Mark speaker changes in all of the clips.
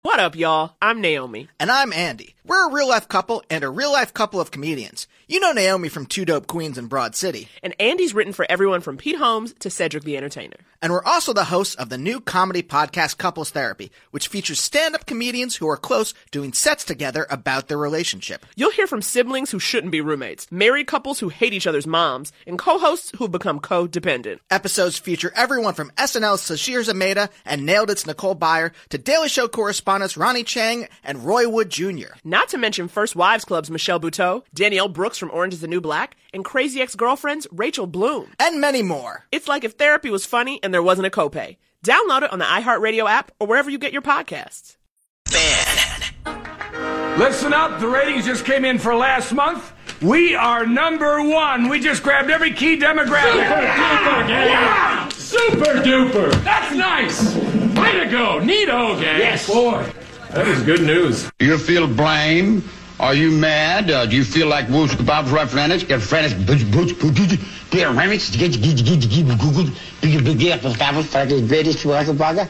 Speaker 1: What up, y'all? I'm Naomi.
Speaker 2: And I'm Andy. We're a real life couple and a real life couple of comedians. You know Naomi from Two Dope Queens and Broad City.
Speaker 1: And Andy's written for everyone from Pete Holmes to Cedric the Entertainer.
Speaker 2: And we're also the hosts of the new comedy podcast Couples Therapy, which features stand up comedians who are close doing sets together about their relationship.
Speaker 1: You'll hear from siblings who shouldn't be roommates, married couples who hate each other's moms, and co hosts who've become codependent.
Speaker 2: Episodes feature everyone from SNL's Sashir Zameda and Nailed It's Nicole Byer to Daily Show correspondents Ronnie Chang and Roy Wood Jr.
Speaker 1: Not to mention First Wives Club's Michelle Buteau, Danielle Brooks from Orange is the New Black, and Crazy Ex Girlfriend's Rachel Bloom.
Speaker 2: And many more.
Speaker 1: It's like if therapy was funny and there wasn't a copay. Download it on the iHeartRadio app or wherever you get your podcasts.
Speaker 3: Listen up, the ratings just came in for last month. We are number one. We just grabbed every key demographic.
Speaker 4: Super duper, gang.
Speaker 3: Yeah!
Speaker 4: Super duper.
Speaker 3: That's nice! Way to go! Neato, gang!
Speaker 4: Yes.
Speaker 3: Boy, that is good news.
Speaker 5: Do you feel blame? Are you mad? Uh, do you feel like who's about referendums? Get friends, boots, boots, boots, boots, get referendums, get, get, get, get, get, get, get, get, get,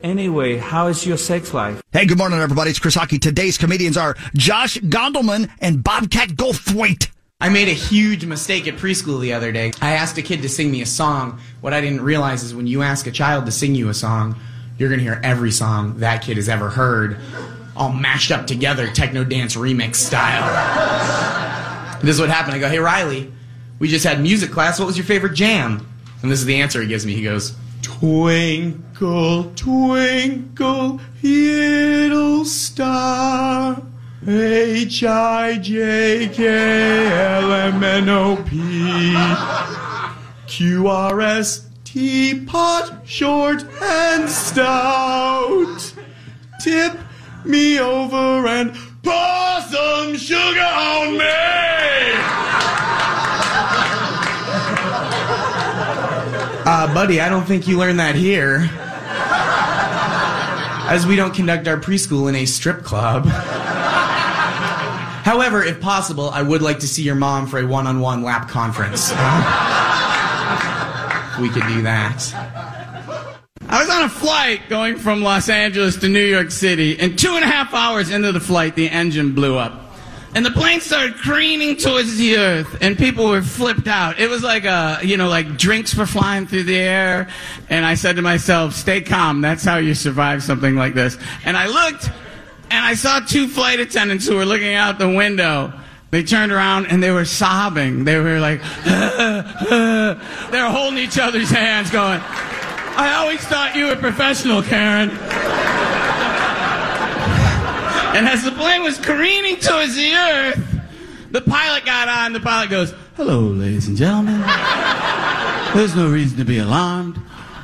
Speaker 6: Anyway, how is your sex life?
Speaker 7: Hey, good morning, everybody. It's Chris Hockey. Today's comedians are Josh Gondelman and Bobcat Goldthwait.
Speaker 8: I made a huge mistake at preschool the other day. I asked a kid to sing me a song. What I didn't realize is when you ask a child to sing you a song, you're going to hear every song that kid has ever heard, all mashed up together, techno dance remix style. this is what happened. I go, hey, Riley, we just had music class. What was your favorite jam? And this is the answer he gives me. He goes, Twinkle, twinkle, little star. H I J K L M N O P Q R S T pot short and stout. Tip me over and pour some sugar on me. Uh, buddy, I don't think you learned that here. As we don't conduct our preschool in a strip club. However, if possible, I would like to see your mom for a one on one lap conference. Uh, we could do that. I was on a flight going from Los Angeles to New York City, and two and a half hours into the flight, the engine blew up. And the plane started careening towards the earth, and people were flipped out. It was like, a, you know, like drinks were flying through the air. And I said to myself, stay calm. That's how you survive something like this. And I looked, and I saw two flight attendants who were looking out the window. They turned around and they were sobbing. They were like, they were holding each other's hands, going, I always thought you were professional, Karen. And as the plane was careening towards the earth, the pilot got on. The pilot goes, Hello, ladies and gentlemen. There's no reason to be alarmed.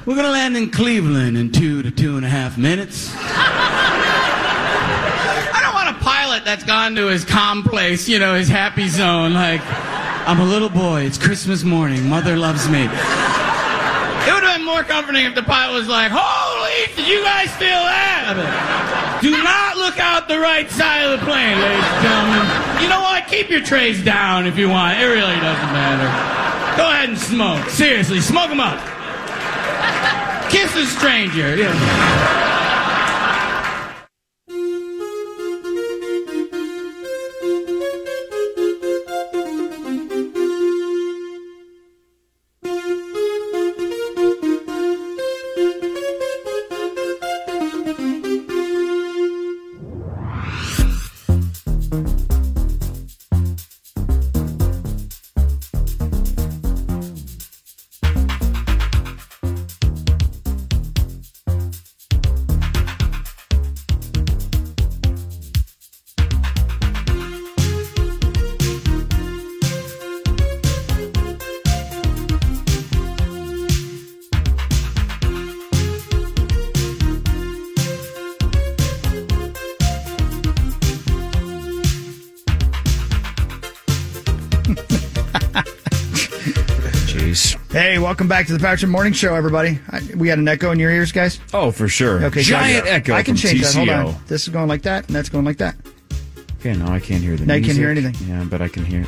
Speaker 8: We're going to land in Cleveland in two to two and a half minutes. I don't want a pilot that's gone to his calm place, you know, his happy zone. Like, I'm a little boy. It's Christmas morning. Mother loves me. It would have been more comforting if the pilot was like, Holy, did you guys feel that? I mean, Do not look out the right side of the plane, ladies and gentlemen. You know what? Keep your trays down if you want. It really doesn't matter. Go ahead and smoke. Seriously, smoke them up. Kiss a stranger. you know.
Speaker 7: Hey, welcome back to the Patrick Morning Show, everybody. I, we had an echo in your ears, guys.
Speaker 9: Oh, for sure.
Speaker 7: Okay,
Speaker 9: giant
Speaker 7: so I,
Speaker 9: echo.
Speaker 7: I can
Speaker 9: from
Speaker 7: change
Speaker 9: TCO.
Speaker 7: that. Hold on. This is going like that, and that's going like that.
Speaker 9: Okay, now I can't hear the.
Speaker 7: Now you can't hear
Speaker 9: music.
Speaker 7: anything.
Speaker 9: Yeah, but I can hear.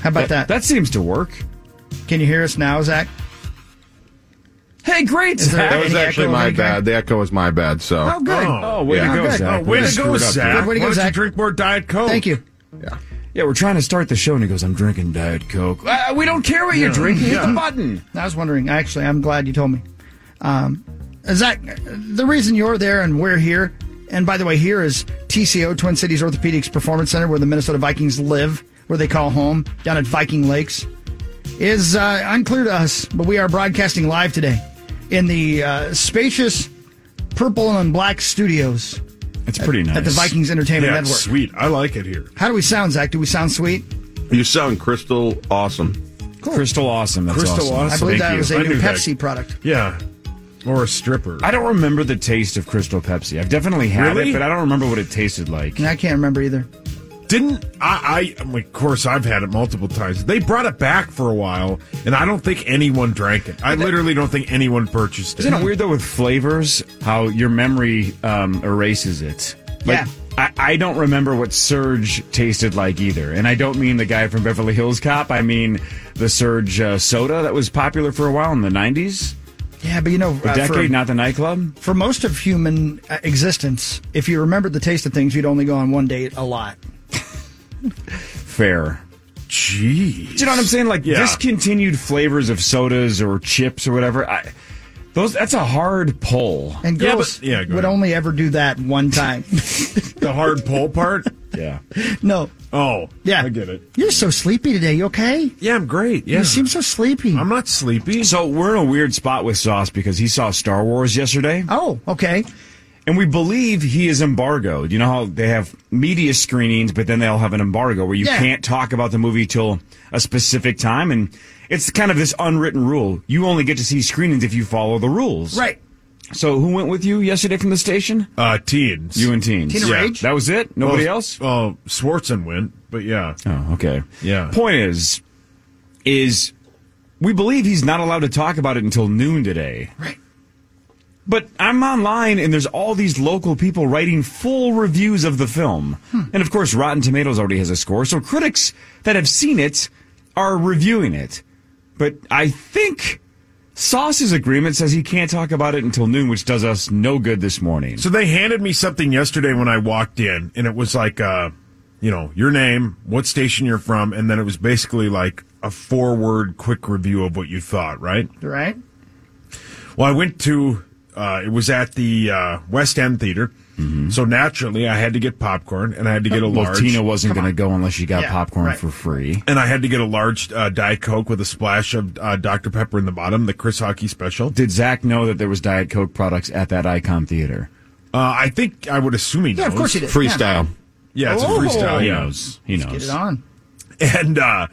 Speaker 7: How about that?
Speaker 9: That, seems to work.
Speaker 7: Can you hear us now, Zach?
Speaker 9: Hey, great.
Speaker 7: Is there
Speaker 10: That was
Speaker 7: any
Speaker 10: actually
Speaker 7: echo of
Speaker 10: my
Speaker 7: any kind?
Speaker 10: bad. Uh, The echo was my bad. So.
Speaker 7: Oh, good.
Speaker 9: Oh, way to go,
Speaker 10: Good.
Speaker 9: Zach.
Speaker 10: Oh, way
Speaker 9: You
Speaker 10: to go,
Speaker 9: screwed up,
Speaker 10: Zach.
Speaker 9: dude.
Speaker 10: Way to go,
Speaker 9: Why don't you
Speaker 10: Zach.
Speaker 9: drink more Diet Coke?
Speaker 7: Thank you.
Speaker 9: Yeah, we're trying to start the show, and he goes, "I'm drinking Diet Coke." Uh, we don't care what you're
Speaker 7: Yeah.
Speaker 9: drinking. Hit
Speaker 7: Yeah.
Speaker 9: the button.
Speaker 7: I was wondering. Actually, I'm glad you told me. Um, Zach, the reason you're there and we're here, and by the way, here is TCO Twin Cities Orthopedics Performance Center, where the Minnesota Vikings live, where they call home, down at Viking Lakes, is uh, unclear to us, but we are broadcasting live today in the uh, spacious purple and black studios.
Speaker 9: It's pretty
Speaker 7: at,
Speaker 9: nice.
Speaker 7: at the Vikings Entertainment
Speaker 3: yeah, it's
Speaker 7: Network.
Speaker 3: Sweet. I like it here.
Speaker 7: How do we sound, Zach? Do we sound sweet?
Speaker 10: You sound crystal awesome.
Speaker 9: Crystal awesome. That's
Speaker 3: Crystal
Speaker 9: awesome.
Speaker 3: awesome.
Speaker 7: I believe
Speaker 9: Thank
Speaker 7: that
Speaker 9: you.
Speaker 7: was a
Speaker 9: I
Speaker 7: new
Speaker 9: knew that.
Speaker 7: Pepsi product.
Speaker 3: Yeah. Or a stripper.
Speaker 9: I don't remember the taste of Crystal Pepsi. I've definitely had
Speaker 3: Really?
Speaker 9: it, but I don't remember what it tasted like.
Speaker 7: And I can't remember either.
Speaker 3: Didn't I, I? I mean, Of course, I've had it multiple times. They brought it back for a while, and I don't think anyone drank it. I literally don't think anyone purchased it.
Speaker 9: Isn't it weird though with flavors how your memory um, erases it?
Speaker 7: Yeah.
Speaker 9: I, I don't remember what Surge tasted like either, and I don't mean the guy from Beverly Hills Cop. I mean the Surge uh, soda that was popular for a while in the '90s,
Speaker 7: Yeah, but you know,
Speaker 9: the
Speaker 7: uh, for-
Speaker 9: decade, not the nightclub.
Speaker 7: For most of human uh, existence, if you remembered the taste of things, you'd only go on one date a lot.
Speaker 9: Fair.
Speaker 3: Gee,
Speaker 9: Do you know what I'm saying? Like
Speaker 3: Yeah.
Speaker 9: discontinued flavors of sodas or chips or whatever. I, those that's a hard pull.
Speaker 7: And
Speaker 9: Yeah,
Speaker 7: girls
Speaker 9: but- yeah, go
Speaker 7: would
Speaker 9: ahead.
Speaker 7: only ever do that one time.
Speaker 3: the hard pull part?
Speaker 9: Yeah.
Speaker 7: no.
Speaker 3: Oh,
Speaker 7: Yeah.
Speaker 3: I get it.
Speaker 7: You're so sleepy today. You okay?
Speaker 3: Yeah, I'm great. Yeah,
Speaker 7: You seem so sleepy.
Speaker 3: I'm not sleepy.
Speaker 9: So we're in a weird spot with Sauce because he saw Star Wars yesterday.
Speaker 7: Oh, okay.
Speaker 9: And we believe he is embargoed. You know how they have media screenings, but then they'll have an embargo where you
Speaker 7: Yeah.
Speaker 9: can't talk about the movie till a specific time. And it's kind of this unwritten rule. You only get to see screenings if you follow the rules.
Speaker 7: Right.
Speaker 9: So who went with you yesterday from the station?
Speaker 3: Uh, teens.
Speaker 9: You and teens.
Speaker 7: Tina
Speaker 3: Yeah.
Speaker 7: Rage?
Speaker 9: That was it? Nobody
Speaker 3: Well,
Speaker 9: else?
Speaker 3: Well, Swartzen went, but yeah.
Speaker 9: Oh, okay.
Speaker 3: Yeah.
Speaker 9: Point is, is we believe he's not allowed to talk about it until noon today.
Speaker 7: Right.
Speaker 9: But I'm online and there's all these local people writing full reviews of the film.
Speaker 7: Hmm.
Speaker 9: And of course, Rotten Tomatoes already has a score, so critics that have seen it are reviewing it. But I think Sauce's agreement says he can't talk about it until noon, which does us no good this morning.
Speaker 3: So they handed me something yesterday when I walked in, and it was like, uh, you know, your name, what station you're from, and then it was basically like a four word quick review of what you thought, right?
Speaker 7: Right?
Speaker 3: Well, I went to, uh, it was at the uh, West End Theater. So naturally, I had to get popcorn and I had to get a
Speaker 9: Mm-hmm. well,
Speaker 3: large.
Speaker 9: Tina wasn't going to go unless she got
Speaker 7: Yeah,
Speaker 9: popcorn
Speaker 7: right.
Speaker 9: for free.
Speaker 3: and I had to get a large uh, Diet Coke with a splash of uh, Dr. Pepper in the bottom, the Chris Hockey special.
Speaker 9: Did Zach know that there was Diet Coke products at that Icon Theater?
Speaker 3: Uh, I think I would assume he knows.
Speaker 7: Yeah, of course he did.
Speaker 10: Freestyle.
Speaker 3: Yeah, it's
Speaker 7: Oh.
Speaker 3: a freestyle.
Speaker 9: He
Speaker 3: yeah.
Speaker 9: knows. He
Speaker 7: Yeah. Get it
Speaker 9: knows.
Speaker 7: on.
Speaker 3: and uh,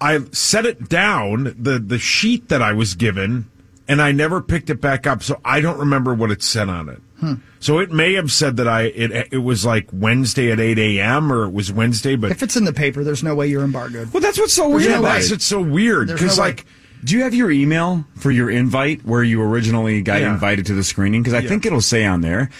Speaker 3: I set it down the the sheet that I was given, and I never picked it back up, so I don't remember what it said on it.
Speaker 7: Hmm.
Speaker 3: So it may have said that I it it was like Wednesday at eight a.m. or it was Wednesday, but
Speaker 7: If it's in the paper, there's no way you're embargoed.
Speaker 9: Well, that's what's so
Speaker 3: yeah,
Speaker 9: weird
Speaker 3: why
Speaker 9: about
Speaker 3: is
Speaker 9: it.
Speaker 3: it so weird?
Speaker 7: There's
Speaker 3: Because
Speaker 7: no way.
Speaker 3: like
Speaker 9: Do you have your email for your invite where you originally got
Speaker 3: Yeah.
Speaker 9: invited to the screening? Because I
Speaker 3: Yeah.
Speaker 9: think it'll say on there.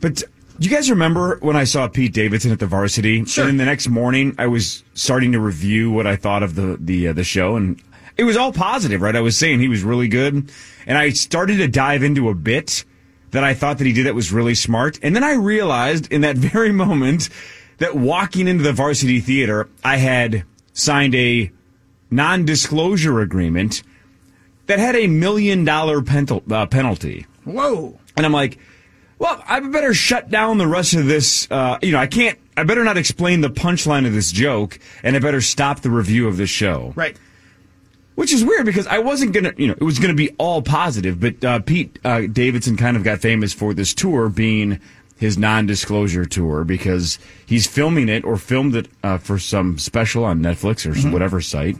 Speaker 9: But do you guys remember when I saw Pete Davidson at the Varsity? Sure. And then the next morning, I was starting to review what I thought of the the uh, the show, and it was all positive, right? I was saying he was really good, and I started to dive into a bit that I thought that he did that was really smart, and then I realized in that very moment that walking into the Varsity Theater, I had signed a non-disclosure agreement that had a million dollar penal- uh, penalty.
Speaker 7: Whoa.
Speaker 9: And I'm like, well, I better shut down the rest of this. Uh, you know, I can't, I better not explain the punchline of this joke, and I better stop the review of the show.
Speaker 7: Right.
Speaker 9: Which is weird because I wasn't going to, you know, it was going to be all positive, but uh, Pete uh, Davidson kind of got famous for this tour being his non disclosure tour because he's filming it or filmed it uh, for some special on Netflix or whatever site,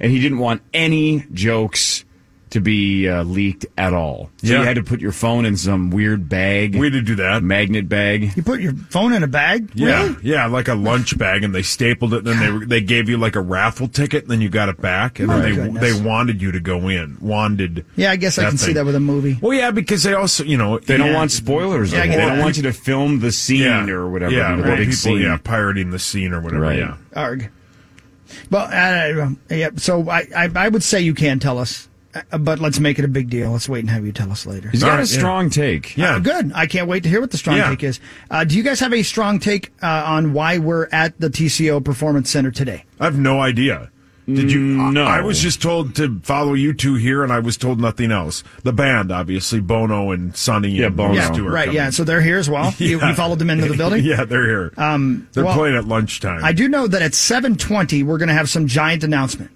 Speaker 9: and he didn't want any jokes to be uh, leaked at all. So
Speaker 3: Yeah.
Speaker 9: you had to put your phone in some weird bag. We
Speaker 3: did do that.
Speaker 9: Magnet bag.
Speaker 7: You put your phone in a bag?
Speaker 3: Yeah,
Speaker 7: Really?
Speaker 3: yeah, like a lunch bag, and they stapled it, and then they were- they gave you like a raffle ticket, and then you got it back, and
Speaker 7: My
Speaker 3: then they
Speaker 7: goodness.
Speaker 3: they wanted you to go in, wanted.
Speaker 7: Yeah, I guess I can see
Speaker 3: thing.
Speaker 7: that with a movie.
Speaker 3: Well, yeah, because they also, you know,
Speaker 9: They don't want spoilers.
Speaker 3: Yeah,
Speaker 9: of
Speaker 3: I
Speaker 9: it.
Speaker 3: get
Speaker 9: they
Speaker 3: that.
Speaker 9: don't want you to film the scene or whatever.
Speaker 3: Yeah,
Speaker 9: the
Speaker 3: well,
Speaker 9: big
Speaker 3: people,
Speaker 9: scene.
Speaker 3: yeah, pirating the scene or whatever.
Speaker 9: Right.
Speaker 3: Yeah,
Speaker 7: Arg. Well, uh, yeah, so I, I, I would say you can tell us, uh, but let's make it a big deal. Let's wait and have you tell us later.
Speaker 9: He's got a strong take.
Speaker 7: Uh, good. I can't wait to hear what the strong
Speaker 9: Yeah.
Speaker 7: take is. Uh, do you guys have a strong take uh, on why we're at the TCO Performance Center today?
Speaker 3: I have no idea. Did you? No, I, I was just told to follow you two here, and I was told nothing else. The band, obviously, Bono and Sonny. Yeah, and
Speaker 9: Bono.
Speaker 7: yeah,
Speaker 3: Stewart
Speaker 7: right.
Speaker 3: coming.
Speaker 7: Yeah, so they're here as well. You,
Speaker 3: Yeah.
Speaker 7: you followed them into the building.
Speaker 3: yeah, they're here.
Speaker 7: Um,
Speaker 3: they're
Speaker 7: well,
Speaker 3: playing at lunchtime.
Speaker 7: I do know that at seven twenty we're going to have some giant announcement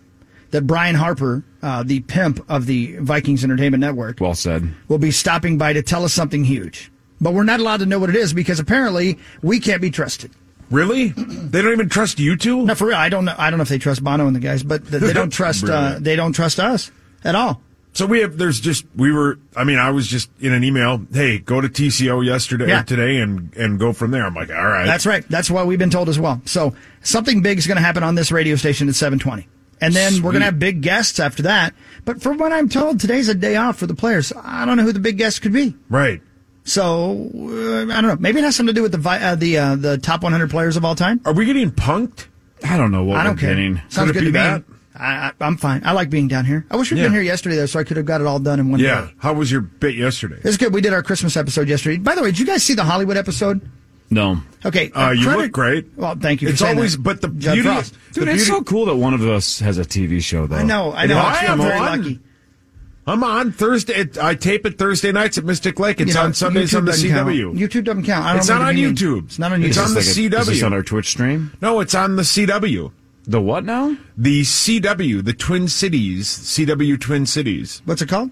Speaker 7: that Brian Harper, uh, the pimp of the Vikings Entertainment Network,
Speaker 9: Well said.
Speaker 7: will be stopping by to tell us something huge. But we're not allowed to know what it is because apparently we can't be trusted.
Speaker 3: Really? They don't even trust you two?
Speaker 7: No, for real. I don't know. I don't know if they trust Bono and the guys, but th- they don't trust. uh,
Speaker 3: Brilliant.
Speaker 7: they don't trust us at all.
Speaker 3: So we have. There's just we were. I mean, I was just in an email. Hey, go to TCO yesterday
Speaker 7: Yeah.
Speaker 3: or today and and go from there. I'm like, all right.
Speaker 7: That's right. That's what we've been told as well. So something big is going to happen on this radio station at 720. And then we're going to have big guests after that. But from what I'm told, today's a day off for the players. I don't know who the big guests could be.
Speaker 3: Right.
Speaker 7: So uh, I don't know. Maybe it has something to do with the vi- uh, the uh, the top 100 players of all time.
Speaker 3: Are we getting punked?
Speaker 9: I don't know what
Speaker 7: I don't
Speaker 9: we're
Speaker 7: care.
Speaker 9: getting.
Speaker 7: Sounds
Speaker 9: Could it
Speaker 7: good
Speaker 9: be
Speaker 7: to
Speaker 9: that?
Speaker 7: me. I, I, I'm fine. I like being down here. I wish we'd been
Speaker 3: Yeah.
Speaker 7: here yesterday though, so I could have got it all done in one
Speaker 3: Yeah.
Speaker 7: day.
Speaker 3: How was your bit yesterday?
Speaker 7: It's good. We did our Christmas episode yesterday. By the way, did you guys see the Hollywood episode?
Speaker 9: No.
Speaker 7: Okay,
Speaker 9: Uh, you
Speaker 7: credit-
Speaker 9: look great.
Speaker 7: Well, thank you. for
Speaker 9: It's
Speaker 7: saying
Speaker 9: always-
Speaker 7: that.
Speaker 9: but the
Speaker 7: Judd
Speaker 9: beauty-
Speaker 7: Frost.
Speaker 9: Dude, it's so cool that one of us has a TV show, though.
Speaker 7: I know, I know.
Speaker 3: Well,
Speaker 7: I feel
Speaker 3: am
Speaker 7: very
Speaker 3: on.
Speaker 7: lucky.
Speaker 3: I'm on Thursday. It, I tape it Thursday nights at Mystic Lake. It's
Speaker 7: You know,
Speaker 3: on Sundays
Speaker 7: YouTube
Speaker 3: on the
Speaker 7: doesn't
Speaker 3: CW.
Speaker 7: Count. YouTube doesn't count. I don't
Speaker 3: It's
Speaker 7: know
Speaker 3: not
Speaker 7: what
Speaker 3: on
Speaker 7: you mean.
Speaker 3: YouTube.
Speaker 7: It's not on YouTube.
Speaker 3: It's on the
Speaker 9: Is this
Speaker 3: CW.
Speaker 9: on our Twitch stream?
Speaker 3: No, it's on the CW.
Speaker 9: The what now?
Speaker 3: The CW, the Twin Cities, CW Twin Cities.
Speaker 7: What's it called?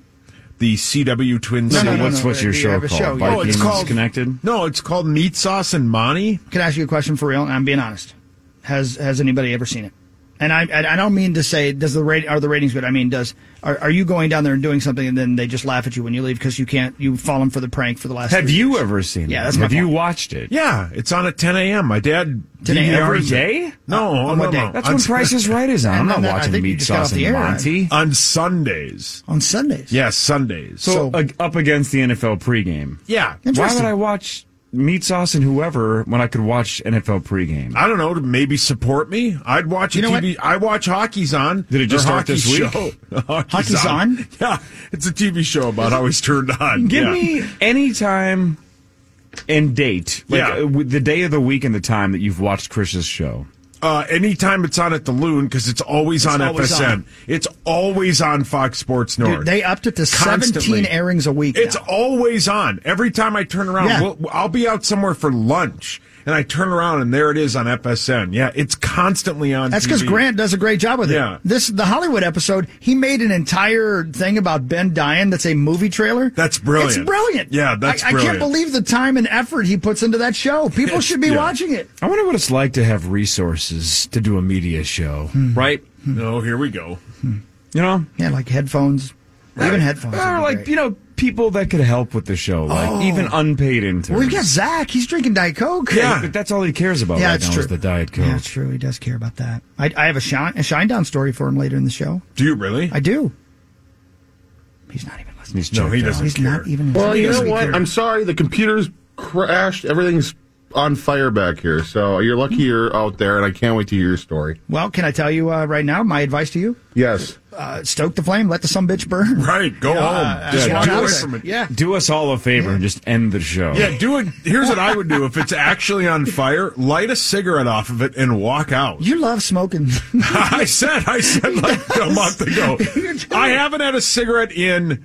Speaker 3: The CW Twin
Speaker 9: No,
Speaker 3: Cities.
Speaker 9: no, no, What's- no, what's your you show have a called? show, yeah.
Speaker 3: oh, it's
Speaker 9: Vikings
Speaker 3: called
Speaker 9: Connected?
Speaker 3: No, it's called Meat Sauce and Monty.
Speaker 7: Can I ask you a question for real? And I'm being honest. Has Has anybody ever seen it? And I and I don't mean to say does the rate are the ratings good? I mean does are, are you going down there and doing something and then they just laugh at you when you leave because you can't you fallen for the prank for the last
Speaker 9: Have
Speaker 7: three
Speaker 9: you
Speaker 7: years?
Speaker 9: ever seen
Speaker 7: Yeah,
Speaker 9: it?
Speaker 7: that's my
Speaker 9: Have you
Speaker 7: fault.
Speaker 9: watched it?
Speaker 3: Yeah, it's on at 10 a.m. My dad.
Speaker 7: 10 a.m.
Speaker 3: DVRs
Speaker 7: every
Speaker 3: it.
Speaker 9: day?
Speaker 3: No,
Speaker 7: On
Speaker 3: no,
Speaker 7: what day?
Speaker 3: no.
Speaker 9: That's when Price is Right is on. I'm
Speaker 7: And
Speaker 9: not
Speaker 7: then I
Speaker 9: watching
Speaker 7: think you
Speaker 9: Meat
Speaker 7: just got
Speaker 9: Sauce
Speaker 7: off the
Speaker 9: and
Speaker 7: air.
Speaker 9: Monty.
Speaker 3: on Sundays.
Speaker 7: on Sundays?
Speaker 3: Yes, Sundays.
Speaker 9: So, ag- up against the NFL pregame.
Speaker 3: yeah,
Speaker 9: Why would I watch Meat Sauce and whoever when I could watch NFL pregame?
Speaker 3: I don't know. to Maybe support me. I'd watch a
Speaker 9: You know
Speaker 3: TV. I watch Hockey's on.
Speaker 9: Did it just
Speaker 3: Their
Speaker 9: start this
Speaker 3: hockey
Speaker 9: week?
Speaker 3: Show.
Speaker 9: Hockey's on?
Speaker 3: Yeah, it's a TV show about how he's turned on.
Speaker 9: Give
Speaker 3: Yeah.
Speaker 9: me any time and date, like
Speaker 3: Yeah.
Speaker 9: uh, with the day of the week and the time that you've watched Chris's show.
Speaker 3: uh, anytime it's on at the Loon because it's always
Speaker 7: It's
Speaker 3: on
Speaker 7: always
Speaker 3: FSN.
Speaker 7: on.
Speaker 3: It's always on Fox Sports North.
Speaker 7: Dude, they upped it to
Speaker 3: Constantly.
Speaker 7: 17 airings a week.
Speaker 3: It's
Speaker 7: now.
Speaker 3: always on. Every time I turn around,
Speaker 7: Yeah.
Speaker 3: we'll, I'll be out somewhere for lunch, and I turn around and there it is on FSN. Yeah, it's constantly on.
Speaker 7: That's because
Speaker 3: TV.
Speaker 7: Grant does a great job with
Speaker 3: Yeah.
Speaker 7: it. This the Hollywood episode. He made an entire thing about Ben dying. That's a movie trailer.
Speaker 3: That's brilliant.
Speaker 7: It's brilliant.
Speaker 3: Yeah, that's
Speaker 7: I, I
Speaker 3: brilliant.
Speaker 7: can't believe the time and effort he puts into that show. People
Speaker 3: It's-
Speaker 7: should be
Speaker 3: yeah.
Speaker 7: watching it.
Speaker 9: I wonder what it's like to have resources to do a media show, right? Hmm.
Speaker 3: No, Hmm. Oh, here we go.
Speaker 9: You know,
Speaker 7: Yeah, like headphones, even headphones. would
Speaker 9: or
Speaker 7: be
Speaker 9: like
Speaker 7: great. Oh.
Speaker 9: you know, people that could help with the show, like even unpaid interns.
Speaker 7: well, we got Zach. He's drinking Diet Coke.
Speaker 9: yeah, but that's all he cares about
Speaker 7: Yeah,
Speaker 9: right
Speaker 7: it's
Speaker 9: now
Speaker 7: true.
Speaker 9: is the diet coke.
Speaker 7: Yeah, it's true. He does care about that. I, I have a shine a shine down story for him later in the show.
Speaker 3: Do you really?
Speaker 7: I do.
Speaker 9: He's
Speaker 3: No, he
Speaker 9: checked out.
Speaker 3: doesn't
Speaker 7: He's
Speaker 3: care.
Speaker 7: not even.
Speaker 10: Well,
Speaker 7: he
Speaker 10: you know
Speaker 7: doesn't
Speaker 10: what?
Speaker 7: care.
Speaker 10: I'm sorry. The computer's crashed. Everything's on fire back here. So you're lucky you're out there, and I can't wait to hear your story.
Speaker 7: well, can I tell you uh, right now my advice to you?
Speaker 10: Yes.
Speaker 7: Uh, stoke the flame. Let the some bitch burn.
Speaker 3: Right, go
Speaker 7: You know,
Speaker 3: home.
Speaker 7: uh,
Speaker 3: Just
Speaker 7: uh,
Speaker 3: walk away
Speaker 7: Jonathan.
Speaker 3: from it.
Speaker 7: Yeah.
Speaker 9: Do us all a favor and just end the show.
Speaker 3: Yeah, do it. Here's what I would do if it's actually on fire: light a cigarette off of it and walk out.
Speaker 7: You love smoking.
Speaker 3: I said, I said like a month ago. I haven't had a cigarette in,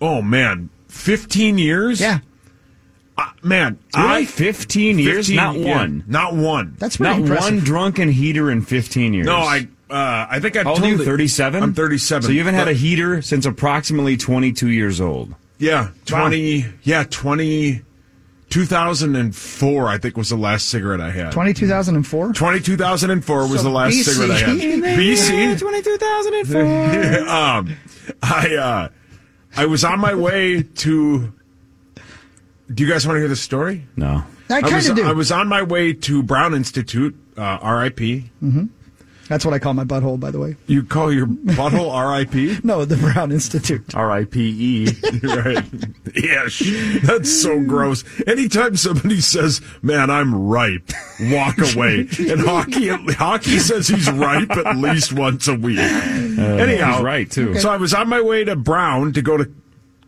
Speaker 3: oh man, fifteen years.
Speaker 7: Yeah.
Speaker 3: Uh, man,
Speaker 9: Really?
Speaker 3: I
Speaker 9: 15 years? Not
Speaker 3: yeah,
Speaker 9: one.
Speaker 3: not one.
Speaker 7: That's pretty
Speaker 9: Not
Speaker 7: impressive.
Speaker 9: one drunken heater in 15 years.
Speaker 3: no. I uh, I think I've
Speaker 9: How old
Speaker 3: told
Speaker 9: are you?
Speaker 3: it-
Speaker 9: 37?
Speaker 3: I'm 37.
Speaker 9: So you haven't had a
Speaker 3: But-
Speaker 9: heater since approximately 22 years old.
Speaker 3: Yeah, 20. Yeah, 20. 2004, I think, was the last cigarette I had.
Speaker 7: 2004?
Speaker 3: 2004 was
Speaker 7: So
Speaker 3: the last
Speaker 7: BC.
Speaker 3: cigarette I had. BC.
Speaker 5: 22,004.
Speaker 3: um, I uh, I was on my way to. Do you guys want to hear the story?
Speaker 9: No.
Speaker 7: I kinda
Speaker 3: was-
Speaker 7: do.
Speaker 3: I was on my way to Brown Institute, uh, RIP.
Speaker 7: hmm That's what I call my butthole, by the way.
Speaker 3: You call your butthole RIP?
Speaker 7: no, the Brown Institute.
Speaker 9: R.I.P.E.
Speaker 3: E. right. Yeah, sh- that's so gross. Anytime somebody says, "Man, I'm ripe," walk away. and hockey, hockey says he's ripe at least once a week. Anyhow,
Speaker 9: Uh, he's right, too.
Speaker 3: So I was on my way to Brown to go to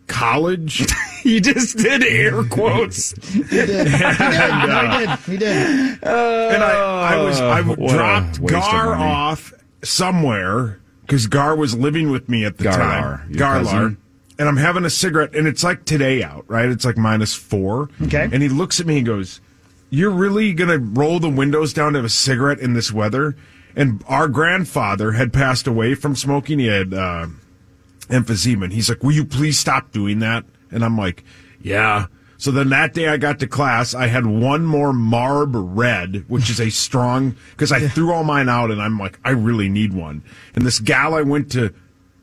Speaker 3: college.
Speaker 9: you just did air quotes.
Speaker 7: He did. He did. He did.
Speaker 3: and I, I was I
Speaker 9: Oh, what a
Speaker 3: dropped
Speaker 9: waste of
Speaker 3: Gar
Speaker 9: money.
Speaker 3: off somewhere because Gar was living with me at the
Speaker 9: Garlar,
Speaker 3: time.
Speaker 9: your cousin?
Speaker 3: and I'm having a cigarette, and it's like today out, right? It's like minus four. Okay, and he looks at me and goes, "You're really gonna roll the windows down to have a cigarette in this weather?" And our grandfather had passed away from smoking. He had. Uh, emphysema. And he's like, Will you please stop doing that? And I'm like, Yeah. So then that day I got to class, I had one more Marb Red, which is a strong, because I threw all mine out and I'm like, I really need one. And this gal I went to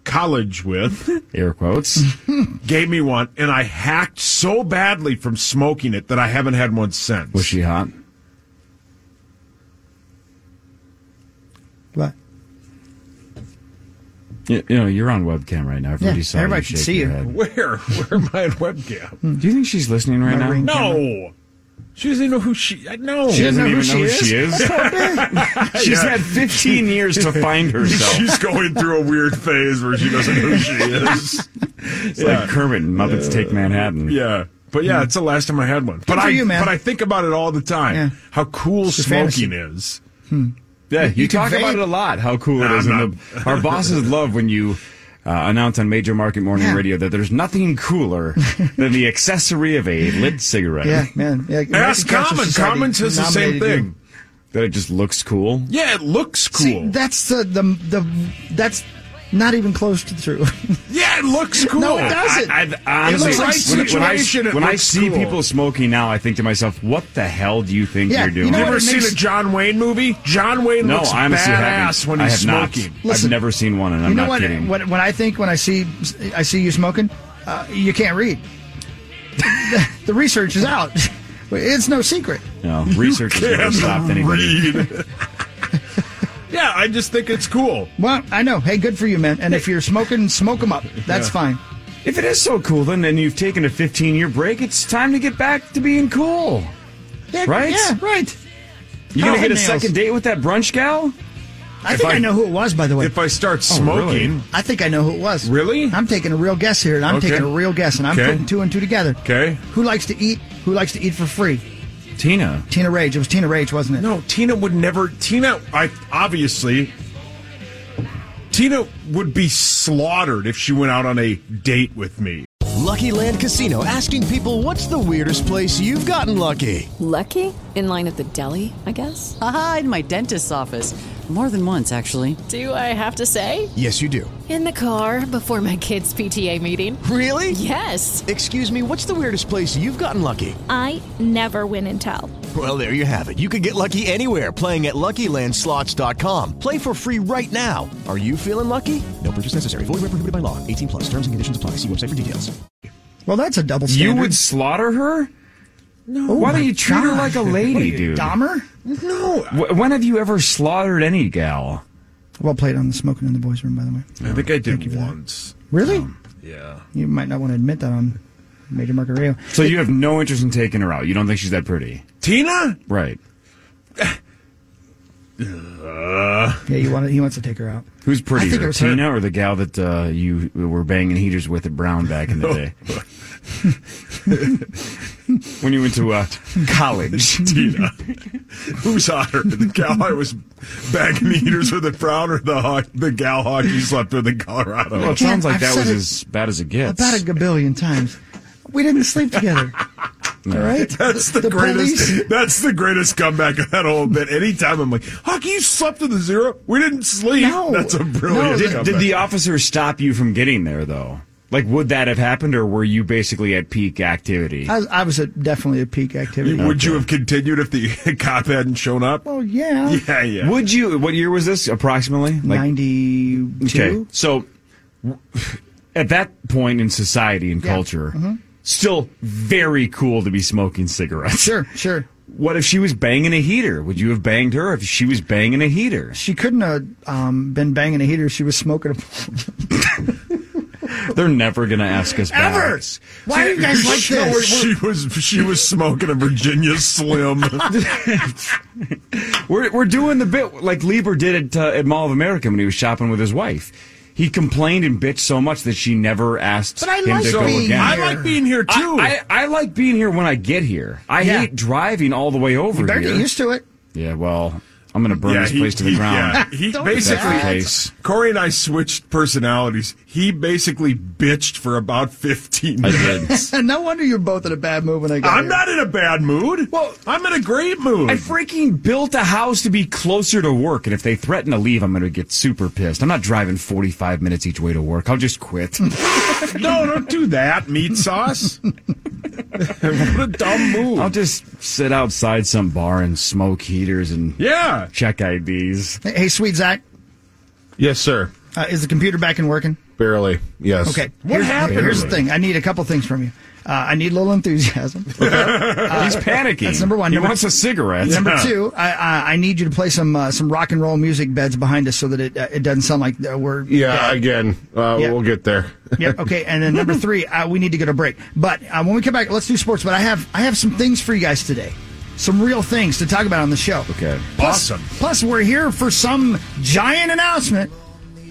Speaker 3: college with,
Speaker 9: air quotes,
Speaker 3: gave me one and I hacked so badly from smoking it that I haven't had one since.
Speaker 9: Was she hot?
Speaker 7: What?
Speaker 9: You, you know, you're on webcam right now. Everybody
Speaker 7: Yeah,
Speaker 9: saw
Speaker 7: everybody
Speaker 9: you
Speaker 7: can
Speaker 9: shake
Speaker 7: see
Speaker 9: your
Speaker 7: you.
Speaker 9: head.
Speaker 3: Where? Where am I on webcam?
Speaker 9: Do you think she's listening right
Speaker 3: My
Speaker 9: now?
Speaker 3: ring No. She doesn't even know who she. uh, I know.
Speaker 9: She doesn't even know who she is. She's had 15 years to find herself.
Speaker 3: She's going through a weird phase where she doesn't know who she is.
Speaker 9: It's like Kermit and Muppets Take Manhattan.
Speaker 3: Yeah. But yeah, it's the last time I had one. but
Speaker 9: for
Speaker 3: I
Speaker 9: you, man.
Speaker 3: but I think about it all the time. How cool
Speaker 9: It's a
Speaker 3: smoking
Speaker 9: fantasy.
Speaker 3: is.
Speaker 9: Yeah, you,
Speaker 3: You can
Speaker 9: talk
Speaker 3: vape.
Speaker 9: about it a lot. How cool
Speaker 3: Nah,
Speaker 9: it is.
Speaker 3: I'm
Speaker 9: And
Speaker 3: not-
Speaker 9: the, our bosses love when you uh, announce on Major Market Morning
Speaker 7: Yeah.
Speaker 9: Radio that there's nothing cooler than the accessory of a lit cigarette.
Speaker 7: Yeah, man. Yeah, American
Speaker 3: Ask
Speaker 7: Cancer
Speaker 3: Common.
Speaker 7: Society
Speaker 3: Common says the same
Speaker 7: nominated you.
Speaker 3: thing.
Speaker 9: That it just looks cool.
Speaker 3: Yeah, it looks cool.
Speaker 7: See, that's the, the the that's not even close to true.
Speaker 3: yeah, it looks cool.
Speaker 7: No, it doesn't.
Speaker 9: I, I,
Speaker 7: It
Speaker 9: honestly,
Speaker 7: looks like
Speaker 9: when, when I,
Speaker 3: situation, it
Speaker 9: when I
Speaker 3: looks
Speaker 9: see
Speaker 3: cool.
Speaker 9: people smoking now, I think to myself, what the hell do you think
Speaker 3: Yeah,
Speaker 9: you're doing?
Speaker 3: you ever seen a John Wayne movie? John Wayne
Speaker 9: no,
Speaker 3: looks
Speaker 9: I honestly
Speaker 3: badass
Speaker 9: haven't.
Speaker 3: when
Speaker 9: I
Speaker 3: he's
Speaker 9: have not.
Speaker 3: smoking.
Speaker 7: Listen,
Speaker 9: I've never seen one, and I'm
Speaker 7: you know
Speaker 9: not
Speaker 7: what,
Speaker 9: kidding.
Speaker 7: what? When I think when I see I see you smoking, uh, you can't read. the, the research is out. It's no secret.
Speaker 9: No, research has never
Speaker 3: can't
Speaker 9: stopped anybody.
Speaker 3: Yeah, I just think it's cool.
Speaker 7: Well, I know. Hey, good for you, man. And if you're smoking, smoke them up. That's
Speaker 9: Yeah.
Speaker 7: fine.
Speaker 9: If it is so cool, then and you've taken a 15 year break, it's time to get back to being cool.
Speaker 7: Yeah,
Speaker 9: Right?
Speaker 7: Yeah, right.
Speaker 9: You gonna
Speaker 7: Oh,
Speaker 9: get a
Speaker 7: nails.
Speaker 9: second date with that brunch gal?
Speaker 7: I think I, know who it was, by the way.
Speaker 3: If I start
Speaker 7: Oh,
Speaker 3: smoking,
Speaker 7: I think I know who it was. Really? I'm taking a real guess here, and I'm
Speaker 3: Okay.
Speaker 7: taking a real guess, and I'm
Speaker 3: Okay.
Speaker 7: putting two and two together.
Speaker 3: Okay.
Speaker 7: Who likes to eat? Who likes to eat for free?
Speaker 9: Tina.
Speaker 7: Tina Rage. It was Tina Rage, wasn't it?
Speaker 3: No, Tina would never. Tina, I obviously. Tina would be slaughtered if she went out on a date with me.
Speaker 11: Lucky Land Casino asking people what's the weirdest place you've gotten lucky?
Speaker 12: Lucky? In line at the deli, I guess?
Speaker 13: Aha, in my dentist's office. More than once, actually.
Speaker 12: Do I have to say?
Speaker 11: Yes, you do.
Speaker 12: In the car before my kids' PTA meeting.
Speaker 11: Really?
Speaker 12: Yes.
Speaker 11: Excuse me, what's the weirdest place you've gotten lucky?
Speaker 14: I never win and tell.
Speaker 11: Well, there you have it. You can get lucky anywhere playing at LuckyLandSlots.com. Play for free right now. Are you feeling lucky? No purchase necessary. Void where prohibited by law. 18 plus. Terms and conditions apply. See website for details.
Speaker 7: Well, that's a double
Speaker 9: You
Speaker 7: standard.
Speaker 9: would slaughter her?
Speaker 7: No. Oh
Speaker 9: Why don't you treat her like a lady,
Speaker 7: what are you,
Speaker 9: dude?
Speaker 7: Dahmer?
Speaker 3: No.
Speaker 9: Wh- when have you ever slaughtered any gal?
Speaker 7: Well played on the smoking in the boys' room, by the way.
Speaker 3: I think I did once.
Speaker 7: Really?
Speaker 3: Yeah.
Speaker 7: you might not want to admit that on Major Margario.
Speaker 9: So you have no interest in taking her out. You don't think she's that pretty,
Speaker 3: Tina?
Speaker 9: right?
Speaker 3: Uh,
Speaker 7: Yeah, you want to, he wants to take her out. I
Speaker 9: Who's
Speaker 7: think it
Speaker 9: prettier,
Speaker 7: was her.
Speaker 9: Tina or the gal that uh, you were banging heaters with at Brown back in the day? when you went to uh, college,
Speaker 3: Tina. Who's hotter, the gal I was bagging eaters with the Brown or the ho- the gal hockey slept with in Colorado?
Speaker 9: Well, it sounds like
Speaker 7: I've
Speaker 9: that
Speaker 7: said
Speaker 9: was
Speaker 7: it
Speaker 9: as bad as it gets.
Speaker 7: About a gabillion times. We didn't sleep together. All right?
Speaker 3: That's the, greatest. That's the greatest comeback of that whole bit. Anytime I'm like, Hockey, you slept with a zero. We didn't sleep. That's a brilliant.
Speaker 9: Did, did
Speaker 3: comeback.
Speaker 9: the officer stop you from getting there, though? Like, would that have happened, or were you basically at peak activity?
Speaker 7: I, I was at definitely at peak activity.
Speaker 3: Would you have continued if the cop hadn't shown up?
Speaker 7: Well, yeah.
Speaker 3: Yeah, yeah.
Speaker 9: Would you? What year was this approximately? Like,
Speaker 7: 92?
Speaker 9: Okay, so w- at that point in society and
Speaker 7: Yeah.
Speaker 9: culture,
Speaker 7: Mhm.
Speaker 9: still very cool to be smoking cigarettes.
Speaker 7: Sure, sure.
Speaker 9: What if she was banging a heater? Would you have banged her if she was banging a heater?
Speaker 7: She couldn't have um, been banging a heater. She was smoking a.
Speaker 9: They're never gonna ask us back.
Speaker 7: Ever! Why are you guys like
Speaker 3: No,
Speaker 7: this?
Speaker 3: She was she was smoking a Virginia Slim.
Speaker 9: We're, we're doing the bit like Lieber did at, uh, at Mall of America when he was shopping with his wife. He complained and bitched so much that she never asked
Speaker 3: But I
Speaker 9: him
Speaker 3: like
Speaker 9: to go
Speaker 3: being
Speaker 9: again.
Speaker 3: I here. like being here, too.
Speaker 9: I, I, I like being here when I get here. I
Speaker 3: Yeah.
Speaker 9: hate driving all the way over
Speaker 7: You better
Speaker 9: here.
Speaker 7: get used to it.
Speaker 9: yeah, well, I'm going to burn
Speaker 3: Yeah,
Speaker 9: this
Speaker 3: he-
Speaker 9: place to the
Speaker 3: he-
Speaker 9: ground.
Speaker 3: yeah. He
Speaker 9: If that's the
Speaker 3: basically,
Speaker 9: case.
Speaker 3: Corey and I switched personalities. He basically bitched for about 15
Speaker 9: I did.
Speaker 3: minutes.
Speaker 7: no wonder you're both in a bad mood when I got
Speaker 3: I'm
Speaker 7: here.
Speaker 3: not in a bad mood. Well, I'm in a great mood.
Speaker 9: I freaking built a house to be closer to work, and if they threaten to leave, I'm going to get super pissed. I'm not driving 45 minutes each way to work. I'll just quit.
Speaker 3: no, don't do that, meat sauce. what a dumb move.
Speaker 9: I'll just sit outside some bar and smoke heaters and
Speaker 3: yeah,
Speaker 9: check IDs.
Speaker 7: Hey, hey, sweet Zach,
Speaker 10: Yes, sir.
Speaker 7: uh, is the computer back and working?
Speaker 10: Barely. Yes.
Speaker 7: Okay. Here's- Here's the thing. I need a couple things from you. Uh, I need a little enthusiasm.
Speaker 9: He's panicking.
Speaker 7: That's number one.
Speaker 9: He
Speaker 7: Number-
Speaker 9: wants a cigarette.
Speaker 7: Number two, I, I I need you to play some uh, some rock and roll music beds behind us so that it uh, it doesn't sound like uh, we're
Speaker 10: Yeah, again, uh,
Speaker 7: Yeah.
Speaker 10: we'll get there.
Speaker 7: Yep. Okay. And then number three, uh, we need to go to break. But uh, when we come back, let's do sports. But I have I have some things for you guys today, some real things to talk about on the show.
Speaker 9: Okay.
Speaker 7: Plus,
Speaker 3: Awesome.
Speaker 7: Plus, we're here for some giant announcement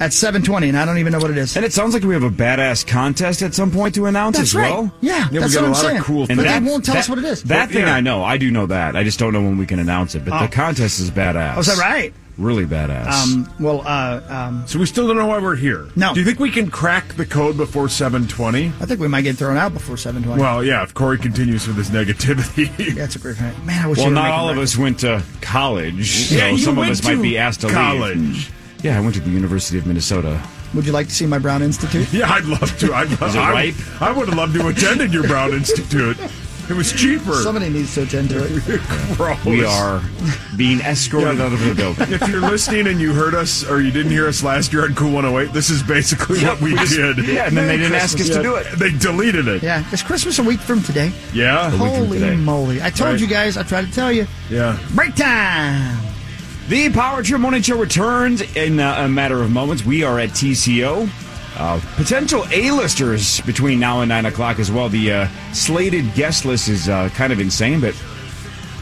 Speaker 7: at seven twenty, and I don't even know what it is.
Speaker 9: And it sounds like we have a badass contest at some point to announce
Speaker 7: That's
Speaker 9: as
Speaker 7: right.
Speaker 9: well.
Speaker 7: Yeah, Yeah, we that's got what a I'm lot of saying. cool
Speaker 9: And
Speaker 7: things. But they won't tell
Speaker 9: that-
Speaker 7: us what it is.
Speaker 9: That
Speaker 7: But,
Speaker 9: thing
Speaker 7: yeah.
Speaker 9: I know. I do know that. I just don't know when we can announce it. But
Speaker 7: Oh.
Speaker 9: the contest is badass.
Speaker 7: Oh, is that right?
Speaker 9: Really badass.
Speaker 7: Um. Well. Uh. Um.
Speaker 3: So we still don't know why we're here.
Speaker 7: No.
Speaker 3: Do you think we can crack the code before 720?
Speaker 7: I think we might get thrown out before seven twenty.
Speaker 3: Well, yeah, if Corey continues with his negativity.
Speaker 7: that's a great point. Man, I wish.
Speaker 9: well,
Speaker 7: you were
Speaker 9: not
Speaker 7: making
Speaker 9: all of
Speaker 7: records.
Speaker 9: us went to college, so
Speaker 3: Yeah, you
Speaker 9: some of
Speaker 3: went
Speaker 9: us might
Speaker 3: to
Speaker 9: be asked to
Speaker 3: college.
Speaker 9: leave. Yeah, I went to the University of Minnesota.
Speaker 7: Would you like to see my Brown Institute?
Speaker 3: yeah, I'd love to. I'd love,
Speaker 9: Is it
Speaker 3: I,
Speaker 9: ripe?
Speaker 3: I would have loved to attend at your Brown Institute. It was cheaper.
Speaker 7: Somebody needs to attend to it.
Speaker 3: Gross.
Speaker 9: We are being escorted out of the building.
Speaker 3: If you're listening and you heard us or you didn't hear us last year on Cool 108, this is basically
Speaker 9: Yeah,
Speaker 3: what we,
Speaker 9: we just-
Speaker 3: did.
Speaker 9: yeah, and then they didn't ask us to do it.
Speaker 3: They deleted it.
Speaker 7: yeah. It's Christmas a week from today.
Speaker 3: Yeah.
Speaker 7: Holy moly! I told
Speaker 3: Right.
Speaker 7: you guys. I tried to tell you.
Speaker 3: Yeah.
Speaker 7: Break time.
Speaker 9: The Power Trip Morning Show returns in uh, a matter of moments. We are at TCO. Uh, potential A-listers between now and 9 o'clock as well. The uh, slated guest list is uh, kind of insane, but,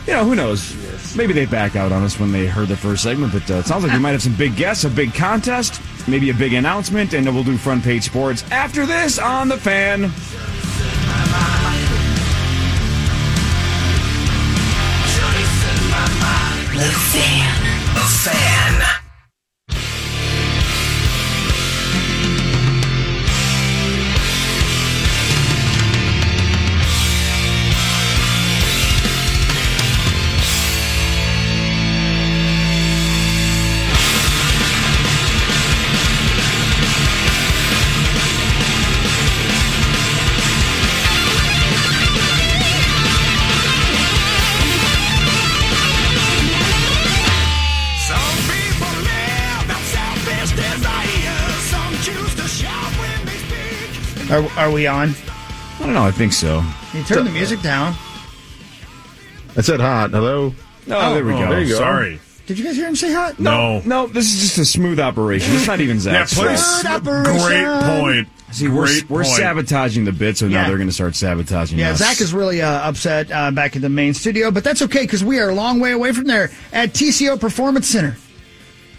Speaker 9: you know, who knows? Maybe they back out on us when they heard the first segment, but uh, it sounds like we might have some big guests, a big contest, maybe a big announcement, and we'll do front page sports after this on The Fan.
Speaker 5: The fan. The fan. Some people live out selfish desires. Some choose to shout when they speak.
Speaker 7: Are, are we on?
Speaker 9: I don't know, I think so.
Speaker 7: You turn the music down.
Speaker 10: I said hot. Hello.
Speaker 9: Oh, there we go.
Speaker 10: There you go.
Speaker 3: Sorry.
Speaker 7: Did you guys hear him say hot?
Speaker 3: No.
Speaker 9: No, this is just a smooth operation. It's not even
Speaker 3: Yeah,
Speaker 9: Zach's fault.
Speaker 3: please.
Speaker 7: Third
Speaker 3: Great
Speaker 7: operation.
Speaker 3: point.
Speaker 9: See, we're,
Speaker 3: Great
Speaker 9: we're
Speaker 3: point.
Speaker 9: sabotaging the bit, so now
Speaker 7: Yeah.
Speaker 9: they're going to start sabotaging
Speaker 7: Yeah,
Speaker 9: us.
Speaker 7: Zach is really uh, upset uh, back at the main studio, but that's okay because we are a long way away from there at TCO Performance Center,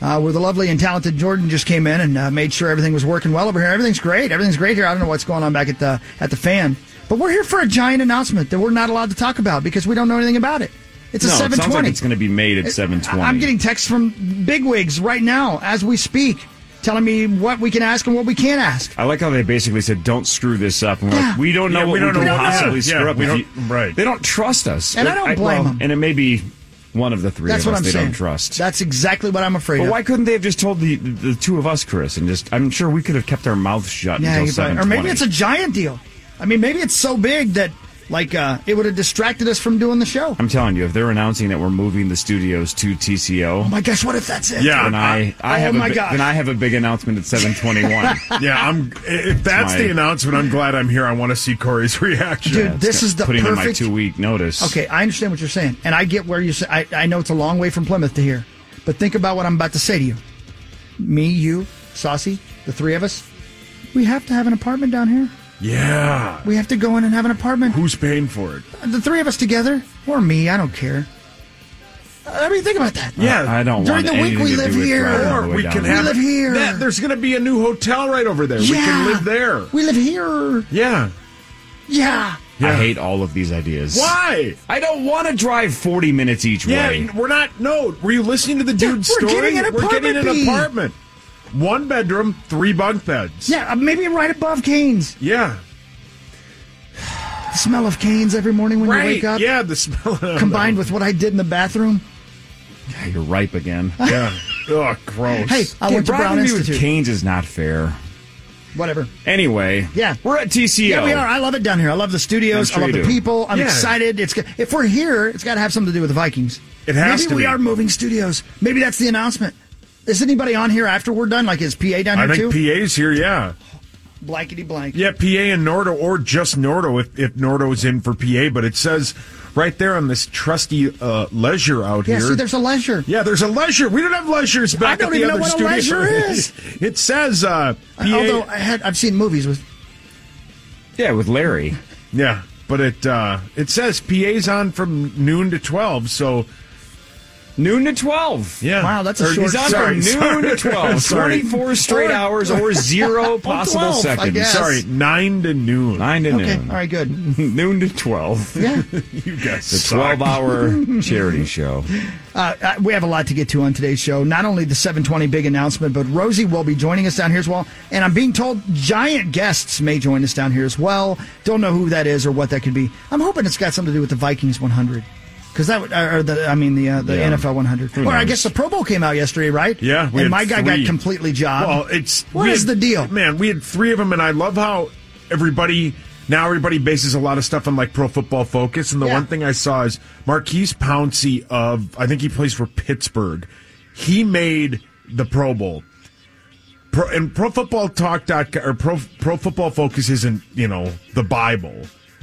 Speaker 7: uh, where the lovely and talented Jordan just came in and uh, made sure everything was working well over here. Everything's great. Everything's great here. I don't know what's going on back at the at the fan, but we're here for a giant announcement that we're not allowed to talk about because we don't know anything about it. It's a
Speaker 9: no, it
Speaker 7: seven
Speaker 9: sounds like
Speaker 7: twenty.
Speaker 9: it's going to be made at seven twenty.
Speaker 7: I'm getting texts from bigwigs right now as we speak, telling me what we can ask and what we can't ask.
Speaker 9: I like how they basically said, "Don't screw this up." And we're
Speaker 7: Yeah.
Speaker 9: like, we don't know
Speaker 3: Yeah,
Speaker 9: what
Speaker 3: we
Speaker 9: we,
Speaker 3: don't
Speaker 9: can
Speaker 3: know what-
Speaker 9: possibly
Speaker 3: yeah,
Speaker 9: screw
Speaker 3: yeah,
Speaker 9: up.
Speaker 3: we
Speaker 9: if
Speaker 3: don't- right.
Speaker 9: They don't trust us,
Speaker 7: And I don't blame 'em.
Speaker 9: And it may be One of the three
Speaker 7: That's
Speaker 9: of
Speaker 7: what
Speaker 9: us
Speaker 7: I'm
Speaker 9: they
Speaker 7: saying.
Speaker 9: don't trust.
Speaker 7: That's exactly what I'm afraid
Speaker 9: But
Speaker 7: of.
Speaker 9: why couldn't they have just told the, the two of us, Chris, and just? I'm sure we could have kept our mouths shut
Speaker 7: Yeah,
Speaker 9: until
Speaker 7: you're right.
Speaker 9: seven.
Speaker 7: or maybe it's a giant deal. I mean, maybe it's so big that like uh, it would have distracted us from doing the show.
Speaker 9: I'm telling you, if they're announcing that we're moving the studios to TCO,
Speaker 7: Oh my gosh, what if that's it?
Speaker 9: then I, I
Speaker 7: oh
Speaker 9: have
Speaker 7: my
Speaker 9: a, bi-
Speaker 7: gosh.
Speaker 9: then I have a big announcement at 7:21.
Speaker 3: yeah, I'm. If that's
Speaker 9: my-
Speaker 3: the announcement, I'm glad I'm here. I want to see Corey's reaction.
Speaker 7: Dude, Yeah, it's this got- is the
Speaker 9: putting in my
Speaker 7: perfect-
Speaker 9: two week notice.
Speaker 7: Okay, I understand what you're saying, and I get where you say. I, I know it's a long way from Plymouth to here, but think about what I'm about to say to you. Me, you, Saucy, the three of us, we have to have an apartment down here.
Speaker 3: Yeah.
Speaker 7: We have to go in and have an apartment.
Speaker 3: Ah. Who's paying for it?
Speaker 7: The three of us together, or me, I don't care. I mean, think about that.
Speaker 3: Yeah,
Speaker 9: I don't
Speaker 7: During want the week, anything we to do live with here. driving all the
Speaker 3: Or
Speaker 7: way
Speaker 3: we
Speaker 7: down
Speaker 3: can
Speaker 7: there.
Speaker 3: have
Speaker 7: We live here.
Speaker 3: That, there's going to be a new hotel right over there. We
Speaker 7: Yeah.
Speaker 3: can live there.
Speaker 7: We live here.
Speaker 3: Yeah.
Speaker 7: Yeah.
Speaker 9: I hate all of these ideas.
Speaker 3: Why?
Speaker 9: I don't want to drive 40 minutes each
Speaker 3: Yeah,
Speaker 9: way.
Speaker 3: we're not. No, were you listening to the dude's
Speaker 7: we're
Speaker 3: story?
Speaker 7: getting an
Speaker 3: We're getting
Speaker 7: apartment,
Speaker 3: an
Speaker 7: B.
Speaker 3: apartment. One bedroom, three bunk beds.
Speaker 7: Yeah, uh, maybe right above Canes.
Speaker 3: Yeah.
Speaker 7: The smell of Canes every morning when
Speaker 3: right.
Speaker 7: you wake up,
Speaker 3: Yeah, the smell. of-
Speaker 7: combined with what I did in the bathroom.
Speaker 9: Yeah, You're ripe again.
Speaker 3: Yeah. oh, gross.
Speaker 7: Hey, I
Speaker 9: Yeah,
Speaker 7: went to Brown
Speaker 9: bribing me with
Speaker 7: Institute.
Speaker 9: Canes is not fair.
Speaker 7: Whatever.
Speaker 9: Anyway,
Speaker 7: Yeah,
Speaker 9: we're at TCO.
Speaker 7: Yeah, we are. I love it down here. I love the studios.
Speaker 9: I'm sure
Speaker 7: I love
Speaker 9: you
Speaker 7: the
Speaker 9: do.
Speaker 7: people. I'm
Speaker 9: Yeah.
Speaker 7: excited. It's g- if we're here, it's got to have something to do with the Vikings.
Speaker 3: It has
Speaker 7: Maybe
Speaker 3: to
Speaker 7: we
Speaker 3: be.
Speaker 7: are moving studios. Maybe that's the announcement. Is anybody on here after we're done? Like is PA down
Speaker 3: I
Speaker 7: here
Speaker 3: think
Speaker 7: too?
Speaker 3: PA's here. Yeah.
Speaker 7: Blankety blank.
Speaker 3: Yeah, PA and Nordo, or just Nordo if, if Nordo's in for PA. But it says right there on this trusty uh, leisure out
Speaker 7: Yeah,
Speaker 3: here.
Speaker 7: see, there's a leisure.
Speaker 3: Yeah, there's a leisure. We don't have leisures back
Speaker 7: don't
Speaker 3: at the
Speaker 7: even know
Speaker 3: other
Speaker 7: what a
Speaker 3: studio.
Speaker 7: leisure is.
Speaker 3: it says uh, PA.
Speaker 7: Although I had, I've seen movies with.
Speaker 9: Yeah, with Larry.
Speaker 3: yeah, but it uh, it says PA's on from noon to twelve. So
Speaker 9: Noon to 12.
Speaker 3: yeah,
Speaker 7: Wow, that's a
Speaker 3: Or-
Speaker 7: short-
Speaker 9: He's on
Speaker 3: Sorry,
Speaker 9: from noon
Speaker 3: sorry,
Speaker 9: to 12.
Speaker 3: sorry.
Speaker 9: 24 straight
Speaker 7: Or-
Speaker 9: hours or zero
Speaker 7: or
Speaker 9: possible
Speaker 7: 12, I
Speaker 9: seconds.
Speaker 7: guess.
Speaker 3: Sorry, nine to noon.
Speaker 9: 9 to
Speaker 7: Okay,
Speaker 9: noon.
Speaker 7: all right, good.
Speaker 9: noon to 12.
Speaker 7: Yeah,
Speaker 3: You guys,
Speaker 9: The
Speaker 3: suck.
Speaker 9: 12 hour charity show.
Speaker 7: uh, uh, we have a lot to get to on today's show. Not only the 720 big announcement, but Rosie will be joining us down here as well. And I'm being told giant guests may join us down here as well. Don't know who that is or what that could be. I'm hoping it's got something to do with the Vikings 100. Because that would, or the, I mean, the uh, the
Speaker 9: Yeah.
Speaker 7: NFL 100.
Speaker 9: Who
Speaker 7: or I
Speaker 9: knows?
Speaker 7: guess the Pro Bowl came out yesterday, right?
Speaker 3: Yeah,
Speaker 7: and
Speaker 3: we had
Speaker 7: my guy
Speaker 3: three.
Speaker 7: got completely jobbed.
Speaker 3: Well, it's
Speaker 7: What
Speaker 3: we
Speaker 7: is
Speaker 3: had-
Speaker 7: the deal?
Speaker 3: man? We had three of them, and I love how everybody now everybody bases a lot of stuff on like Pro Football Focus. And the
Speaker 7: Yeah.
Speaker 3: one thing I saw is Marquise Pouncey of I think he plays for Pittsburgh. He made the Pro Bowl. Pro, and Pro Football Talk dot co- or Pro Pro Football Focus isn't you know the Bible.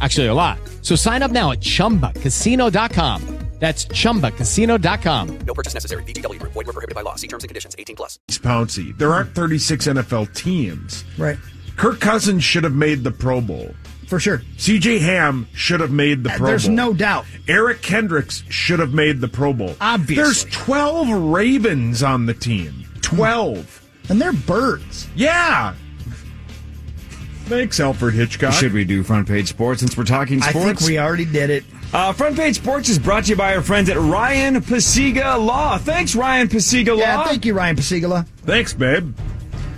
Speaker 15: Actually, a lot. So sign up now at chumbacasino.com. That's chumbacasino.com.
Speaker 16: No purchase necessary. VGW Group. Void were prohibited by law. See terms and conditions. 18 plus.
Speaker 3: Pouncey. There aren't 36 NFL teams.
Speaker 7: right,
Speaker 3: Kirk Cousins should have made the Pro Bowl.
Speaker 7: for sure. Uh,
Speaker 3: CJ Ham should have made the Pro
Speaker 7: There's
Speaker 3: Bowl.
Speaker 7: no doubt.
Speaker 3: Eric Kendricks should have made the Pro Bowl.
Speaker 7: Obviously.
Speaker 3: There's 12 Ravens on the team. 12.
Speaker 7: Hmm. And they're birds.
Speaker 3: Yeah. Thanks, Alfred Hitchcock.
Speaker 9: Should we do front page sports since we're talking
Speaker 7: I think
Speaker 9: sports?
Speaker 7: we already did it.
Speaker 9: Uh, Front Page Sports is brought to you by our friends at Ryan Pasiga Law. Thanks, Ryan Pasiga
Speaker 7: Yeah,
Speaker 9: Law.
Speaker 7: thank you, Ryan Pasigala.
Speaker 3: Thanks, babe.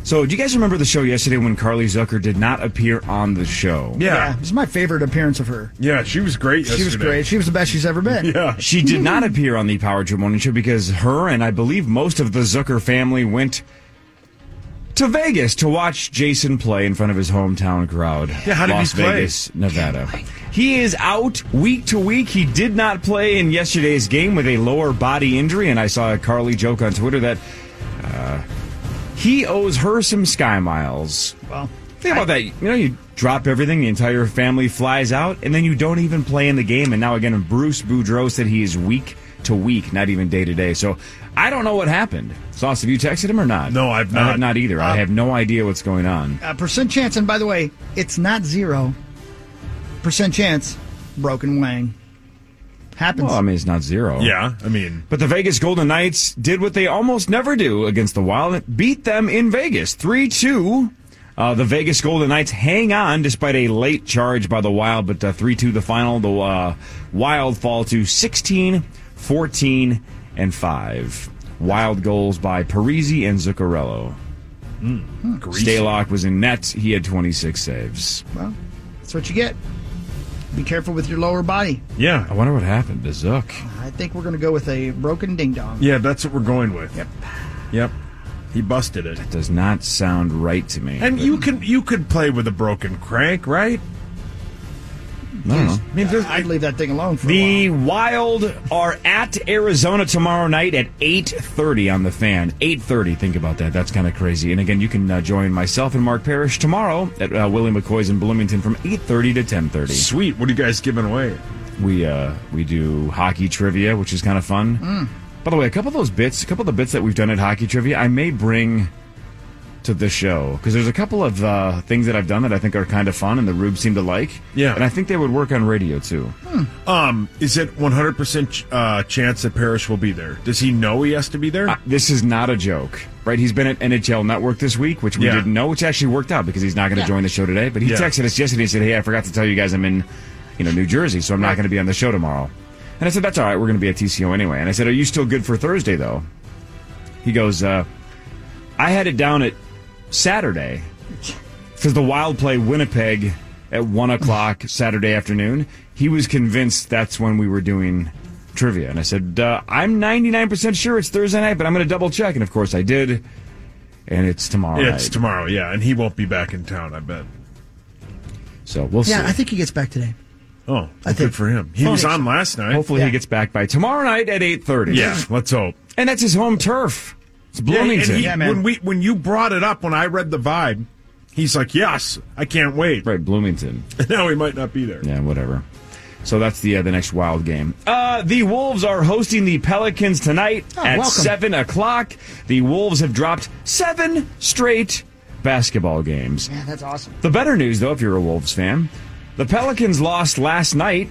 Speaker 9: so, do you guys remember the show yesterday when Carly Zucker did not appear on the show?
Speaker 3: Yeah.
Speaker 7: It's my favorite appearance of her.
Speaker 3: Yeah, she was great yesterday.
Speaker 7: She was great. She was the best she's ever been.
Speaker 3: Yeah.
Speaker 9: She did not appear on the Power Trip Morning Show because her and I believe most of the Zucker family went to Vegas to watch Jason play in front of his hometown crowd.
Speaker 3: Yeah, how did
Speaker 9: Las
Speaker 3: he play?
Speaker 9: Vegas, Nevada. He is out week to week. He did not play in yesterday's game with a lower body injury, and I saw a Carly joke on Twitter that uh, he owes her some sky miles.
Speaker 7: Well,
Speaker 9: Think about that. You know, you drop everything, the entire family flies out, and then you don't even play in the game. And now again, Bruce Boudreau said he is week to week, not even day to day. So I don't know what happened. Sauce, have you texted him or not?
Speaker 3: No, I've
Speaker 9: I
Speaker 3: not. Uh,
Speaker 9: have not either. I have no idea what's going on.
Speaker 7: uh, percent chance, and by the way, it's not zero percent chance. Broken wang. Happens.
Speaker 9: Well, I mean, it's not zero.
Speaker 3: Yeah, I mean.
Speaker 9: But the Vegas Golden Knights did what they almost never do against the Wild, beat them in Vegas 3 2. Uh, the Vegas Golden Knights hang on despite a late charge by the Wild, but 3 2 the final. The uh, Wild fall to 16, 14, and 5. Wild goals by Parisi and Zuccarello. Stalock was in net. He had 26 saves.
Speaker 7: Well, that's what you get. Be careful with your lower body.
Speaker 9: Yeah. I wonder what happened to Zook.
Speaker 7: I think we're going to go with a broken ding dong.
Speaker 3: Yeah, that's what we're going with. Yep. Yep. He busted it.
Speaker 9: That does not sound right to me.
Speaker 3: And
Speaker 9: but-
Speaker 3: you can you could play with a broken crank, right?
Speaker 9: I don't know.
Speaker 3: I mean, just,
Speaker 7: I'd leave that thing alone for a
Speaker 9: The Wild are at Arizona tomorrow night at 8:30 on the fan. 8:30. Think about that. That's kind of crazy. And again, you can uh, join myself and Mark Parrish tomorrow at uh, Willie McCoy's in Bloomington from 8:30 to 10:30.
Speaker 3: Sweet. What are you guys giving away?
Speaker 9: We uh we do hockey trivia, which is kind of fun.
Speaker 3: Mm.
Speaker 9: By the way, a couple of those bits, a couple of the bits that we've done at hockey trivia, I may bring to the show because there's a couple of uh, things that I've done that I think are kind of fun and the Rubes seem to like.
Speaker 3: Yeah.
Speaker 9: and I think they would work on radio too.
Speaker 3: Um, is it 100% ch- uh, chance that Parrish will be there? Does he know he has to be there?
Speaker 9: this is not a joke, right? He's been at NHL Network this week, which we
Speaker 3: Yeah.
Speaker 9: didn't know, which actually worked out because he's not going to
Speaker 3: Yeah.
Speaker 9: join the show today. But he
Speaker 3: Yeah.
Speaker 9: texted us yesterday and said, "Hey, I forgot to tell you guys I'm in, you know, New Jersey, so I'm not going to be on the show tomorrow." And I said, "That's all right. We're going to be at TCO anyway." And I said, "Are you still good for Thursday though?" He goes, uh, "I had it down at Saturday because the Wild play Winnipeg at one o'clock Saturday afternoon. He was convinced that's when we were doing trivia, and I said, uh, "I'm 99% sure it's Thursday night, but I'm going to double check." And of course, I did, and it's tomorrow.
Speaker 3: Yeah, it's
Speaker 9: night.
Speaker 3: tomorrow, yeah, and he won't be back in town, I bet.
Speaker 9: So we'll
Speaker 7: yeah,
Speaker 9: see.
Speaker 7: I think he gets back today.
Speaker 3: Oh, well, good for him. He
Speaker 9: Oh,
Speaker 3: was
Speaker 9: thanks.
Speaker 3: on last night.
Speaker 9: Hopefully, he gets back by tomorrow night at 8:30.
Speaker 3: Yeah, let's hope.
Speaker 9: And that's his home turf. It's
Speaker 3: Yeah, and
Speaker 9: Bloomington.
Speaker 3: he- When we when you brought it up when I read the vibe, he's like, "Yes, I can't wait."
Speaker 9: Right, Bloomington.
Speaker 3: now he might not be there.
Speaker 9: Yeah, whatever. So that's the uh, the next wild game. Uh, the Wolves are hosting the Pelicans tonight
Speaker 7: Oh,
Speaker 9: at
Speaker 7: welcome.
Speaker 9: seven o'clock. The Wolves have dropped seven straight basketball games.
Speaker 7: Yeah, that's awesome.
Speaker 9: The better news, though, if you're a Wolves fan, the Pelicans lost last night.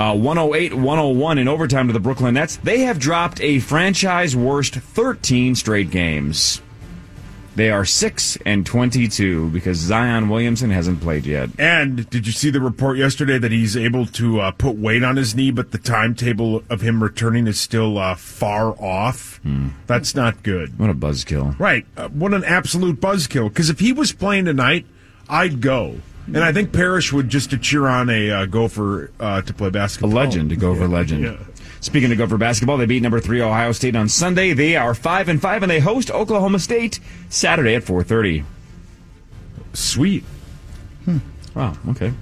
Speaker 9: uh, 108 101 in overtime to the Brooklyn Nets. They have dropped a franchise worst 13 straight games. They are 6 and 22 because Zion Williamson hasn't played yet.
Speaker 3: And did you see the report yesterday that he's able to uh, put weight on his knee, but the timetable of him returning is still uh, far off? That's not good.
Speaker 9: Hmm. What a buzzkill.
Speaker 3: Right. Uh, what an absolute buzzkill. Because if he was playing tonight, I'd go. And I think Parrish would just to cheer on a uh, gopher uh, to play basketball.
Speaker 9: A legend, a Gopher legend. Speaking of Gopher basketball, they beat number three Ohio State on Sunday. They are five and five, and they host Oklahoma State Saturday at four thirty. Hmm.
Speaker 3: Sweet.
Speaker 9: Wow. Okay.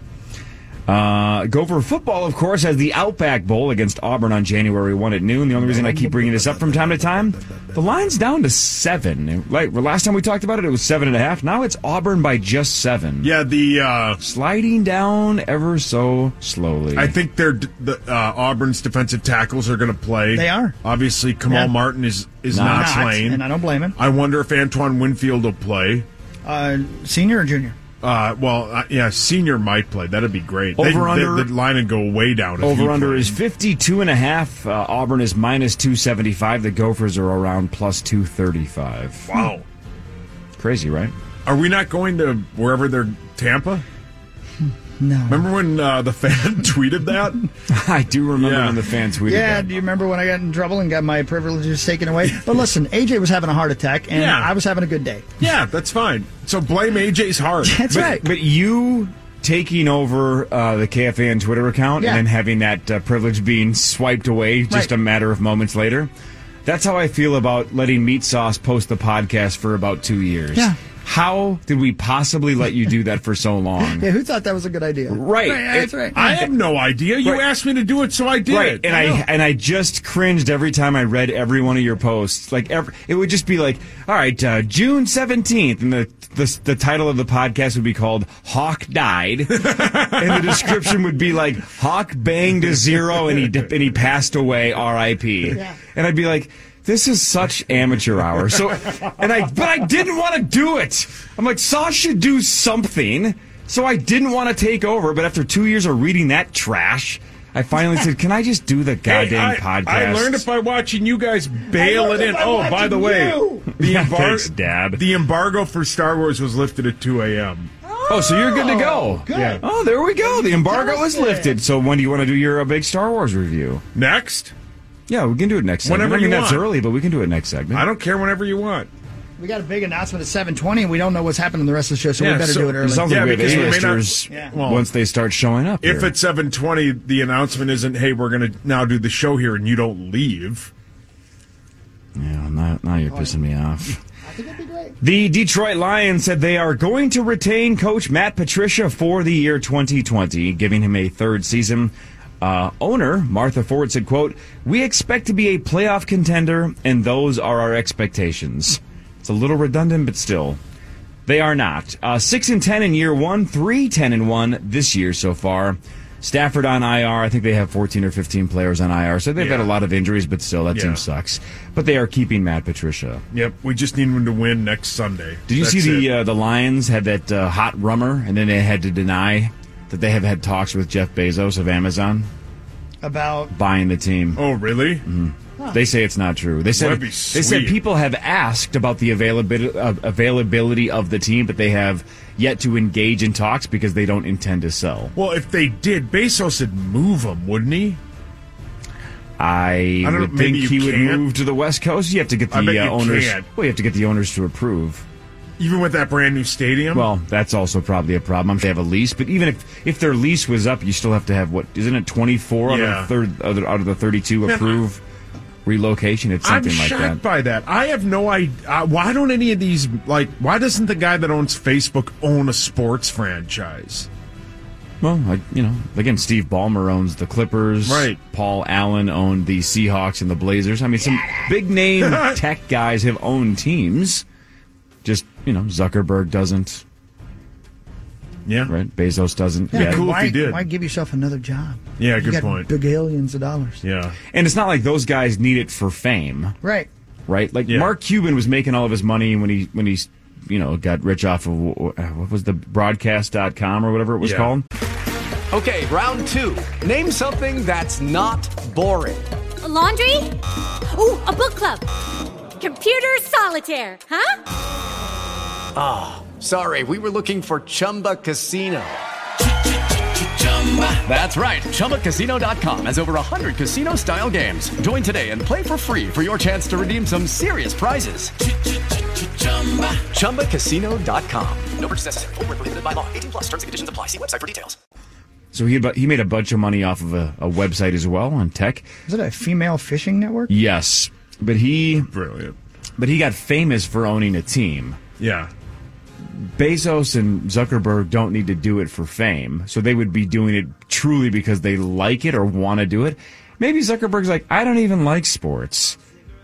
Speaker 9: Uh, Gopher football, of course, has the Outback Bowl against Auburn on January one at noon. The only reason I keep bringing this up from time to time, the line's down to seven. Like last time we talked about it, it was seven and a half. Now it's Auburn by just seven.
Speaker 3: Yeah, the uh,
Speaker 9: sliding down ever so slowly.
Speaker 3: I think they're the uh, Auburn's defensive tackles are going to play.
Speaker 7: They are.
Speaker 3: obviously Kamal
Speaker 7: Yeah.
Speaker 3: Martin is is
Speaker 7: Not.
Speaker 3: not,
Speaker 7: Not,
Speaker 3: playing,
Speaker 7: and I don't blame him.
Speaker 3: I wonder if Antoine Winfield will play.
Speaker 7: Uh, senior or junior?
Speaker 3: Uh, well, uh, yeah, senior might play. That'd be great. They-
Speaker 9: Over,
Speaker 3: they-
Speaker 9: under-
Speaker 3: the line would go way down. if he
Speaker 9: Over under
Speaker 3: played.
Speaker 9: is 52 and a half. Uh, Auburn is minus 275. The Gophers are around plus 235.
Speaker 3: Wow.
Speaker 7: Hmm.
Speaker 9: Crazy, right?
Speaker 3: Are we not going to wherever they're Tampa?
Speaker 7: No.
Speaker 3: Remember when uh, the fan tweeted that?
Speaker 9: I do remember when the fan tweeted
Speaker 7: yeah,
Speaker 9: that.
Speaker 7: do you remember when I got in trouble and got my privileges taken away? But listen, AJ was having a heart attack, and
Speaker 3: Yeah.
Speaker 7: I was having a good day.
Speaker 3: Yeah, that's fine. So blame AJ's heart.
Speaker 7: That's
Speaker 9: but,
Speaker 7: right.
Speaker 9: But you taking over uh, the KFAN Twitter account
Speaker 7: Yeah.
Speaker 9: and then having that uh, privilege being swiped away just
Speaker 7: Right.
Speaker 9: a matter of moments later. That's how I feel about letting Meat Sauce post the podcast for about two years.
Speaker 7: Yeah.
Speaker 9: How did we possibly let you do that for so long?
Speaker 7: Yeah, who thought that was a good idea?
Speaker 9: Right.
Speaker 7: that's
Speaker 9: It-
Speaker 7: right.
Speaker 3: I have no idea. You
Speaker 9: Right.
Speaker 3: asked me to do it, so I did.
Speaker 9: right,
Speaker 3: it.
Speaker 9: and I, and I just cringed every time I read every one of your posts. Like every, it would just be like, all right, uh, June seventeenth, and the, the the title of the podcast would be called "Hawk Died," and the description would be like "Hawk banged a zero and he di- and he passed away, R.I.P."
Speaker 5: Yeah.
Speaker 9: And I'd be like. This is such amateur hour. So, and I, but I didn't want to do it. I'm like, Saw should do something. So I didn't want to take over. But after two years of reading that trash, I finally said, "Can I just do the goddamn
Speaker 3: Hey, I,
Speaker 9: podcast?"
Speaker 3: I learned it by watching you guys bail it
Speaker 9: learned it
Speaker 3: in.
Speaker 9: by
Speaker 3: Oh, by
Speaker 9: watching
Speaker 3: the way,
Speaker 9: you.
Speaker 3: the
Speaker 9: Yeah,
Speaker 3: embar-
Speaker 9: thanks, Dad.
Speaker 3: The embargo for Star Wars was lifted at 2 a.m.
Speaker 9: Oh, so you're good to go.
Speaker 3: Good.
Speaker 9: Oh, there we go. The embargo is lifted. So when do you want to do your uh, big Star Wars review?
Speaker 3: Next.
Speaker 9: Yeah, we can do it next. segment.
Speaker 3: Whenever
Speaker 9: I mean,
Speaker 3: you
Speaker 9: that's
Speaker 3: want.
Speaker 9: early, but we can do it next segment.
Speaker 3: I don't care whenever you want.
Speaker 7: We got a big announcement at 720, and we don't know what's happening the rest of the show, so we better do it early.
Speaker 9: Sounds like we have
Speaker 3: because we may not-
Speaker 9: A-listers
Speaker 3: Yeah. Well,
Speaker 9: once they start showing up.
Speaker 3: If
Speaker 9: here.
Speaker 3: at 720 the announcement isn't, hey, we're going to now do the show here and you don't leave.
Speaker 9: Yeah, now, now
Speaker 3: Oh,
Speaker 9: you're pissing me off. The Detroit Lions said they are going to retain coach Matt Patricia for the year 2020, giving him a third season. Uh, owner Martha Ford said, "Quote: We expect to be a playoff contender, and those are our expectations." It's a little redundant, but still, they are not. Uh, six and ten in year one, three ten and one this year so far. Stafford on IR. I think they have fourteen or fifteen players on IR, so they've had a lot of injuries, but still, that
Speaker 3: Yeah.
Speaker 9: team sucks. But they are keeping Matt Patricia.
Speaker 3: Yep, we just need him to win next Sunday.
Speaker 9: Did you
Speaker 3: That's
Speaker 9: see
Speaker 3: it.
Speaker 9: the uh, the Lions had that uh, hot rummer, and then they had to deny that they have had talks with Jeff Bezos of Amazon
Speaker 7: About
Speaker 9: buying the team. Mm-hmm.
Speaker 3: Oh, really?
Speaker 7: Huh.
Speaker 9: They say it's not true. They said
Speaker 3: That'd be
Speaker 9: they said
Speaker 3: sweet.
Speaker 9: people have asked about the availability uh, availability of the team, but they have yet to engage in talks because they don't intend to sell.
Speaker 3: Well, if they did, Bezos would move him, wouldn't he?
Speaker 9: I,
Speaker 3: I don't-
Speaker 9: would think
Speaker 3: maybe you
Speaker 9: he would
Speaker 3: can't.
Speaker 9: move to the West Coast. You have to get the
Speaker 3: I bet
Speaker 9: uh,
Speaker 3: you
Speaker 9: owners.
Speaker 3: can't.
Speaker 9: Well, you have to get the owners to approve.
Speaker 3: Even with that brand new stadium?
Speaker 9: Well, that's also probably a problem. I'm sure They have a lease, but even if if their lease was up, you still have to have what isn't it 24 out
Speaker 3: Yeah.
Speaker 9: of the third out of- out of the 32
Speaker 3: Man, I-
Speaker 9: approve relocation? It's something
Speaker 3: I'm
Speaker 9: like
Speaker 3: shocked
Speaker 9: that.
Speaker 3: by that. I have no idea. Why don't any of these like? Why doesn't the guy that owns Facebook own a sports franchise?
Speaker 9: Well, like you know, again, Steve Ballmer owns the Clippers.
Speaker 3: Right.
Speaker 9: Paul Allen owned the Seahawks and the Blazers. I mean, some big name tech guys have owned teams. Just you know, Zuckerberg doesn't.
Speaker 3: Yeah.
Speaker 9: Right. Bezos doesn't.
Speaker 7: Yeah,
Speaker 9: yet.
Speaker 7: why, why give yourself another job?
Speaker 9: Yeah,
Speaker 7: You
Speaker 9: good
Speaker 7: got
Speaker 9: point.
Speaker 7: Billions of dollars.
Speaker 3: Yeah.
Speaker 9: And it's not like those guys need it for fame.
Speaker 7: Right.
Speaker 9: right? Like Mark Cuban was making all of his money when he when he you know got rich off of wh- wh- what was the broadcast.com or whatever it was
Speaker 11: Yeah.
Speaker 9: called.
Speaker 17: Okay, round two. Name something that's not boring.
Speaker 18: A laundry? Ooh, a book club. Computer solitaire, huh?
Speaker 17: Ah, sorry, we were looking for Chumba Casino. That's right, ChumbaCasino.com has over 100 casino style games. Join today and play for free for your chance to redeem some serious prizes. ChumbaCasino.com. No purchase necessary. Void where prohibited by law. 18 plus terms and conditions apply. See website for details.
Speaker 9: So he bu- he made a bunch of money off of a, a website as well on tech.
Speaker 7: Is it a female fishing network?
Speaker 9: Yes, but he
Speaker 3: brilliant.
Speaker 9: But he got famous for owning a team.
Speaker 3: Yeah.
Speaker 9: Bezos and Zuckerberg don't need to do it for fame, so they would be doing it truly because they like it or want to do it. Maybe Zuckerberg's like, I don't even like sports,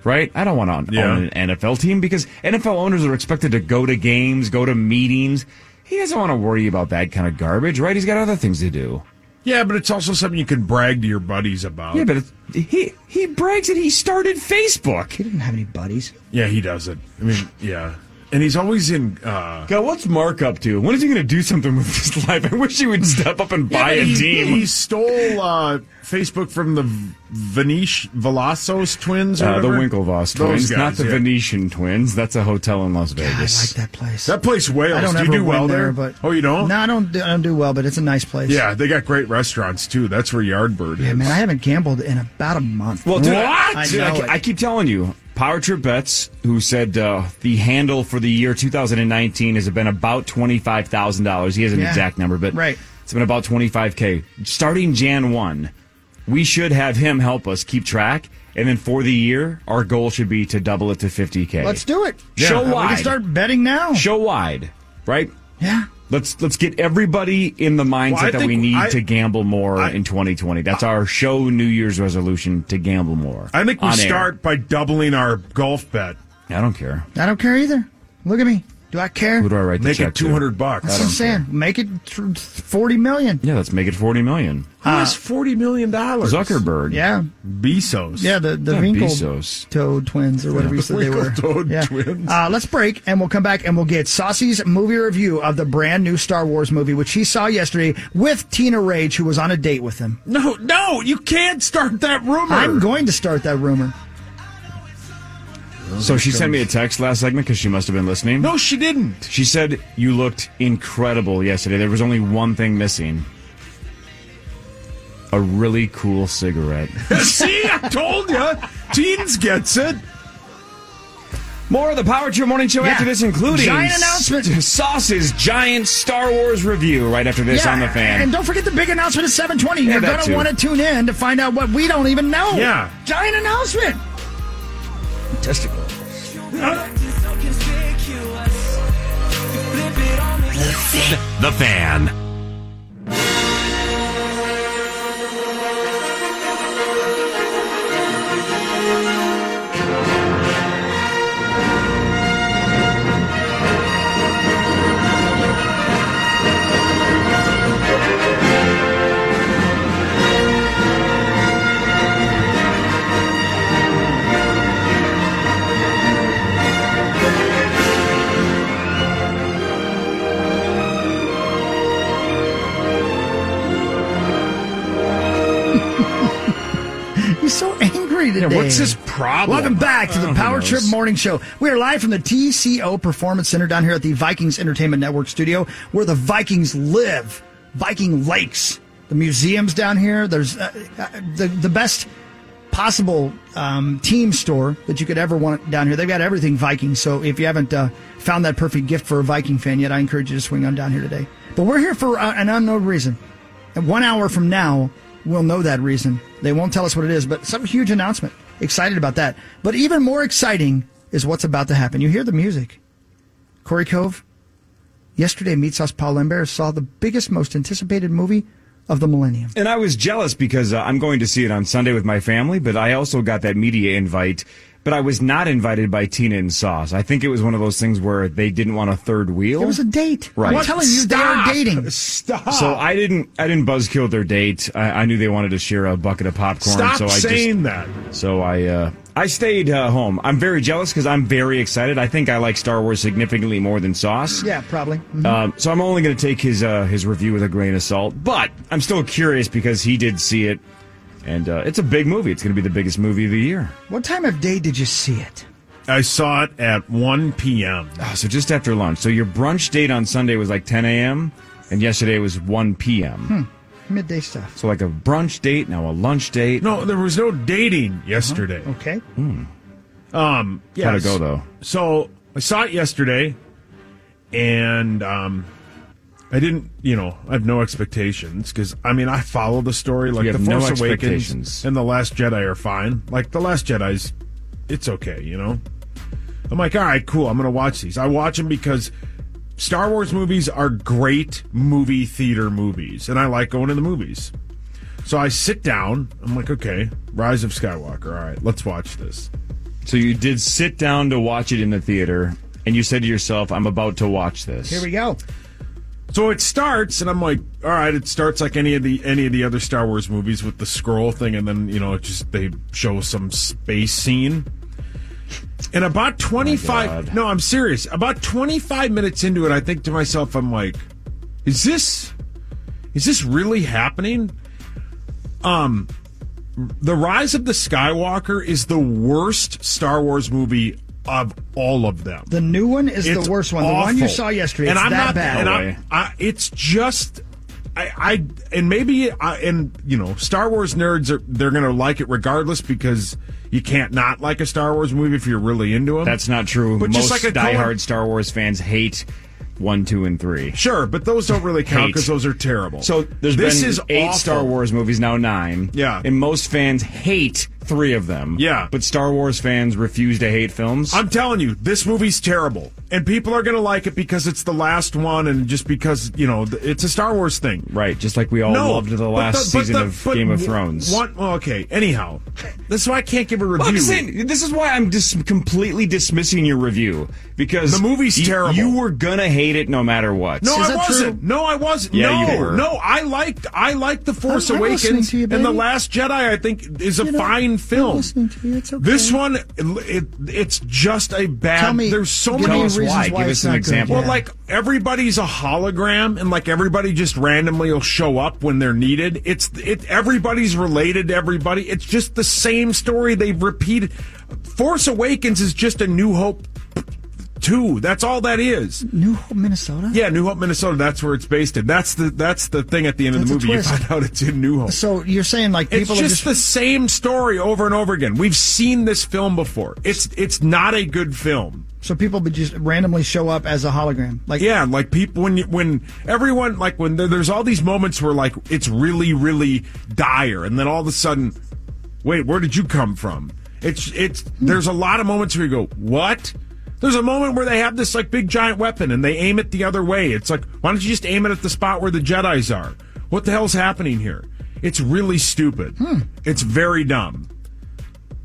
Speaker 9: right? I don't want to
Speaker 3: Yeah.
Speaker 9: own an NFL team because NFL owners are expected to go to games, go to meetings. He doesn't want to worry about that kind of garbage, right? He's got other things to do.
Speaker 3: Yeah, but it's also something you can brag to your buddies about.
Speaker 9: Yeah, but it's, he he brags that he started Facebook. He
Speaker 7: didn't have any buddies.
Speaker 3: Yeah, he doesn't. I mean, yeah. And he's always in. Uh,
Speaker 9: God, what's Mark up to? When is he going to do something with his life? I wish he would step up and
Speaker 3: Yeah,
Speaker 9: buy
Speaker 3: but
Speaker 9: a
Speaker 3: he,
Speaker 9: team.
Speaker 3: He stole uh, Facebook from the V- Venice Velassos twins. Or
Speaker 9: Uh, the
Speaker 3: whatever.
Speaker 9: Winklevoss
Speaker 3: Those
Speaker 9: twins, not the
Speaker 3: guys, yeah.
Speaker 9: Venetian twins. That's a hotel in Las Vegas.
Speaker 7: I like that place.
Speaker 3: That place wails.
Speaker 7: I don't
Speaker 3: do you
Speaker 7: ever
Speaker 3: do well
Speaker 7: win
Speaker 3: there?
Speaker 7: but
Speaker 3: oh, you don't?
Speaker 7: No, I don't. do- I don't do well, but it's a nice place.
Speaker 3: Yeah, they got great restaurants too. That's where Yardbird is.
Speaker 7: Yeah, man, I haven't gambled in about a month.
Speaker 9: Well, dude,
Speaker 7: I,
Speaker 9: I, dude, I
Speaker 7: know
Speaker 9: ke-
Speaker 7: it.
Speaker 9: I keep telling you, Power Trip Bets, who said uh, the handle for the year 2019 has been about twenty five thousand dollars. He has an
Speaker 7: Yeah.
Speaker 9: exact number, but
Speaker 7: Right.
Speaker 9: it's been about twenty five k. Starting Jan one, we should have him help us keep track, and then for the year, our goal should be to double it to fifty k.
Speaker 7: Let's do it.
Speaker 9: Show
Speaker 7: we
Speaker 9: wide.
Speaker 7: can start betting now.
Speaker 9: Show wide, right?
Speaker 7: Yeah.
Speaker 9: Let's let's get everybody in the mindset
Speaker 3: Well, I
Speaker 9: that
Speaker 3: think
Speaker 9: we need
Speaker 3: I-
Speaker 9: to gamble more in 2020. That's our show New Year's resolution to gamble more.
Speaker 3: I think we
Speaker 9: on air.
Speaker 3: start by doubling our golf bet.
Speaker 9: I don't care.
Speaker 7: I don't care either. Look at me. Do I care?
Speaker 9: Who do I write the
Speaker 3: Make it
Speaker 9: check to?
Speaker 3: 200 bucks.
Speaker 9: I
Speaker 7: That's
Speaker 9: don't
Speaker 7: what I'm saying. Make it th- forty million.
Speaker 9: Yeah, let's make it forty million.
Speaker 3: Who has forty million dollars?
Speaker 9: Zuckerberg.
Speaker 7: Yeah.
Speaker 3: Bezos.
Speaker 7: Yeah, the the
Speaker 9: Yeah,
Speaker 7: Winkle
Speaker 9: Bezos.
Speaker 7: Toad twins or whatever you said they were.
Speaker 3: Toad
Speaker 7: yeah.
Speaker 3: twins.
Speaker 7: Uh, let's break and we'll come back and we'll get Saucy's movie review of the brand new Star Wars movie, which he saw yesterday with Tina Rage, who was on a date with him.
Speaker 3: No, no, you can't start that rumor.
Speaker 7: I'm going to start that rumor.
Speaker 9: So she sent me a text last segment because she must have been listening.
Speaker 3: No, she didn't.
Speaker 9: She said you looked incredible yesterday. There was only one thing missing. A really cool cigarette.
Speaker 3: See, I told you. Teens gets it.
Speaker 9: More of the Power Trip Morning Show
Speaker 3: Yeah.
Speaker 9: after this, including
Speaker 3: Giant
Speaker 9: announcement. Sauce's giant Star Wars review right after this on the fan.
Speaker 7: And don't forget the big announcement at 720.
Speaker 9: Yeah,
Speaker 7: You're
Speaker 9: that
Speaker 7: going
Speaker 9: too.
Speaker 7: to want to tune in to find out what we don't even know.
Speaker 9: Yeah.
Speaker 7: Giant announcement.
Speaker 9: Testicle.
Speaker 19: The Fan.
Speaker 7: He's so angry today.
Speaker 3: what's his problem?
Speaker 7: Welcome back to the
Speaker 3: Oh, who
Speaker 7: Power Trip
Speaker 3: knows?
Speaker 7: Morning Show. We are live from the TCO Performance Center down here at the Vikings Entertainment Network studio, where the Vikings live. Viking Lakes, the museums down here. There's uh, uh, the the best possible um, team store that you could ever want down here. They've got everything Vikings. So if you haven't uh, found that perfect gift for a Viking fan yet, I encourage you to swing on down here today. But we're here for uh, an unknown reason. And one hour from now, we'll know that reason. They won't tell us what it is, but some huge announcement. Excited about that. But even more exciting is what's about to happen. You hear the music. Corey Cove, yesterday, Meat Sauce Paul Lambert saw the biggest, most anticipated movie of the millennium.
Speaker 9: And I was jealous because uh, I'm going to see it on Sunday with my family, but I also got that media invite. But I was not invited by Tina and Sauce. I think it was one of those things where they didn't want a third wheel.
Speaker 7: It was a date.
Speaker 9: Right.
Speaker 7: I'm telling you,
Speaker 3: Stop.
Speaker 7: they are dating.
Speaker 3: Stop.
Speaker 9: So I didn't. I didn't buzzkill their date. I, I knew they wanted to share a bucket of popcorn.
Speaker 3: Stop
Speaker 9: so I just,
Speaker 3: saying that.
Speaker 9: So I. Uh, I stayed uh, home. I'm very jealous because I'm very excited. I think I like Star Wars significantly more than Sauce.
Speaker 7: Yeah, probably. Mhm.
Speaker 9: Um, so I'm only going to take his uh, his review with a grain of salt, but I'm still curious because he did see it, and uh, it's a big movie. It's going to be the biggest movie of the year.
Speaker 7: what time of day did you see it?
Speaker 3: I saw it at 1 p.m.
Speaker 9: Oh, so just after lunch. So your brunch date on Sunday was like 10 a.m. and yesterday was 1 p.m.
Speaker 7: Hmm. Midday stuff.
Speaker 9: So like a brunch date, now a lunch date.
Speaker 3: No, there was no dating yesterday.
Speaker 7: Okay.
Speaker 3: Hmm. Um,
Speaker 9: How'd it
Speaker 3: yes.
Speaker 9: go, though?
Speaker 3: So I saw it yesterday, and um, I didn't. You know, I have no expectations because I mean I follow the story like
Speaker 9: You
Speaker 3: the
Speaker 9: have no
Speaker 3: Force
Speaker 9: expectations.
Speaker 3: Awakens and the Last Jedi are fine. Like the Last Jedi's, it's okay. You know, I'm like, all right, cool. I'm gonna watch these. I watch them because. Star Wars movies are great movie theater movies, and I like going to the movies. So I sit down. I'm like, okay, Rise of Skywalker. All right, let's watch this.
Speaker 9: So you did sit down to watch it in the theater, and you said to yourself, "I'm about to watch this."
Speaker 7: Here we go.
Speaker 3: So it starts, and I'm like, all right, it starts like any of the any of the other Star Wars movies with the scroll thing, and then you know, it just they show some space scene. And
Speaker 7: Oh
Speaker 3: about 25
Speaker 9: God.
Speaker 3: no, I'm serious. About 25 minutes into it, I think to myself, I'm like, is this is this really happening? Um The Rise of the Skywalker is the worst Star Wars movie of all of them.
Speaker 7: The new one is
Speaker 3: It's
Speaker 7: the worst one. The one you
Speaker 3: awful.
Speaker 7: saw yesterday. It's that bad.
Speaker 3: And I'm, I, it's just. I, I and maybe I, and you know Star Wars nerds are they're gonna like it regardless because you can't not like a Star Wars movie if you're really into them.
Speaker 9: That's not true.
Speaker 3: But
Speaker 9: Most
Speaker 3: just like a
Speaker 9: diehard
Speaker 3: Coen-
Speaker 9: Star Wars fans hate one, two, and three.
Speaker 3: Sure, but those don't really count
Speaker 9: Hate.
Speaker 3: because those are terrible.
Speaker 9: So there's
Speaker 3: this
Speaker 9: been
Speaker 3: is
Speaker 9: eight
Speaker 3: awful.
Speaker 9: Star Wars movies now, nine.
Speaker 3: Yeah.
Speaker 9: and most fans hate three of them.
Speaker 3: Yeah.
Speaker 9: but Star Wars fans refuse to hate films.
Speaker 3: I'm telling you, this movie's terrible, and people are going to like it because it's the last one, and just because you know th- it's a Star Wars thing.
Speaker 9: right, just like we all
Speaker 3: no,
Speaker 9: loved
Speaker 3: but
Speaker 9: the last
Speaker 3: but
Speaker 9: season
Speaker 3: the-
Speaker 9: of
Speaker 3: but
Speaker 9: Game of
Speaker 3: w-
Speaker 9: Thrones.
Speaker 3: One, well, okay. Anyhow, that's why I can't give a
Speaker 9: Well, I'm
Speaker 3: review.
Speaker 9: just saying, this is why I'm dis- completely dismissing your review because
Speaker 3: The movie's
Speaker 9: y-
Speaker 3: terrible.
Speaker 9: You were gonna hate it no matter what.
Speaker 3: No, I wasn't. No, I wasn't.
Speaker 9: Yeah,
Speaker 3: no,
Speaker 9: you were.
Speaker 3: no, I liked I liked The Force
Speaker 7: I'm listening
Speaker 3: Awakens
Speaker 7: to you,
Speaker 3: and The
Speaker 7: baby.
Speaker 3: Last Jedi. I think is a
Speaker 7: You know,
Speaker 3: fine film.
Speaker 7: I'm listening to you. It's okay.
Speaker 3: This one, it, it- it's just a bad.
Speaker 7: Tell me-
Speaker 3: there's so
Speaker 7: give
Speaker 3: many
Speaker 7: me Tell us reasons why. why Give us it's an not good. example.
Speaker 3: Well,
Speaker 7: Yeah.
Speaker 3: like everybody's a hologram, and like everybody just randomly will show up when they're needed. It's it. Everybody's related to everybody. It's just the same story they've repeated. Force Awakens is just a New Hope two. That's all that is.
Speaker 7: New Hope, Minnesota.
Speaker 3: Yeah, New Hope, Minnesota. That's where it's based in. That's the that's the thing at the end
Speaker 7: That's a
Speaker 3: of the movie. You
Speaker 7: twist.
Speaker 3: find out it's in New Hope.
Speaker 7: So you're saying like
Speaker 3: It's
Speaker 7: people
Speaker 3: just,
Speaker 7: are just
Speaker 3: the same story over and over again. We've seen this film before. It's it's not a good film.
Speaker 7: so people would just randomly show up as a hologram. Like
Speaker 3: yeah, like people when you, when everyone like when there, there's all these moments where like it's really really dire, and then all of a sudden, wait, where did you come from? It's it's there's a lot of moments where you go what. There's a moment where they have this like big giant weapon and they aim it the other way. It's like, why don't you just aim it at the spot where the Jedi's are? What the hell's happening here? It's really stupid. It's very dumb.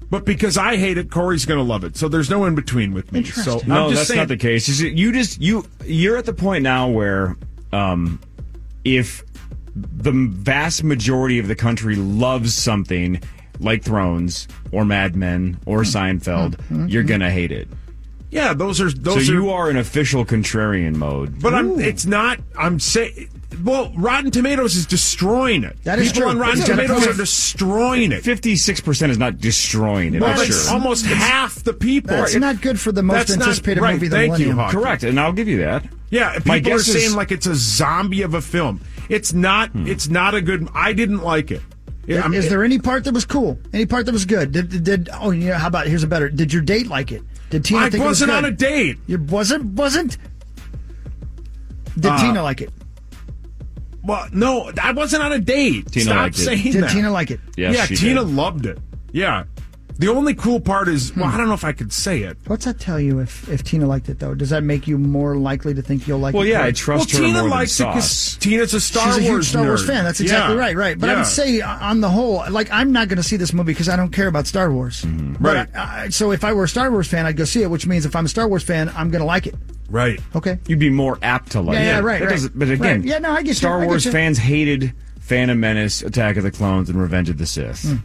Speaker 3: But because I hate it, Corey's going to love it. So there's no in between with me. So I'm
Speaker 9: no,
Speaker 3: just
Speaker 9: that's
Speaker 3: saying,
Speaker 9: not the case. You see- You just you you're at the point now where um, if the vast majority of the country loves something like Thrones or Mad Men or Seinfeld, you're gonna hate it.
Speaker 3: Yeah, those are those
Speaker 9: so
Speaker 3: are
Speaker 9: you are in official contrarian mode.
Speaker 3: But I'm. It's not. I'm saying. Well, Rotten Tomatoes is destroying it.
Speaker 9: That is
Speaker 3: People
Speaker 9: true.
Speaker 3: on Rotten
Speaker 9: He's got a
Speaker 3: Tomatoes are
Speaker 9: point.
Speaker 3: destroying it.
Speaker 9: fifty-six percent is not destroying it.
Speaker 3: Well,
Speaker 9: for
Speaker 3: it's
Speaker 9: sure.
Speaker 3: almost half the people.
Speaker 7: That's
Speaker 3: Right.
Speaker 7: not good for the most
Speaker 3: That's not-
Speaker 7: anticipated
Speaker 3: right,
Speaker 7: movie of the
Speaker 3: thank you,
Speaker 7: millennium.
Speaker 3: Hawk.
Speaker 9: Correct, and I'll give you that.
Speaker 3: Yeah,
Speaker 9: My
Speaker 3: people are
Speaker 9: guess is-
Speaker 3: saying like it's a zombie of a film. It's not. It's not a good. I didn't like it. Yeah, I'm-
Speaker 7: Hmm. is there any part that was cool? Any part that was good? Did, did, oh yeah? How about here's a better? Did your date like it? Did Tina
Speaker 3: I
Speaker 7: think it was
Speaker 3: wasn't
Speaker 7: good?
Speaker 3: on a date.
Speaker 7: You wasn't wasn't. Did
Speaker 3: Uh,
Speaker 7: Tina like it?
Speaker 3: Well, no, I wasn't on a date.
Speaker 9: Tina
Speaker 3: Stop
Speaker 9: liked it.
Speaker 3: saying
Speaker 7: Did
Speaker 3: that.
Speaker 7: Tina like it?
Speaker 9: Yes,
Speaker 3: yeah,
Speaker 9: she
Speaker 3: Tina
Speaker 9: did.
Speaker 3: loved it. Yeah. The only cool part is,
Speaker 7: Hmm.
Speaker 3: well, I don't know if I could say it.
Speaker 7: What's that tell you if if Tina liked it though? Does that make you more likely to think you'll like
Speaker 9: Well,
Speaker 7: it?
Speaker 9: yeah, I
Speaker 7: Corey?
Speaker 9: trust
Speaker 3: well,
Speaker 9: her
Speaker 3: Tina
Speaker 9: more
Speaker 3: likes
Speaker 9: than
Speaker 3: it
Speaker 9: sauce.
Speaker 3: because Tina's a Star
Speaker 7: She's a
Speaker 3: Wars
Speaker 7: huge Star Wars
Speaker 3: nerd.
Speaker 7: fan. That's exactly
Speaker 3: Yeah.
Speaker 7: right, right. But I
Speaker 3: Yeah.
Speaker 7: would say uh, on the whole, like I'm not going to see this movie because I don't care about Star Wars. But
Speaker 3: Mm-hmm. Right.
Speaker 7: I, I, so if I were a Star Wars fan, I'd go see it. Which means if I'm a Star Wars fan, I'm going to like it.
Speaker 3: right.
Speaker 7: Okay.
Speaker 9: you'd be more apt to like
Speaker 7: Yeah,
Speaker 9: it.
Speaker 7: yeah, right,
Speaker 9: That
Speaker 7: right.
Speaker 9: doesn't- But again,
Speaker 7: Right. Yeah, no, I get you.
Speaker 9: Star
Speaker 7: I get
Speaker 9: Wars
Speaker 7: you.
Speaker 9: fans hated Phantom Menace, Attack of the Clones, and Revenge of the Sith.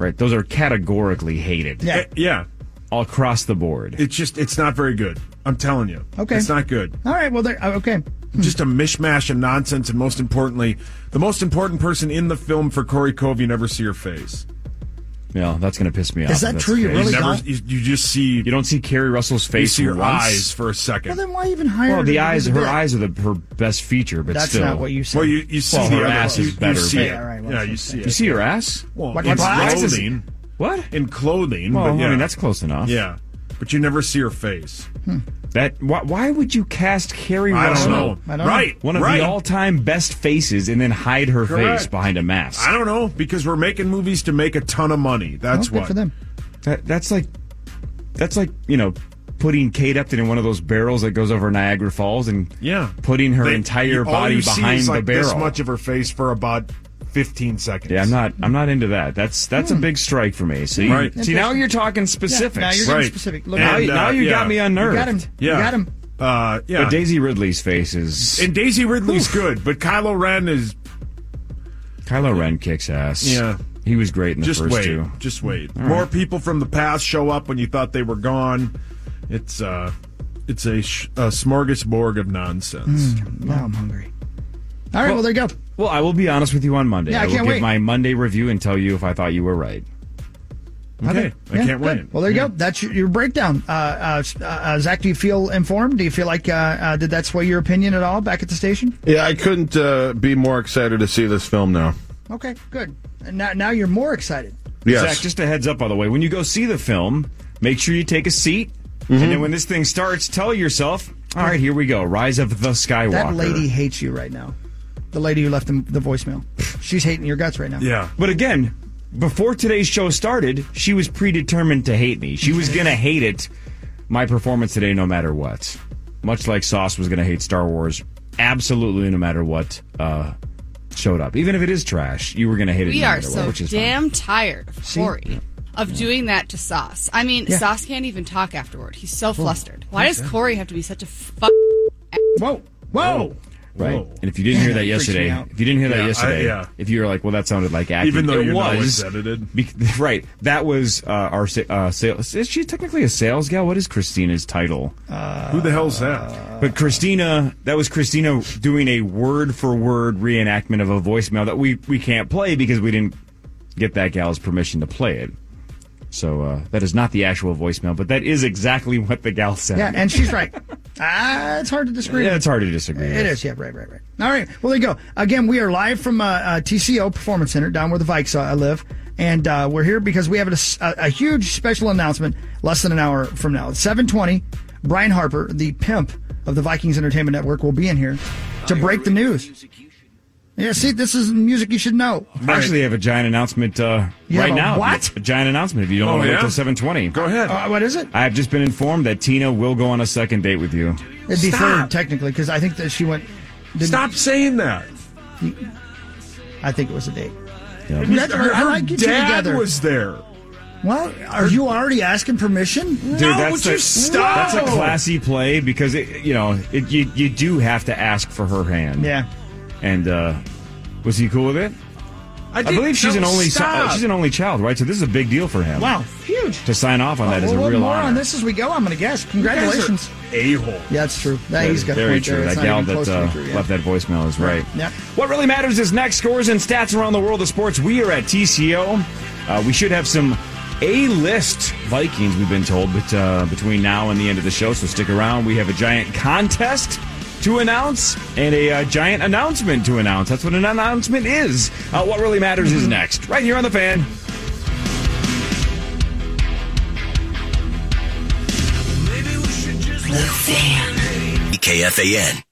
Speaker 9: Right, those are categorically hated.
Speaker 7: Hmm. Yeah.
Speaker 3: Eh, yeah.
Speaker 9: all across the board.
Speaker 3: It's just, it's not very good. I'm telling you.
Speaker 7: Okay.
Speaker 3: It's not good.
Speaker 7: All right. Well, there. uh, Okay.
Speaker 3: Just a mishmash of nonsense, and most importantly, the most important person in the film for Corey Cove, you never see her face.
Speaker 9: No, that's going to piss me off.
Speaker 7: Is that
Speaker 9: if that's
Speaker 7: true?
Speaker 9: the
Speaker 7: You
Speaker 9: case.
Speaker 7: really
Speaker 3: you never,
Speaker 7: don't?
Speaker 3: you, you just see,
Speaker 9: You don't see Carrie Russell's
Speaker 3: you
Speaker 9: face
Speaker 3: see her
Speaker 9: once?
Speaker 3: eyes for a
Speaker 7: Well,
Speaker 3: second.
Speaker 7: then why even hire?
Speaker 9: Well,
Speaker 7: her to
Speaker 9: the
Speaker 7: do
Speaker 9: eyes, her
Speaker 7: bit?
Speaker 9: eyes are the her best feature, but
Speaker 7: That's
Speaker 9: still,
Speaker 7: not what you said.
Speaker 3: Well, you, you see
Speaker 9: Well,
Speaker 3: the
Speaker 9: her
Speaker 3: other
Speaker 9: ass
Speaker 3: one.
Speaker 9: is better,
Speaker 3: You see
Speaker 9: but-
Speaker 3: it.
Speaker 9: Yeah,
Speaker 7: right, well,
Speaker 3: yeah,
Speaker 7: that's
Speaker 3: you
Speaker 7: what
Speaker 3: see
Speaker 9: You
Speaker 3: it.
Speaker 9: see her ass?
Speaker 3: Well,
Speaker 7: What-
Speaker 3: in
Speaker 7: what- eyes is-
Speaker 3: clothing,
Speaker 9: What?
Speaker 3: in clothing,
Speaker 9: Well,
Speaker 3: but yeah,
Speaker 9: I mean that's close enough.
Speaker 3: yeah, but you never see her face.
Speaker 7: Hmm.
Speaker 9: That why, why would you cast Carrie
Speaker 3: I don't
Speaker 9: Russell,
Speaker 3: know.
Speaker 7: I don't
Speaker 3: right,
Speaker 9: one of
Speaker 3: right.
Speaker 9: the all-time best faces, and then hide her face
Speaker 3: Correct.
Speaker 9: behind a mask?
Speaker 3: I don't know because we're making movies to make a ton of money. That's
Speaker 7: Well,
Speaker 3: what.
Speaker 7: Oh, Good for them.
Speaker 9: That that's like that's like you know putting Kate Upton in one of those barrels that goes over Niagara Falls and
Speaker 3: Yeah,
Speaker 9: putting her
Speaker 3: They- you-
Speaker 9: entire
Speaker 3: all
Speaker 9: body
Speaker 3: you see
Speaker 9: behind
Speaker 3: is,
Speaker 9: the
Speaker 3: like,
Speaker 9: barrel.
Speaker 3: This much of her face for about fifteen seconds.
Speaker 9: yeah, I'm not I'm not into that. That's that's a big strike for me. See,
Speaker 3: Hmm. Right.
Speaker 9: see now you're talking specifics.
Speaker 7: now you're getting
Speaker 3: Right.
Speaker 7: specific. Look,
Speaker 3: And,
Speaker 9: Now,
Speaker 7: I-
Speaker 9: you-
Speaker 3: uh,
Speaker 9: now you
Speaker 3: yeah.
Speaker 9: got me unnerved.
Speaker 7: you got him.
Speaker 3: Yeah,
Speaker 7: You got him.
Speaker 3: Uh, yeah,
Speaker 9: But Daisy Ridley's face is
Speaker 3: and Daisy Ridley's good, but Kylo Ren is
Speaker 9: Kylo Ren kicks ass.
Speaker 3: Yeah.
Speaker 9: he was great in the
Speaker 3: just
Speaker 9: first
Speaker 3: wait,
Speaker 9: two.
Speaker 3: just wait. More people from the past show up when you thought they were gone. It's uh, it's a, sh- a smorgasbord of nonsense.
Speaker 7: Mm. Now I'm hungry. All right. Well, there you go.
Speaker 9: Well, I will be honest with you on Monday.
Speaker 7: Yeah, I
Speaker 9: will
Speaker 7: can't
Speaker 9: give
Speaker 7: wait.
Speaker 9: my Monday review and tell you if I thought you were right.
Speaker 3: Okay, I
Speaker 7: Yeah,
Speaker 3: can't
Speaker 7: good.
Speaker 3: wait.
Speaker 7: Well, there you
Speaker 3: Yeah.
Speaker 7: go. That's your, your breakdown. Uh, uh, uh, uh, Zach, do you feel informed? Do you feel like uh, uh, did that sway your opinion at all back at the station?
Speaker 10: Yeah, I couldn't uh, be more excited to see this film now.
Speaker 7: Okay, good. And now, now you're more excited.
Speaker 10: Yes.
Speaker 9: Zach, just a heads up, by the way,
Speaker 7: Mm-hmm.
Speaker 9: when you go see the film, make sure you take a seat. And then when this thing starts, tell yourself, All right, here we go. Rise of the Skywalker.
Speaker 7: That lady hates you right now. The lady who left the, the voicemail. She's hating your guts right now.
Speaker 9: Yeah. But again, before today's show started, she was predetermined to hate me. She was going to hate it, my performance today, no matter what. Much like Sauce was going to hate Star Wars, absolutely no matter what uh, showed up. Even if it is trash, you were going to hate it
Speaker 20: We
Speaker 9: no
Speaker 20: are
Speaker 9: matter
Speaker 20: so
Speaker 9: what, which is fine.
Speaker 20: damn tired of
Speaker 9: See?
Speaker 20: Corey of doing that to Sauce. I mean,
Speaker 9: Yeah. Oh,
Speaker 20: Sauce can't even talk afterward. He's so flustered. Why
Speaker 9: Who's
Speaker 20: does
Speaker 9: that?
Speaker 20: Corey have to be such a fuck?
Speaker 7: Whoa! Whoa!
Speaker 9: Right. And if you didn't hear that
Speaker 20: Freaks me
Speaker 9: yesterday,
Speaker 20: out.
Speaker 9: if you didn't hear
Speaker 3: Yeah,
Speaker 9: that
Speaker 3: I-
Speaker 9: yesterday,
Speaker 3: yeah.
Speaker 9: if you were like, well, that sounded like acting,
Speaker 3: Even though
Speaker 9: it
Speaker 3: you know
Speaker 9: was
Speaker 3: it's edited.
Speaker 9: Be- right. That was uh, our sa- uh, sales. Is she technically a sales gal? What is Christina's title?
Speaker 3: Who the hell's that?
Speaker 9: But Christina, that was Christina doing a word for word reenactment of a voicemail that we we can't play because we didn't get that gal's permission to play it. So uh, that is not the actual voicemail, but that is exactly what the gal said.
Speaker 7: Yeah, and she's right. Ah, it's hard to disagree.
Speaker 9: Yeah, it's hard to disagree.
Speaker 7: It is, yeah, right, right, right. All right, well, there you go. Again, we are live from uh, uh, TCO Performance Center down where the Vikes uh, live. And uh, we're here because we have a, a huge special announcement less than an hour from now. At 720, Brian Harper, the pimp of the Vikings Entertainment Network, will be in here to break the news. Yeah, see, this is music you should know.
Speaker 9: I actually have a giant announcement uh,
Speaker 7: You
Speaker 9: right
Speaker 7: have a
Speaker 9: now.
Speaker 7: what?
Speaker 9: A giant announcement. If you don't
Speaker 7: Oh,
Speaker 9: want to
Speaker 7: yeah?
Speaker 9: wait till seven twenty, go ahead.
Speaker 7: Uh, what is it?
Speaker 9: I have just been informed that Tina will go on a second date with you.
Speaker 7: It'd be third, technically, because I think that she went. Stop
Speaker 3: saying that.
Speaker 7: I think it was a date.
Speaker 9: Yeah.
Speaker 3: It was-
Speaker 7: That- I
Speaker 3: her
Speaker 7: like you two
Speaker 3: dad
Speaker 7: together.
Speaker 3: was there.
Speaker 7: What? Are you already asking permission?
Speaker 9: Dude, that's a, That's a classy play because it, you know it, you you do have to ask for her hand.
Speaker 7: Yeah.
Speaker 9: And uh, was he cool with it?
Speaker 7: I did-
Speaker 9: believe she's
Speaker 7: no,
Speaker 9: an only so-
Speaker 7: stop.
Speaker 9: she's an only child, right? So this is a big deal for him.
Speaker 7: Wow, huge.
Speaker 9: To sign off on that is
Speaker 7: Well,
Speaker 9: a
Speaker 7: we'll-
Speaker 9: real
Speaker 7: more
Speaker 9: honor.
Speaker 7: on this as we go. I'm going to guess. Congratulations.
Speaker 3: A hole.
Speaker 7: Yeah, that's true. That, he's got a
Speaker 9: very
Speaker 7: point
Speaker 9: true.
Speaker 7: there. It's
Speaker 9: That
Speaker 7: not
Speaker 9: gal
Speaker 7: even
Speaker 9: that
Speaker 7: close to
Speaker 9: uh,
Speaker 7: true, yeah.
Speaker 9: left that voicemail is right.
Speaker 7: Yeah.
Speaker 9: What really matters is next scores and stats around the world of sports. We are at TCO. Uh, we should have some A-list Vikings, we've been told, but uh, between now and the end of the show, so stick around. We have a giant contest to announce and a uh, giant announcement to announce. That's what an announcement is. Uh, what really matters
Speaker 7: Mm-hmm.
Speaker 9: is next, right here on the fan.
Speaker 19: KFAN.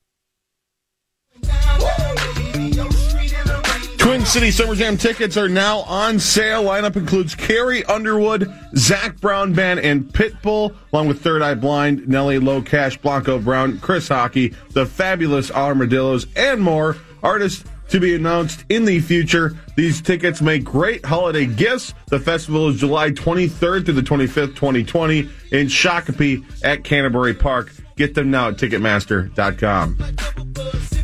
Speaker 10: Twin City Summer Jam tickets are now on sale. Lineup includes Carrie Underwood, Zach Brown Band, and Pitbull, along with Third Eye Blind, Nelly Low Cash, Blanco Brown, Chris Hockey, the fabulous Armadillos, and more. Artists to be announced in the future. These tickets make great holiday gifts. The festival is July 23rd through the 25th, 2020, in Shakopee at Canterbury Park. Get them now at Ticketmaster.com.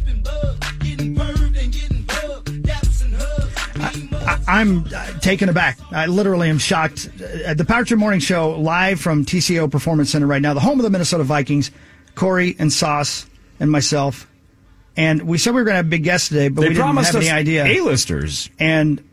Speaker 7: I, I'm uh, taken aback. I literally am shocked. Uh, the Power Trip Morning Show live from TCO Performance Center right now, the home of the Minnesota Vikings. Corey and Sauce and myself, and we said we were going to have big guests today, but
Speaker 9: they
Speaker 7: we didn't
Speaker 9: promised
Speaker 7: have any
Speaker 9: us
Speaker 7: idea.
Speaker 9: A-listers.
Speaker 7: and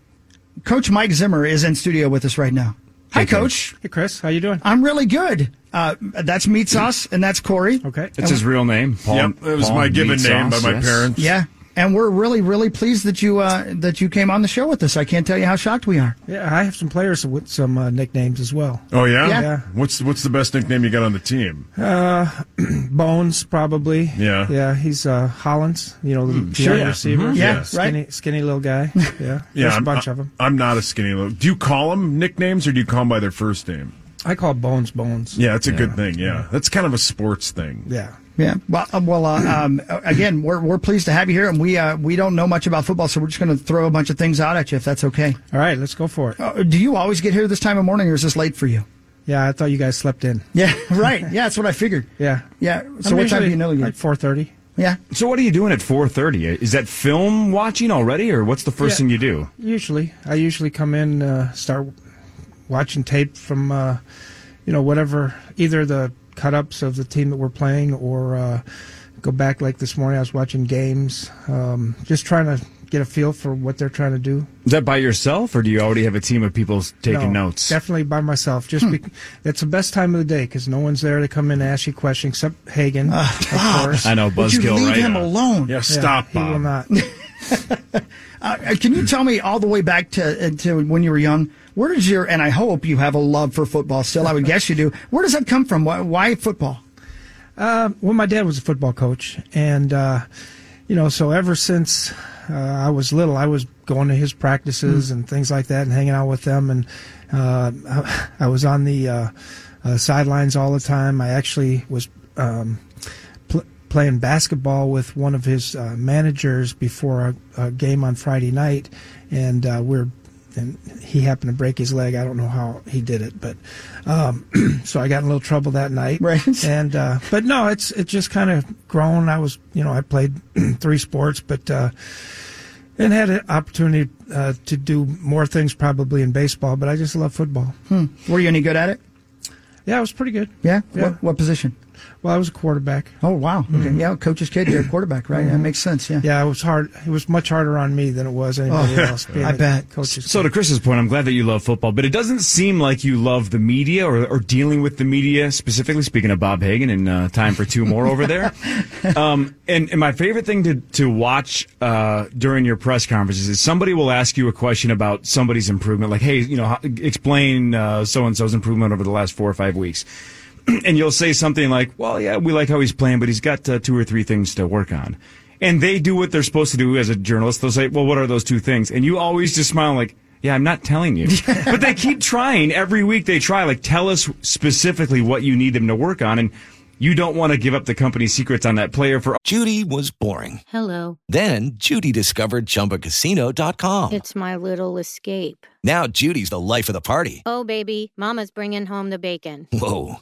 Speaker 7: Coach Mike Zimmer is in studio with us right now. Hi, Coach.
Speaker 21: Hey, Chris. How you doing?
Speaker 7: I'm really good. Uh, that's Meat Sauce, and that's Corey. Okay,
Speaker 9: That's his real name. Paul,
Speaker 3: Yep, it was
Speaker 9: Paul
Speaker 3: my given
Speaker 9: Meat
Speaker 3: name
Speaker 9: Sauce,
Speaker 3: by my
Speaker 9: yes.
Speaker 3: parents.
Speaker 7: Yeah, and we're really, really pleased that you uh, that you came on the show with us. I can't tell you how shocked we are.
Speaker 21: Yeah, I have some players with some uh, nicknames as well.
Speaker 3: Oh yeah?
Speaker 21: Yeah.
Speaker 3: What's what's the best nickname you got on the team?
Speaker 21: Uh, Bones probably.
Speaker 3: Yeah. Hmm,
Speaker 21: Yeah, he's uh, Hollins. You know, the, the
Speaker 3: Sure.
Speaker 21: young
Speaker 3: Yeah.
Speaker 21: receiver.
Speaker 3: Mhm. Yeah,
Speaker 21: skinny, skinny little guy. Yeah, There's a
Speaker 3: I'm- uh,
Speaker 21: bunch
Speaker 3: I-
Speaker 21: of them.
Speaker 3: I'm not a skinny little. Do you call them nicknames or do you call them by their first name?
Speaker 21: I call Bones Bones.
Speaker 3: Yeah, that's a good thing. Yeah, that's kind of a sports thing.
Speaker 21: Yeah.
Speaker 7: Yeah. Well, um, well. Uh, um, again, we're we're pleased to have you here, and we uh, we don't know much about football, so we're just going to throw a bunch of things out at you if that's okay.
Speaker 21: All right, let's go for it.
Speaker 7: Uh, do you always get here this time of morning, or is this late for you?
Speaker 21: Yeah, I thought you guys slept in.
Speaker 7: Yeah. Right. Yeah, that's what I figured.
Speaker 21: Yeah.
Speaker 7: Yeah. So what time do you know you?
Speaker 21: Like four thirty.
Speaker 7: Yeah.
Speaker 9: So what are you doing at 4:30? Is that film watching already or what's the first
Speaker 21: Yeah.
Speaker 9: thing you do?
Speaker 21: Usually, I usually come in, uh, start watching tape from, uh, you know, whatever, either the cut ups of the team that we're playing or uh, go back. Like this morning, I was watching games, um, just trying to get a feel for what they're trying to do.
Speaker 9: Is that by yourself, or do you already have a team of people taking
Speaker 21: No,
Speaker 9: notes? Hmm.
Speaker 21: Definitely by myself. Just bec that's the best time of the day because no one's there to come in and ask you questions except Hagen, of course.
Speaker 9: Ah, I know, Would you buzzkill, leave right? him
Speaker 7: alone?
Speaker 21: Yeah,
Speaker 9: stop,
Speaker 21: He will
Speaker 9: Bob.
Speaker 21: not.
Speaker 7: Uh, can you tell me all the way back to uh, to when you were young? Where does your and I hope you have a love for football still. I would guess you do. Where does that come from? Why, why football?
Speaker 21: Uh, well, my dad was a football coach, and uh, you know, so ever since uh, I was little, I was going to his practices
Speaker 7: Hmm.
Speaker 21: and things like that, and hanging out with them, and uh, I, I was on the uh, uh, sidelines all the time. I actually was. Um, pl- playing basketball with one of his uh, managers before a, a game on Friday night, and uh, we're and he happened to break his leg. I don't know how he did it, but um, so I got in a little trouble that night. Right. And uh, but no, it's it's just kind of grown. I was you know I played three sports, but. Uh, and had an opportunity uh, to do more things probably in baseball, but I just love football.
Speaker 7: Hmm. Were you any good at it?
Speaker 21: Yeah, I was pretty good.
Speaker 7: Yeah.
Speaker 21: Yeah.
Speaker 7: What, what position?
Speaker 21: Well, I was a quarterback.
Speaker 7: Oh wow. Okay. Yeah, coach's kid. You're a quarterback, right? That
Speaker 21: Mhm.
Speaker 7: makes sense. Yeah.
Speaker 21: Yeah, it was hard. It was much harder on me than it was anybody
Speaker 9: Oh,
Speaker 21: else. being
Speaker 9: I
Speaker 21: a
Speaker 9: bet.
Speaker 21: Coach
Speaker 9: So to Chris's point, I'm glad that you love football, but it doesn't seem like you love the media or, or dealing with the media specifically. Speaking of Bob Hagan and uh, time for two more over there, um, and, and my favorite thing to to watch uh, during your press conferences is somebody will ask you a question about somebody's improvement, like, hey, you know, how, explain so and so's improvement over the last four or five weeks. And you'll say something like, "Well, yeah, we like how he's playing, but he's got uh, two or three things to work on." and they do what they're supposed to do as a journalist. They'll say, "Well, what are those two things?" And you always just smile like, "Yeah, I'm not telling you." but they keep trying every week. They try like, "Tell us specifically what you need them to work on," and you don't want to give up the company's secrets on that player for.
Speaker 22: Judy was boring.
Speaker 23: Hello.
Speaker 22: Then Judy discovered
Speaker 14: Oh.
Speaker 22: ChumbaCasino.com.
Speaker 23: It's my little escape.
Speaker 22: Now Judy's the life of the party.
Speaker 23: Oh, baby, Mama's bringing home the bacon.
Speaker 22: Whoa,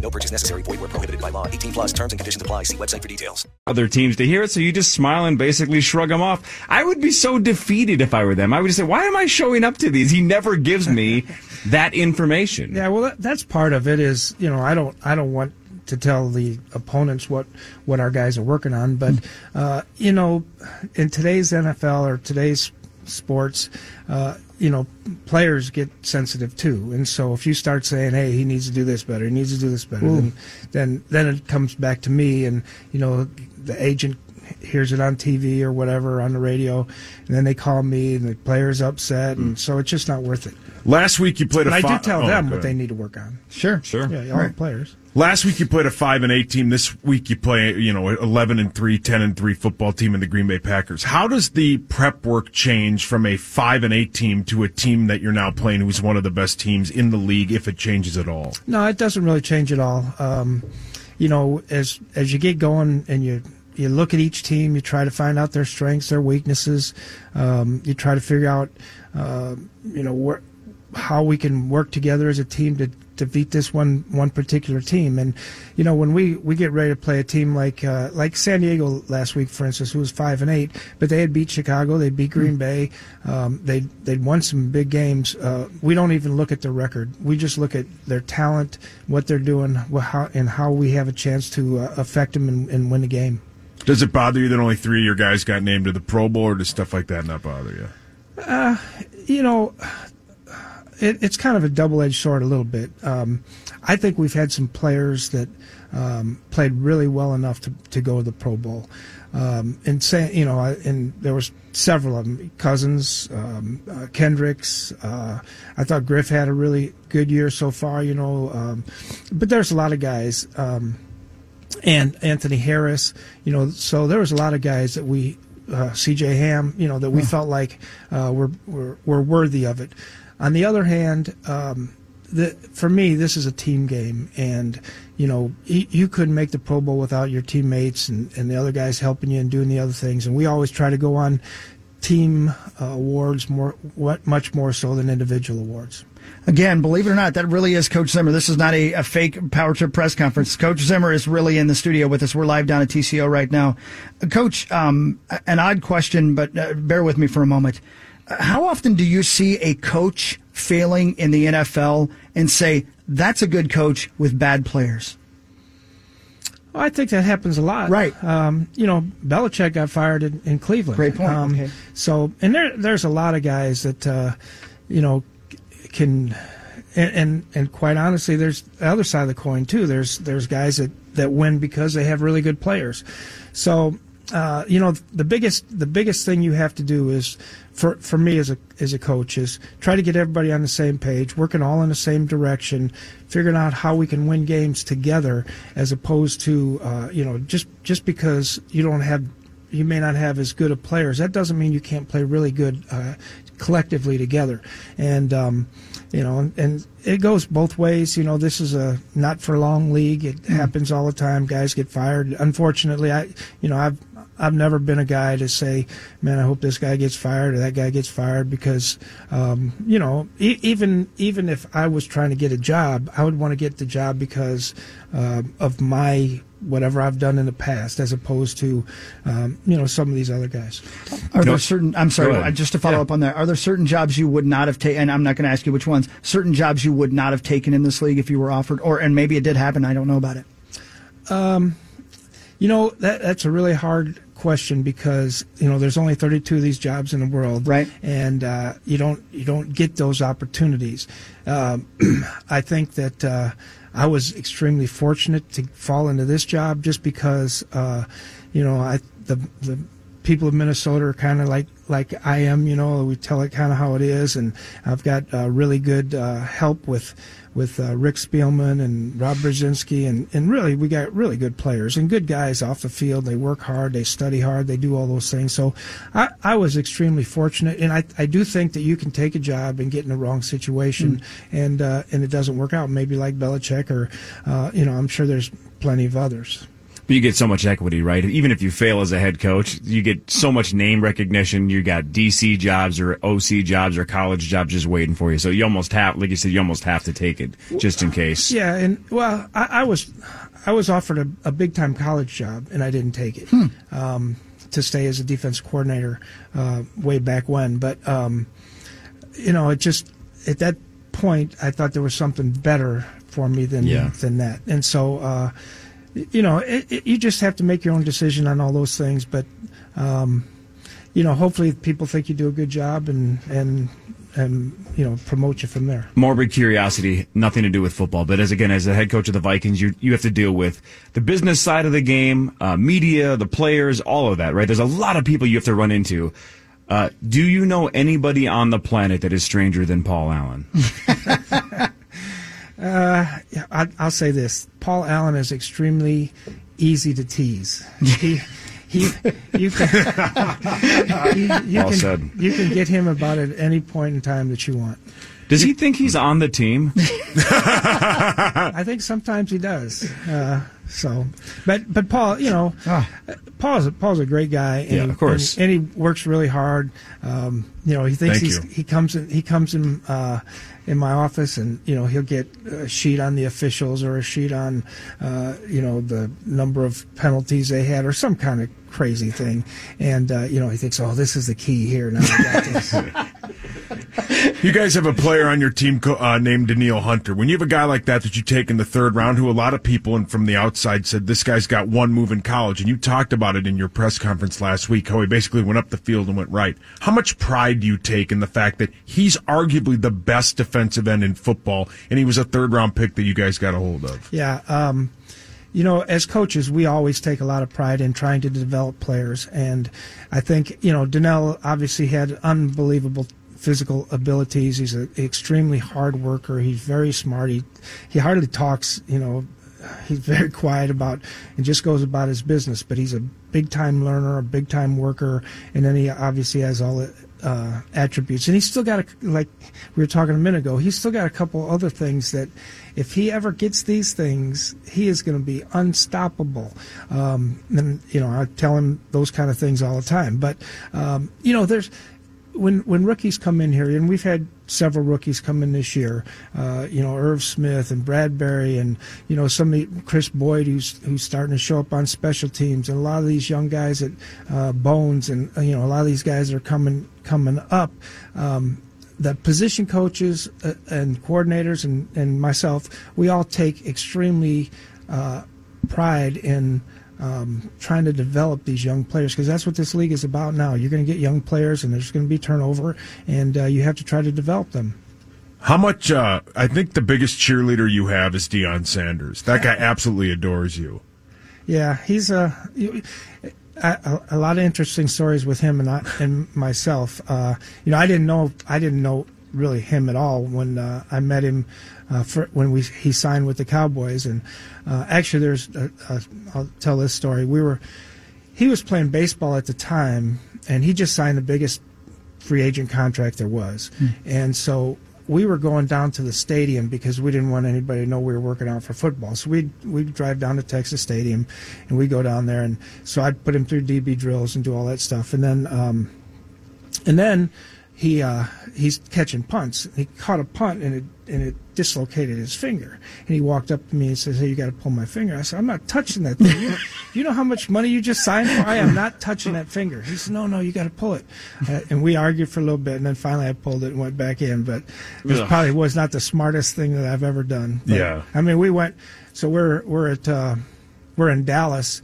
Speaker 16: No purchase necessary. Void where prohibited by law. 18 plus terms and conditions apply. See website for details.
Speaker 9: other teams to hear it, so you just smile and basically shrug them off. I would be so defeated if I were them. I would just say, "Why am I showing up to these? He never gives me that information."
Speaker 21: Yeah, well, that, that's part of it. Is you know, I don't, I don't want to tell the opponents what what our guys are working on, but uh, you know, in today's NFL or today's sports, uh, you know, players get sensitive too, and so if you start saying, "Hey, he needs to do this better, he needs to do this better,"
Speaker 7: Ooh.
Speaker 21: then, then then it comes back to me, and you know, the agent hears it on TV or whatever on the radio, and then they call me, and the player's upset, and so it's just not worth it.
Speaker 3: Last week you played
Speaker 21: And
Speaker 3: a
Speaker 21: I
Speaker 3: fi-
Speaker 21: do tell
Speaker 3: oh,
Speaker 21: them
Speaker 3: go
Speaker 21: what they
Speaker 3: ahead.
Speaker 21: need to work on.
Speaker 7: Sure.
Speaker 9: Sure.
Speaker 21: Yeah, all
Speaker 3: All right.
Speaker 21: players.
Speaker 3: Last week you played a 5 and 8 team. This week you play, you know, 11 and 3, 10 and 3 football team in the Green Bay Packers. How does the prep work change from a 5 and 8 team to a team that you're now playing who's one of the best teams in the league if it changes at all?
Speaker 21: No, it doesn't really change at all. Um, you know, as as you get going and you you look at each team, you try to find out their strengths, their weaknesses. Um, you try to figure out, uh, you know, where, how we can work together as a team to to beat this one one particular team. And you know, when we we get ready to play a team like uh, like San Diego last week, for instance, who was five and eight, but they had beat Chicago, they beat Green Bay, um, they they'd won some big games. Uh, we don't even look at the record; we just look at their talent, what they're doing, wh- how and how we have a chance to uh, affect them and, and win the game.
Speaker 3: Does it bother you that only three of your guys got named to the Pro Bowl, or does stuff like that not bother you?
Speaker 21: Uh, you know, it, it's kind of a double-edged sword a little bit. Um, I think we've had some players that um, played really well enough to, to go to the Pro Bowl. Um, and say, you know, I, and there was several of them: Cousins, um, uh, Kendricks. Uh, I thought Griff had a really good year so far. You know, um, but there's a lot of guys. Um, and Anthony Harris. You know, so there was a lot of guys that we, uh, C.J. Ham. You know, that we felt like uh, were, were were worthy of it. On the other hand, um, the, for me, this is a team game, and you know, you, you couldn't make the Pro Bowl without your teammates and, and the other guys helping you and doing the other things. And we always try to go on team uh, awards more, what, much more so than individual awards.
Speaker 7: Again, believe it or not, that really is Coach Zimmer. This is not a, a fake power trip press conference. Coach Zimmer is really in the studio with us. We're live down at TCO right now. Uh, Coach, um, a- an odd question, but uh, bear with me for a moment. Uh, How often do you see a coach failing in the NFL and say, that's a good coach with bad players?
Speaker 21: Well, I think that happens a lot. Right. Um, you know, Belichick got fired in, in Cleveland.
Speaker 7: Great point.
Speaker 21: Um,
Speaker 7: Okay.
Speaker 21: So, and there, there's a lot of guys that, uh, you know, c- can and, and and quite honestly, there's the other side of the coin too. There's there's guys that that win because they have really good players. So uh, you know the biggest the biggest thing you have to do is for for me as a as a coach is try to get everybody on the same page, working all in the same direction, figuring out how we can win games together, as opposed to uh, you know just just because you don't have you may not have as good of players. That doesn't mean you can't play really good uh, collectively together. And um, you know, and, and it goes both ways. You know, this is a not for long league. It happens all the time. Guys get fired. Unfortunately, I you know I've I've never been a guy to say, man, I hope this guy gets fired or that guy gets fired because, um, you know, e- even even if I was trying to get a job, I would want to get the job because uh, of my whatever I've done in the past, as opposed to, um, you know, some of these other guys.
Speaker 7: Are
Speaker 21: No.
Speaker 7: there certain? I'm sorry,
Speaker 21: Go ahead.
Speaker 7: uh, just to follow up on that. Are there certain jobs you would not have taken? And I'm not going to ask you which ones. Certain jobs you would not have taken in this league if you were offered, or and maybe it did happen. I don't know about it.
Speaker 21: Um, you know that that's a really hard question because you know there's only 32 of these jobs in the world, right? And uh, you don't you don't get those opportunities. Um, I think that uh, I was extremely fortunate to fall into this job just because uh, you know I the the people of Minnesota are kind of like like I am. You know, we tell it kind of how it is, and I've got uh, really good uh, help with with uh, Rick Spielman and Rob Brzezinski, and and really we got really good players and good guys off the field. They work hard, they study hard, they do all those things. So I I was extremely fortunate, and I I do think that you can take a job and get in the wrong situation,
Speaker 24: Mm.
Speaker 21: and uh, and it doesn't work out. Maybe like Belichick, or uh, you know, I'm sure there's plenty of others.
Speaker 9: But you get so much equity, right? Even if you fail as a head coach, you get so much name recognition. You got DC jobs or OC jobs or college jobs just waiting for you. So you almost have, like you said, you almost have to take it just in case.
Speaker 21: Yeah, and well, I, I was, I was offered a, a big time college job, and I didn't take it um, to stay as a defense coordinator uh, way back when. But um, you know, it just at that point, I thought there was something better for me than
Speaker 9: Yeah.
Speaker 21: than that, and so. Uh, y- you know, it, it, you just have to make your own decision on all those things. But, um, you know, hopefully people think you do a good job and and and you know promote you from there.
Speaker 9: Morbid curiosity, nothing to do with football. But as again, as the head coach of the Vikings, you you have to deal with the business side of the game, uh, media, the players, all of that, right? There's a lot of people you have to run into. Uh, do you know anybody on the planet that is stranger than Paul Allen?
Speaker 21: Uh, yeah, I, I'll say this: Paul Allen is extremely easy to tease. He, he, you can, you, you
Speaker 9: Well
Speaker 21: can,
Speaker 9: said.
Speaker 21: you can get him about at any point in time that you want.
Speaker 9: Does he think he's on the team?
Speaker 21: I think sometimes he does. Uh, so, but but Paul, you know, Paul's Paul's a great guy. And
Speaker 9: Ah. Yeah,
Speaker 21: he-
Speaker 9: of course.
Speaker 21: and, and he works really hard. Um, you know, he thinks
Speaker 9: Thank
Speaker 21: he's,
Speaker 9: you.
Speaker 21: he comes in he comes in uh, in my office, and you know he'll get a sheet on the officials or a sheet on uh, you know the number of penalties they had or some kind of crazy thing, and uh, you know he thinks, oh, this is the key here. Now we got this.
Speaker 3: You guys have a player on your team co- uh, named Daniil Hunter. When you have a guy like that that you take in the third round, who a lot of people and from the outside said this guy's got one move in college, and you talked about it in your press conference last week, how he basically went up the field and went right. How much pride do you take in the fact that he's arguably the best defensive end in football, and he was a third round pick that you guys got a hold of?
Speaker 21: Yeah. Um, you know, as coaches, we always take a lot of pride in trying to develop players. And I think, you know, Donnell obviously had unbelievable physical abilities. He's an extremely hard worker. He's very smart. He, he hardly talks, you know, he's very quiet about and just goes about his business. But he's a big time learner, a big time worker, and then he obviously has all the uh, attributes. And he's still got a, like we were talking a minute ago. He's still got a couple other things that, if he ever gets these things, he is going to be unstoppable. Um, and you know, I tell him those kind of things all the time. But um, you know, there's when when rookies come in here, and we've had several rookies come in this year, uh, you know, Irv Smith and Bradbury, and you know, somebody Chris Boyd, who's who's starting to show up on special teams, and a lot of these young guys at uh, Bones, and you know, a lot of these guys are coming coming up. Um, the position coaches uh, and coordinators and, and myself, we all take extremely uh, pride in um, trying to develop these young players because that's what this league is about now. You're going to get young players, and there's going to be turnover, and uh, you have to try to develop them.
Speaker 3: How much? Uh, I think the biggest cheerleader you have is Deion Sanders. That guy absolutely adores you.
Speaker 21: Yeah, he's a, a a lot of interesting stories with him and I and myself. Uh, you know, I didn't know I didn't know really him at all when uh, I met him uh, for, when we he signed with the Cowboys. And uh, actually, there's a, a, I'll tell this story. We were he was playing baseball at the time, and he just signed the biggest free agent contract there was,
Speaker 24: Hmm.
Speaker 21: and so. We were going down to the stadium because we didn't want anybody to know we were working out for football. So we'd, we'd drive down to Texas Stadium and we go down there. And so I'd put him through DB drills and do all that stuff. And then, um, and then he uh, he's catching punts. He caught a punt and it and it dislocated his finger. And he walked up to me and says, "Hey, you got to pull my finger." I said, "I'm not touching that thing. You, you know how much money you just signed for? I am not touching that finger." He said, "No, no, you got to pull it." Uh, and we argued for a little bit, and then finally I pulled it and went back in. But this
Speaker 3: Ugh.
Speaker 21: probably was not the smartest thing that I've ever done. But,
Speaker 3: Yeah.
Speaker 21: I mean, we went. So we're we're at uh, we're in Dallas,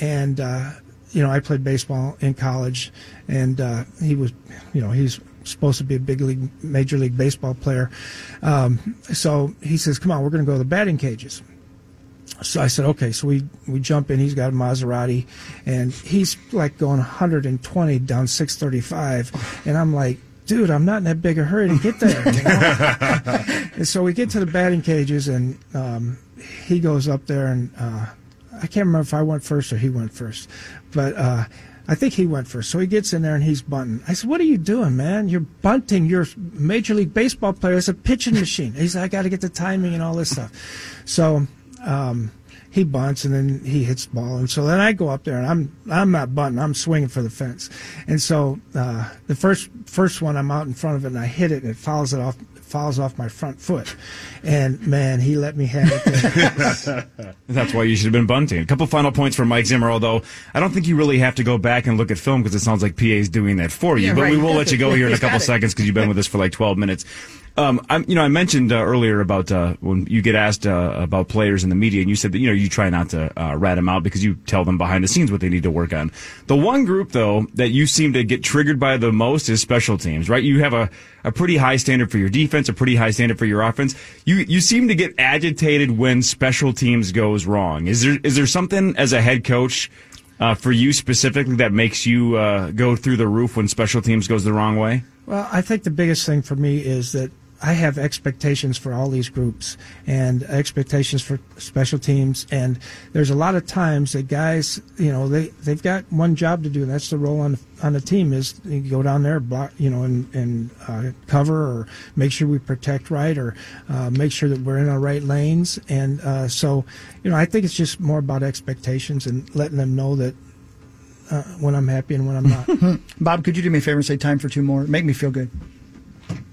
Speaker 21: and uh, you know I played baseball in college, and uh, he was, you know, he's supposed to be a big league, major league baseball player. Um, so he says, "Come on, we're going to go to the batting cages." So I said, okay. So we, we jump in. He's got a Maserati, and he's like going 120 down 635, and I'm like, dude, I'm not in that big a hurry to get there. you know? and so we get to the batting cages, and um, he goes up there, and uh, I can't remember if I went first or he went first, but uh, I think he went first. So he gets in there and he's bunting. I said, "What are you doing, man? You're bunting. You're a major league baseball player. It's a pitching machine." He said, "I got to get the timing and all this stuff." So um, he bunts and then he hits the ball, and so then I go up there and I'm I'm not bunting. I'm swinging for the fence, and so uh, the first first one I'm out in front of it and I hit it and it fouls it off fouls off my front foot, and man, he let me have it.
Speaker 9: That's why you should have been bunting. A couple final points for Mike Zimmer, although I don't think you really have to go back and look at film because it sounds like PA's doing that for you.
Speaker 25: Yeah,
Speaker 9: but we
Speaker 25: right.
Speaker 9: will let you go here in a
Speaker 25: He's got
Speaker 9: couple
Speaker 25: it.
Speaker 9: seconds because you've been with us for like 12 minutes. Um, I'm, you know, I mentioned uh, earlier about uh, when you get asked uh, about players in the media, and you said that you know you try not to uh, rat them out because you tell them behind the scenes what they need to work on. The one group though that you seem to get triggered by the most is special teams, right? You have a, a pretty high standard for your defense, a pretty high standard for your offense. You you seem to get agitated when special teams goes wrong. Is there is there something as a head coach uh, for you specifically that makes you uh, go through the roof when special teams goes the wrong way?
Speaker 21: Well, I think the biggest thing for me is that I have expectations for all these groups and expectations for special teams. And there's a lot of times that guys, you know, they, they've got one job to do. And that's the role on, on the team is you go down there, block, you know, and, and uh, cover or make sure we protect right or uh, make sure that we're in our right lanes. And uh, so, you know, I think it's just more about expectations and letting them know that uh, when I'm happy and when I'm not.
Speaker 7: Bob, could you do me a favor and say time for two more? Make me feel good.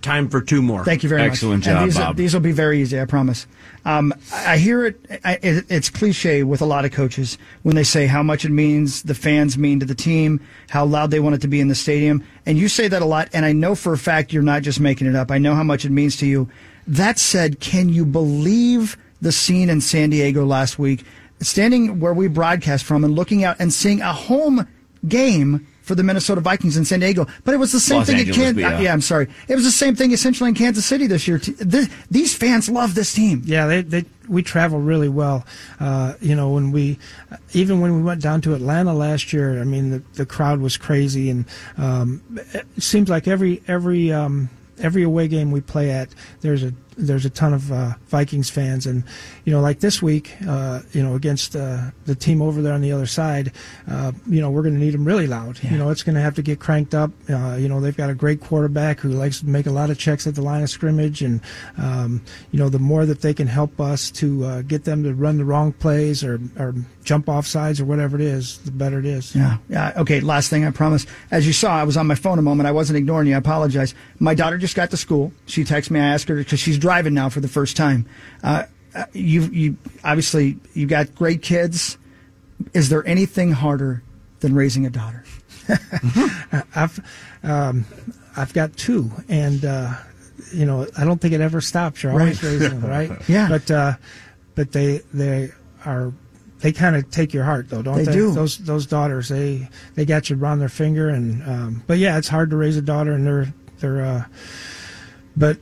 Speaker 25: Time for two more.
Speaker 7: Thank you very
Speaker 25: Excellent
Speaker 7: much. And
Speaker 25: job,
Speaker 7: these,
Speaker 25: Bob.
Speaker 7: These will be very easy, I promise. Um, I I hear it, I, it. It's cliche with a lot of coaches when they say how much it means, the fans mean to the team, how loud they want it to be in the stadium. And you say that a lot, and I know for a fact you're not just making it up. I know how much it means to you. That said, can you believe the scene in San Diego last week? Standing where we broadcast from and looking out and seeing a home game for the Minnesota Vikings in San Diego, but it was the same
Speaker 25: Los
Speaker 7: thing
Speaker 25: Angeles,
Speaker 7: in Kansas.
Speaker 25: yeah.
Speaker 7: yeah, I'm sorry. It was the same thing essentially in Kansas City this year. T- th- These fans love this team.
Speaker 21: Yeah, they, they we travel really well. Uh, you know, when we even when we went down to Atlanta last year, I mean the, the crowd was crazy, and um, it seems like every every um, every away game we play at, there's a there's a ton of uh, Vikings fans, and you know, like this week, uh, you know, against uh, the team over there on the other side, uh, you know, we're going to need them really loud. You know, it's going to have to get cranked up. Uh, you know, they've got a great quarterback who likes to make a lot of checks at the line of scrimmage, and um, you know, the more that they can help us to uh, get them to run the wrong plays or or jump off sides or whatever it is, the better it is.
Speaker 7: Yeah. Yeah. Okay. Last thing, I promise. As you saw, I was on my phone a moment. I wasn't ignoring you. I apologize. My daughter just got to school. She texted me. I asked her because she's driving now for the first time. Uh, uh, you, you obviously you got great kids. Is there anything harder than raising a daughter?
Speaker 21: I've um, I've got two, and uh, you know I don't think it ever stops. You're always
Speaker 7: Right.
Speaker 21: raising them, right?
Speaker 7: Yeah.
Speaker 21: But uh, but they they are they kind of take your heart though, don't
Speaker 7: They
Speaker 21: they?
Speaker 7: do.
Speaker 21: Those those daughters they they got you around their finger, and um, but yeah, it's hard to raise a daughter, and they're they're. Uh, But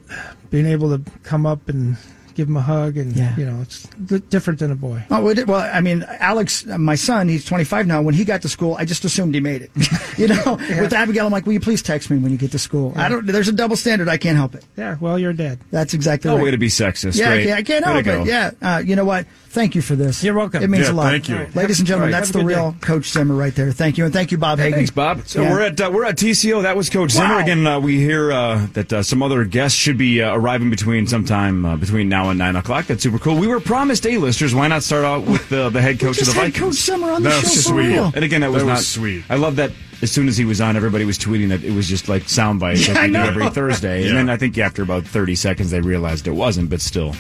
Speaker 21: being able to come up and give him a hug, and you know, it's d- different than a boy.
Speaker 7: Oh, we did, well, I mean, Alex, uh, my son, he's 25 now. When he got to school, I just assumed he made it. You know, with Abigail, I'm like, will you please text me when you get to school? I don't. There's a double standard. I can't help it.
Speaker 21: Yeah. Well, you're dead.
Speaker 7: That's exactly.
Speaker 9: No
Speaker 7: right.
Speaker 9: way to be sexist.
Speaker 7: Yeah,
Speaker 9: Great.
Speaker 7: yeah, I can't
Speaker 9: Way to
Speaker 7: help it.
Speaker 9: go.
Speaker 7: Yeah, uh, you know what? Thank you for this. You're welcome. It means
Speaker 9: Yeah,
Speaker 7: a lot.
Speaker 9: thank you.
Speaker 7: ladies and gentlemen.
Speaker 9: All right.
Speaker 7: That's
Speaker 9: Have a
Speaker 7: the
Speaker 9: good
Speaker 7: real Coach Zimmer right there. Thank you, and thank you, Bob Hagen.
Speaker 9: Thanks, Bob. So
Speaker 7: Yeah.
Speaker 9: we're at uh, we're at TCO. That was Coach Zimmer again. Uh, we hear uh, that uh, some other guests should be uh, arriving between sometime uh, between now and nine o'clock. That's super cool. We were promised A-listers. Why not start out with uh, the head coach
Speaker 7: just
Speaker 9: of the
Speaker 7: had
Speaker 9: Vikings?
Speaker 7: Coach Zimmer on the That's show for sweet. real.
Speaker 9: And again, that was
Speaker 7: That
Speaker 9: not
Speaker 7: was
Speaker 9: sweet. I love that. As soon as he was on, everybody was tweeting that it was just like sound bites
Speaker 7: Yeah,
Speaker 9: like
Speaker 7: I
Speaker 9: we do
Speaker 7: know.
Speaker 9: every Thursday.
Speaker 7: Yeah.
Speaker 9: And then I think after about thirty seconds, they realized it wasn't. But still,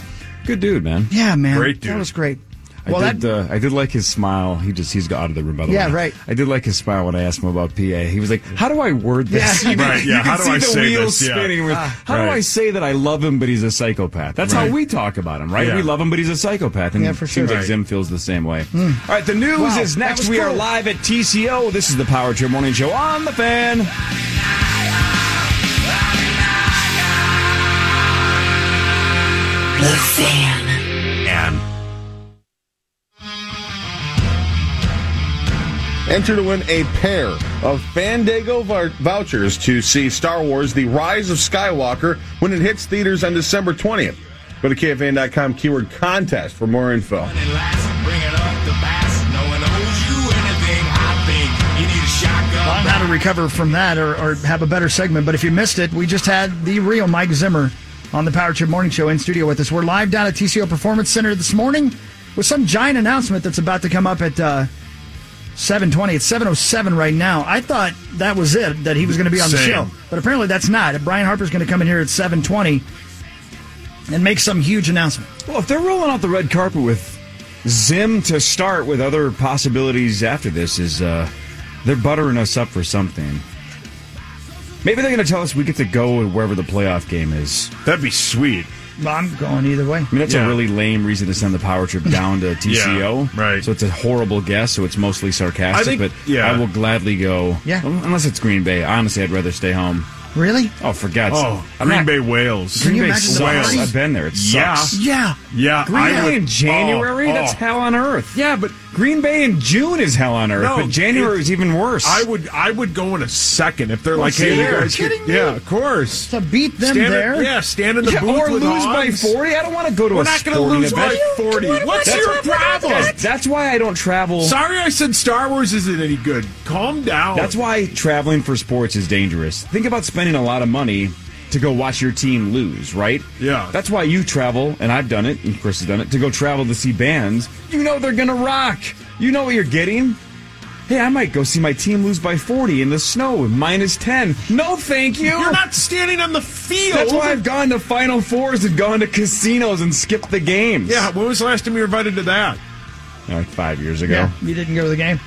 Speaker 9: good dude, man.
Speaker 7: Yeah, man.
Speaker 9: Great dude.
Speaker 7: That was great.
Speaker 9: I
Speaker 7: Well,
Speaker 9: did. uh, I did like his smile. He just he's got out of the room by the
Speaker 7: Yeah,
Speaker 9: way.
Speaker 7: right.
Speaker 9: I did like his smile when I asked him about PA. He was like, "How do I word this?"
Speaker 7: Yeah.
Speaker 9: You can-
Speaker 7: Right, yeah,
Speaker 9: You can
Speaker 7: how do
Speaker 9: see
Speaker 7: I
Speaker 9: the
Speaker 7: say
Speaker 9: wheels
Speaker 7: this? Yeah.
Speaker 9: spinning with.
Speaker 7: Ah.
Speaker 9: how do
Speaker 7: Right.
Speaker 9: I say that I love him, but he's a psychopath? That's how
Speaker 7: Right.
Speaker 9: we talk about him, right?
Speaker 7: Yeah.
Speaker 9: We love him, but he's a psychopath. And
Speaker 7: Yeah, for sure.
Speaker 9: Seems like
Speaker 7: Right.
Speaker 9: Zim feels the same way.
Speaker 7: Mm.
Speaker 9: All right, the news
Speaker 7: Wow,
Speaker 9: is
Speaker 7: that
Speaker 9: next.
Speaker 7: was
Speaker 9: We are
Speaker 7: cool.
Speaker 9: live at TCO. This is the Power Trip Morning Show on the Fan.
Speaker 5: The fan.
Speaker 19: And
Speaker 10: Enter to win a pair of Fandango vou- vouchers to see Star Wars The Rise of Skywalker when it hits theaters on December 20th. Go to KFAN.com keyword contest for more info.
Speaker 5: Bringing up the past. No one owes you anything. I think you need a shotgun.
Speaker 7: Well, I don't know how to recover from that or, or have a better segment, but if you missed it, we just had the real Mike Zimmer on the Power Trip Morning Show in studio with us. We're live down at TCO Performance Center this morning with some giant announcement that's about to come up at uh, 720. It's 707 right now. I thought that was it, that he was going to be on the
Speaker 5: Same.
Speaker 7: show, but apparently that's not. Brian Harper's going to come in here at 720 and make some huge announcement.
Speaker 9: Well, if they're rolling out the red carpet with Zim to start, with other possibilities after this, is uh, they're buttering us up for something. Maybe they're going to tell us we get to go wherever the playoff game is.
Speaker 3: That'd be sweet.
Speaker 7: Well, I'm going either way.
Speaker 9: I mean, that's
Speaker 3: Yeah.
Speaker 9: a really lame reason to send the power trip down to TCO. right. So it's a horrible guess, so it's mostly sarcastic,
Speaker 3: I think-
Speaker 9: but
Speaker 3: yeah.
Speaker 9: I will gladly go.
Speaker 7: Yeah.
Speaker 9: Unless it's Green Bay. Honestly, I'd rather stay home.
Speaker 7: Really?
Speaker 9: Oh, for God's
Speaker 3: Oh,
Speaker 9: I'm
Speaker 3: Green
Speaker 9: not-
Speaker 3: Bay Wales.
Speaker 9: Green Can you Bay imagine the sucks. party? I've been there. It
Speaker 3: yeah.
Speaker 9: sucks.
Speaker 7: Yeah.
Speaker 3: Yeah.
Speaker 9: Green
Speaker 3: I
Speaker 9: Bay
Speaker 3: would-
Speaker 9: in January?
Speaker 3: Oh,
Speaker 9: That's
Speaker 3: oh.
Speaker 9: hell on earth. Yeah, but Green Bay in June is hell on earth. but January
Speaker 3: it-
Speaker 9: is even worse.
Speaker 3: I would I would go in a second if they're
Speaker 9: Well,
Speaker 3: like,
Speaker 9: see,
Speaker 3: hey, you
Speaker 9: you're
Speaker 3: guys,
Speaker 9: kidding me?
Speaker 3: yeah, of course.
Speaker 7: To beat
Speaker 9: them
Speaker 3: stand
Speaker 9: there?
Speaker 3: in, yeah, stand in the
Speaker 9: Yeah,
Speaker 3: booth
Speaker 9: or
Speaker 3: with
Speaker 9: lose by
Speaker 3: Hans.
Speaker 9: 40? I don't wanna go to
Speaker 3: We're
Speaker 9: a
Speaker 3: not gonna
Speaker 9: sporting
Speaker 3: lose by
Speaker 9: event.
Speaker 3: forty.
Speaker 9: What-
Speaker 3: What's
Speaker 9: that's-
Speaker 3: your problem?
Speaker 9: That's- that's why I don't travel.
Speaker 3: Sorry, I said Star Wars isn't any good. Calm down.
Speaker 9: That's why traveling for sports is dangerous. Think about spending a lot of money to go watch your team lose, right? Yeah. That's why you travel, and I've done it, and Chris has done it, to go travel to see bands. You know they're going to rock. You know what you're getting. Hey, I might go see my team lose by 40 in the snow, minus 10. No, thank you.
Speaker 3: You're not standing on the field.
Speaker 9: That's why I've gone to Final Fours and gone to casinos and skipped the games.
Speaker 3: Yeah, when was the last time you were invited to that?
Speaker 9: Like five years ago.
Speaker 7: Yeah, you didn't go to the game.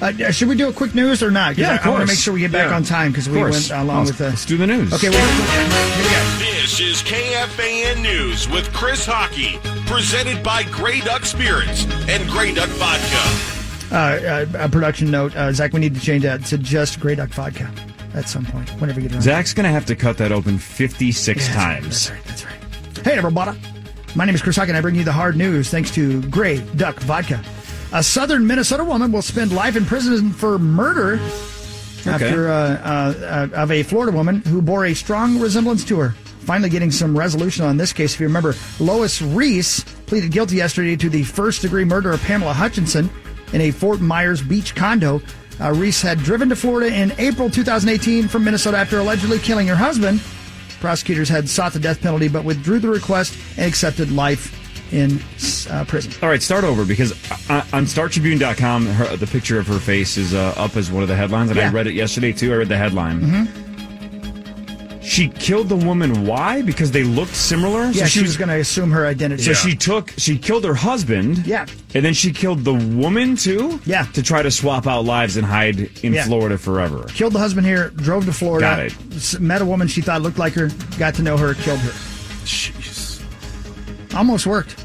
Speaker 7: Uh, yeah, should we do a quick news or not? 'Cause
Speaker 9: Yeah,
Speaker 7: I,
Speaker 9: of
Speaker 7: I want
Speaker 9: course.
Speaker 7: to make sure we get back
Speaker 9: Yeah.
Speaker 7: on time because
Speaker 9: Of
Speaker 7: we
Speaker 9: course.
Speaker 7: went along with
Speaker 9: Let's-
Speaker 7: the.
Speaker 9: let's do the news.
Speaker 7: Okay, well, here we go.
Speaker 19: this is KFAN News with Chris Hockey, presented by Grey Duck Spirits and Grey Duck Vodka.
Speaker 7: Uh, uh, a production note, uh, Zach. We need to change that to just Grey Duck vodka at some point. Whenever you get around.
Speaker 9: Zach's going to have to cut that open 56
Speaker 7: Yeah, that's-
Speaker 9: times.
Speaker 7: Hey, everybody. My name is Chris Hock, and I bring you the hard news thanks to Grey Duck Vodka. A southern Minnesota woman will spend life in prison for murder after uh, uh, uh, of a Florida woman who bore a strong resemblance to her. Finally, getting some resolution on this case. If you remember, Lois Reese pleaded guilty yesterday to the first degree murder of Pamela Hutchinson in a Fort Myers Beach condo. Uh, Reese had driven to Florida in April 2018 from Minnesota after allegedly killing her husband. Prosecutors had sought the death penalty but withdrew the request and accepted life in uh, prison.
Speaker 9: All right, start over because uh, on StarTribune.com, her, the picture of her face is uh, up as one of the headlines, and I
Speaker 7: Yeah.
Speaker 9: read it yesterday too. I read the headline.
Speaker 7: Mm-hmm.
Speaker 9: She killed the woman. Why? Because they looked similar.
Speaker 7: Yeah,
Speaker 9: so
Speaker 7: she was going to assume her identity.
Speaker 9: So she took. She killed her husband.
Speaker 7: Yeah.
Speaker 9: And then she killed the woman too. Yeah. To try to swap out lives and hide in
Speaker 7: Yeah.
Speaker 9: Florida forever.
Speaker 7: Killed the husband here, drove to Florida.
Speaker 9: Got it.
Speaker 7: s- Met a woman she thought looked like her, got to know her, killed her. Jeez. Almost worked.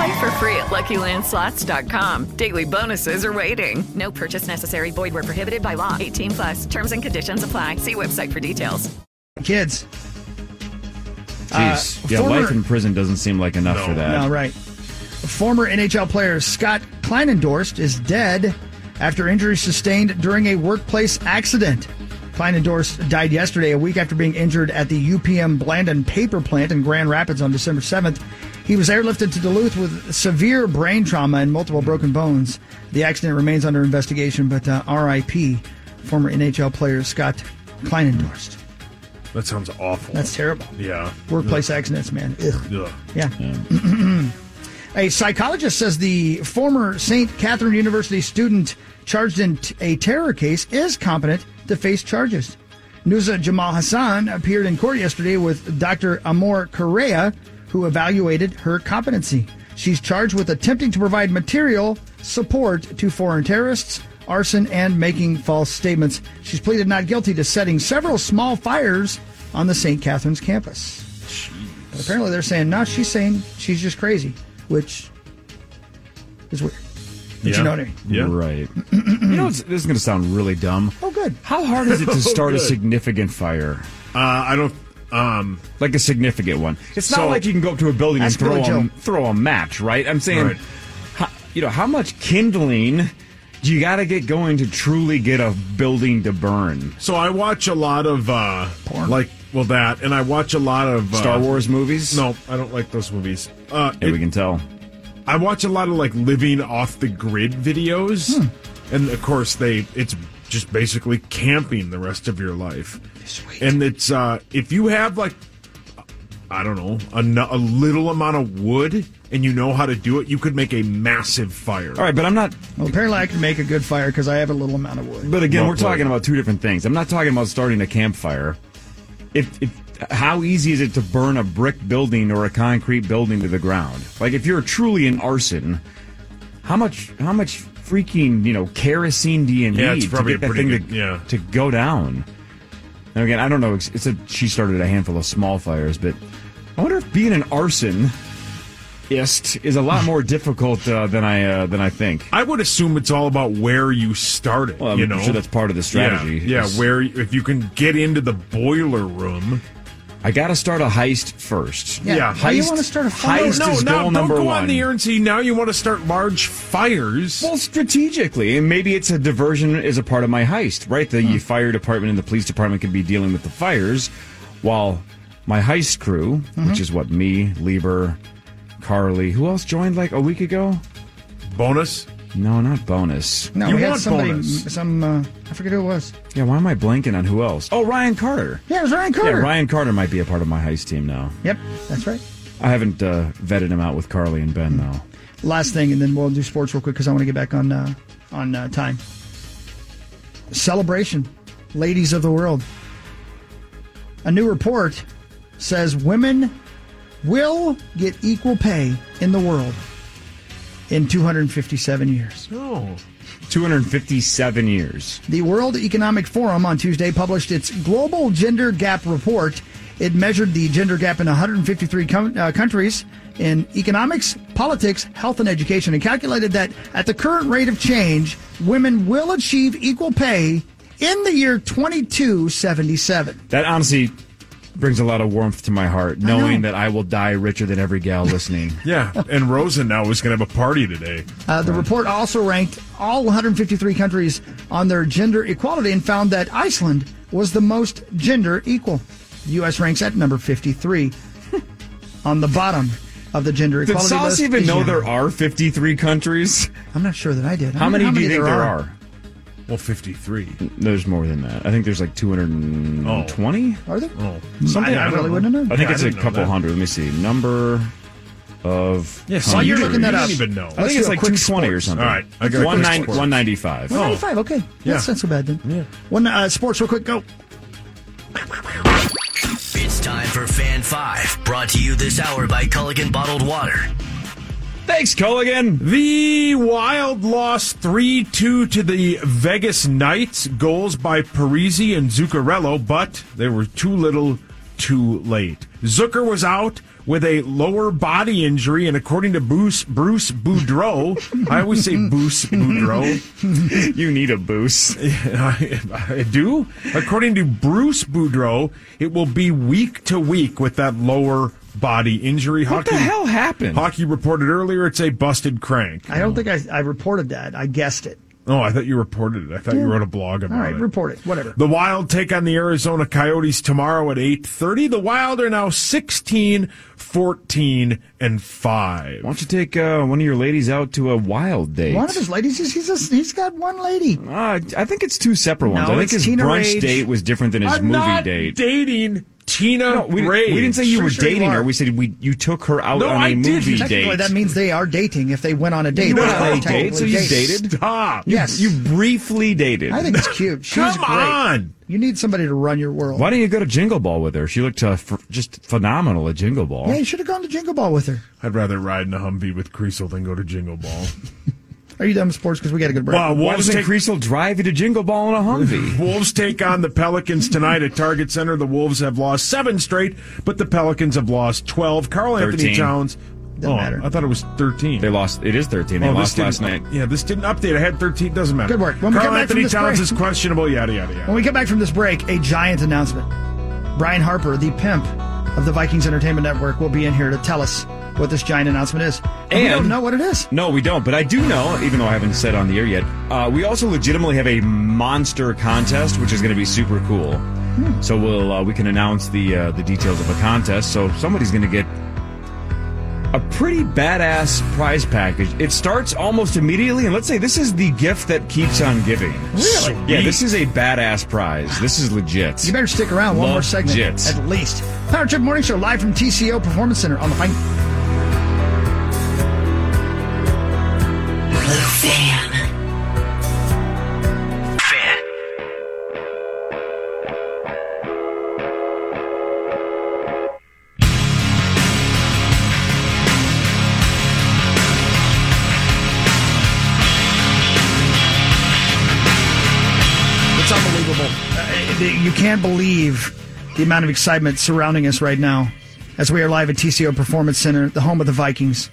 Speaker 24: Play for free at LuckyLandSlots.com. Daily bonuses are waiting. No purchase necessary. Void where prohibited by law. 18 plus. Terms and conditions apply. See website for details.
Speaker 7: Kids.
Speaker 9: Jeez.
Speaker 7: Uh,
Speaker 9: yeah,
Speaker 7: former-
Speaker 9: life in prison doesn't seem like enough for that.
Speaker 7: Oh, No, right. Former NHL player Scott Kleinendorst is dead after injury sustained during a workplace accident. Kleinendorst died yesterday, a week after being injured at the UPM Blandon paper plant in Grand Rapids on December 7th. He was airlifted to Duluth with severe brain trauma and multiple broken bones. The accident remains under investigation, but uh, RIP, former NHL player Scott Kleinendorst.
Speaker 3: That sounds awful.
Speaker 7: That's terrible.
Speaker 3: Yeah.
Speaker 7: Workplace accidents, man. Ugh.
Speaker 3: Ugh.
Speaker 7: Yeah. a psychologist says the former St. Catherine University student charged in t- a terror case is competent to face charges. Nusa Jamal Hassan appeared in court yesterday with Dr. Amor Correa, who evaluated her competency. She's charged with attempting to provide material support to foreign terrorists, arson, and making false statements. She's pleaded not guilty to setting several small fires on the St. Catherine's campus. But apparently, they're saying, no, she's saying she's just crazy, which is weird. But you know what I mean?
Speaker 9: Yeah. Right. you know, it's, this is going to sound really dumb.
Speaker 7: Oh, good.
Speaker 9: How hard is it
Speaker 3: Oh,
Speaker 9: to start a
Speaker 3: good.
Speaker 9: significant fire?
Speaker 3: Uh, I don't. Um,
Speaker 9: like a significant one. It's not
Speaker 3: So-
Speaker 9: like you can go up to a building and
Speaker 3: Ask Billy
Speaker 9: throw a,
Speaker 3: Joe.
Speaker 9: throw a match, right? I'm saying,
Speaker 3: Right.
Speaker 9: how, you know, how much kindling do you got to get going to truly get a building to burn?
Speaker 3: So I watch a lot of uh, like well that, and I watch a lot of uh,
Speaker 9: Star Wars movies.
Speaker 3: No, I don't like those movies. Uh,
Speaker 9: Yeah, we can tell.
Speaker 3: I watch a lot of like living off the grid videos,
Speaker 9: Hmm.
Speaker 3: and of course they it's just basically camping the rest of your life. Sweet. And it's uh, if you have like I don't know a, nu- a little amount of wood and you know how to do it, you could make a massive fire.
Speaker 9: All right, but I'm not.
Speaker 7: Well, apparently, I can make a good fire because I have a little amount of wood.
Speaker 9: But again,
Speaker 3: Well
Speaker 9: we're
Speaker 3: played.
Speaker 9: talking about two different things. I'm not talking about starting a campfire. If, if how easy is it to burn a brick building or a concrete building to the ground? Like if you're truly an arson, how much how much freaking you know kerosene do you
Speaker 3: Yeah,
Speaker 9: need
Speaker 3: it's probably
Speaker 9: to get that
Speaker 3: pretty
Speaker 9: thing
Speaker 3: good-
Speaker 9: to,
Speaker 3: yeah.
Speaker 9: to go down? And again, I don't know. It's, it's a, she started a handful of small fires, but I wonder if being an arsonist is a lot more difficult uh, than I uh, than I think.
Speaker 3: I would assume it's all about where you started.
Speaker 9: Well, I'm
Speaker 3: you know,
Speaker 9: sure that's part of the strategy.
Speaker 3: Yeah,
Speaker 9: It's-
Speaker 3: yeah where if you can get into the boiler room.
Speaker 9: I got to start a heist first.
Speaker 3: Yeah, Oh,
Speaker 7: why you wanna start a fire?
Speaker 9: Heist
Speaker 3: no,
Speaker 9: is
Speaker 3: no,
Speaker 9: goal
Speaker 3: don't
Speaker 9: number
Speaker 3: go
Speaker 9: one.
Speaker 3: on the air and say now you want to start large fires.
Speaker 9: Well, strategically, and maybe it's a diversion is a part of my heist, right? The
Speaker 3: Hmm.
Speaker 9: fire department and the police department could be dealing with the fires, while my heist crew,
Speaker 3: Mm-hmm.
Speaker 9: which is what me, Lieber, Carly, who else joined like a week ago?
Speaker 3: Bonus?
Speaker 9: No, not bonus.
Speaker 7: No, we had somebody, some, uh, I forget who it was.
Speaker 9: Yeah, why am I blanking on who else? Oh, Ryan Carter.
Speaker 7: Yeah, it was Ryan Carter.
Speaker 9: Yeah, Ryan Carter might be a part of my heist team now.
Speaker 7: Yep, that's right.
Speaker 9: I haven't uh, vetted him out with Carly and
Speaker 7: Hmm.
Speaker 9: Ben though.
Speaker 7: Last thing, and then we'll do sports real quick because I want to get back on uh, on uh, time. Celebration, ladies of the world. A new report says women will get equal pay in the world in 257 years.
Speaker 3: Oh.
Speaker 9: 257 years.
Speaker 7: The World Economic Forum on Tuesday published its Global Gender Gap Report. It measured the gender gap in 153 com- uh, countries in economics, politics, health, and education, and calculated that at the current rate of change, women will achieve equal pay in the year 2277.
Speaker 9: That honestly brings a lot of warmth to my heart,
Speaker 7: know.
Speaker 9: knowing that I will die richer than every gal listening.
Speaker 3: yeah, and Rosen now is going to have a party today.
Speaker 7: Uh, the report also ranked all 153 countries on their gender equality and found that Iceland was the most gender equal. The U.S. ranks at number 53 on the bottom of the gender
Speaker 9: Did
Speaker 7: equality
Speaker 9: Sauce
Speaker 7: list.
Speaker 9: even
Speaker 7: is
Speaker 9: know
Speaker 7: Europe.
Speaker 9: there are 53 countries?
Speaker 7: I'm not sure that I did. I
Speaker 9: How
Speaker 7: don't
Speaker 9: many
Speaker 7: know
Speaker 9: do you think there are?
Speaker 3: Well, 53.
Speaker 9: There's more than that. I think there's like 220.
Speaker 7: Are there?
Speaker 3: Oh.
Speaker 9: Something
Speaker 7: I, I really wouldn't know.
Speaker 9: I think
Speaker 3: Yeah,
Speaker 9: it's
Speaker 3: I
Speaker 9: a
Speaker 3: didn't know
Speaker 9: couple
Speaker 3: that.
Speaker 9: hundred. Let me see. Number of.
Speaker 3: Yeah, so you're
Speaker 9: countries.
Speaker 3: looking that You up. don't even know.
Speaker 9: I
Speaker 3: Let's
Speaker 9: think
Speaker 3: do
Speaker 9: it's
Speaker 3: a
Speaker 9: like
Speaker 3: quick
Speaker 9: 220 or
Speaker 3: sports.
Speaker 9: something.
Speaker 3: All right. I got a
Speaker 9: One
Speaker 3: quick
Speaker 9: nine-
Speaker 3: sports.
Speaker 9: 195.
Speaker 7: 195, Oh. okay.
Speaker 9: Yeah.
Speaker 7: That's not so bad then. Yeah. One uh, sports real quick, go.
Speaker 26: It's time for Fan 5, brought to you this hour by Culligan Bottled Water.
Speaker 9: Thanks, Culligan.
Speaker 3: The Wild lost 3 2 to the Vegas Knights. Goals by Parisi and Zuccarello, but they were too little, too late. Zucker was out with a lower body injury, and according to Bruce, Bruce Boudreau, I always say Bruce Boudreau.
Speaker 9: you need a boost.
Speaker 3: I, I do. According to Bruce Boudreau, it will be week to week with that lower body injury.
Speaker 9: What the hell happened?
Speaker 3: Hockey reported earlier it's a busted crank.
Speaker 7: I don't think I, I reported that. I guessed it.
Speaker 3: Oh, I thought you reported it. I thought
Speaker 7: Yeah.
Speaker 3: you wrote a blog about
Speaker 7: All right,
Speaker 3: it.
Speaker 7: report it. Whatever.
Speaker 3: The Wild take on the Arizona Coyotes tomorrow at 8:30. The Wild are now 16, 14 and 5.
Speaker 9: Why don't you take uh, one of your ladies out to a wild date?
Speaker 7: One of his ladies is he's a, he's got one lady.
Speaker 9: Uh, I think it's two separate ones.
Speaker 7: No,
Speaker 9: I
Speaker 7: it's
Speaker 9: think his
Speaker 7: Tina
Speaker 9: brunch
Speaker 7: Rage.
Speaker 9: date was different than his
Speaker 3: I'm
Speaker 9: movie
Speaker 3: not
Speaker 9: date.
Speaker 3: dating Tina
Speaker 9: No, we,
Speaker 3: Rage.
Speaker 9: we didn't say you
Speaker 3: Sure,
Speaker 9: were
Speaker 3: sure
Speaker 9: dating
Speaker 3: are.
Speaker 9: her. We said we you took her out
Speaker 3: No,
Speaker 9: on a
Speaker 3: I didn't.
Speaker 9: movie
Speaker 7: Technically,
Speaker 9: date.
Speaker 7: that means they are dating if they went on a date.
Speaker 9: you
Speaker 7: which
Speaker 9: went on a
Speaker 7: they
Speaker 9: date, so you
Speaker 7: technically date.
Speaker 9: dated.
Speaker 3: Stop.
Speaker 9: You,
Speaker 7: Yes.
Speaker 9: you briefly dated.
Speaker 7: I think it's cute. She's
Speaker 3: Come
Speaker 7: great.
Speaker 3: on.
Speaker 7: You need somebody to run your world.
Speaker 9: Why don't you go to Jingle Ball with her? She looked uh, f- just phenomenal at Jingle Ball.
Speaker 7: Yeah, you should have gone to Jingle Ball with her.
Speaker 3: I'd rather ride in a Humvee with Creasel than go to Jingle Ball.
Speaker 7: Are you done with sports? Because we got a good break.
Speaker 3: Wow,
Speaker 9: Why
Speaker 3: Wolves
Speaker 9: doesn't
Speaker 3: take,
Speaker 9: Creasel drive you to Jingle Ball in a Humvee?
Speaker 3: Wolves take on the Pelicans tonight at Target Center. The Wolves have lost seven straight, but the Pelicans have lost 12. Carl Anthony
Speaker 9: Thirteen.
Speaker 3: Towns.
Speaker 7: Doesn't
Speaker 3: oh,
Speaker 7: matter.
Speaker 3: I thought it was 13.
Speaker 9: they lost. It is thirteen. They
Speaker 3: Oh,
Speaker 9: lost
Speaker 3: this
Speaker 9: last night.
Speaker 3: didn't- Yeah, this didn't update. I had 13. Doesn't matter.
Speaker 7: Good work. When we come
Speaker 3: Carl
Speaker 7: back from
Speaker 3: Anthony
Speaker 7: this
Speaker 3: Towns
Speaker 7: break-
Speaker 3: is questionable, yada, yada, yada.
Speaker 7: When we come back from this break, a giant announcement. Brian Harper, the pimp of the Vikings Entertainment Network, will be in here to tell us what this giant announcement is. And, we
Speaker 9: And-
Speaker 7: don't know what it is.
Speaker 9: No, we don't. But I do know, even though I haven't said on the air yet, uh, we also legitimately have a monster contest, which is going to be super cool.
Speaker 7: Hmm.
Speaker 9: So we'll uh, we can announce the uh, the details of the contest. So somebody's going to get a pretty badass prize package. It starts almost immediately, and let's say this is the gift that keeps on giving.
Speaker 7: Really?
Speaker 9: Yeah, this is a badass prize. This is legit.
Speaker 7: You better stick around one more segment
Speaker 9: Legit.
Speaker 7: at least. Power Trip Morning Show live from TCO Performance Center on the Pine. It's unbelievable. Uh, the- you can't believe the amount of excitement surrounding us right now as we are live at TCO Performance Center, the home of the Vikings.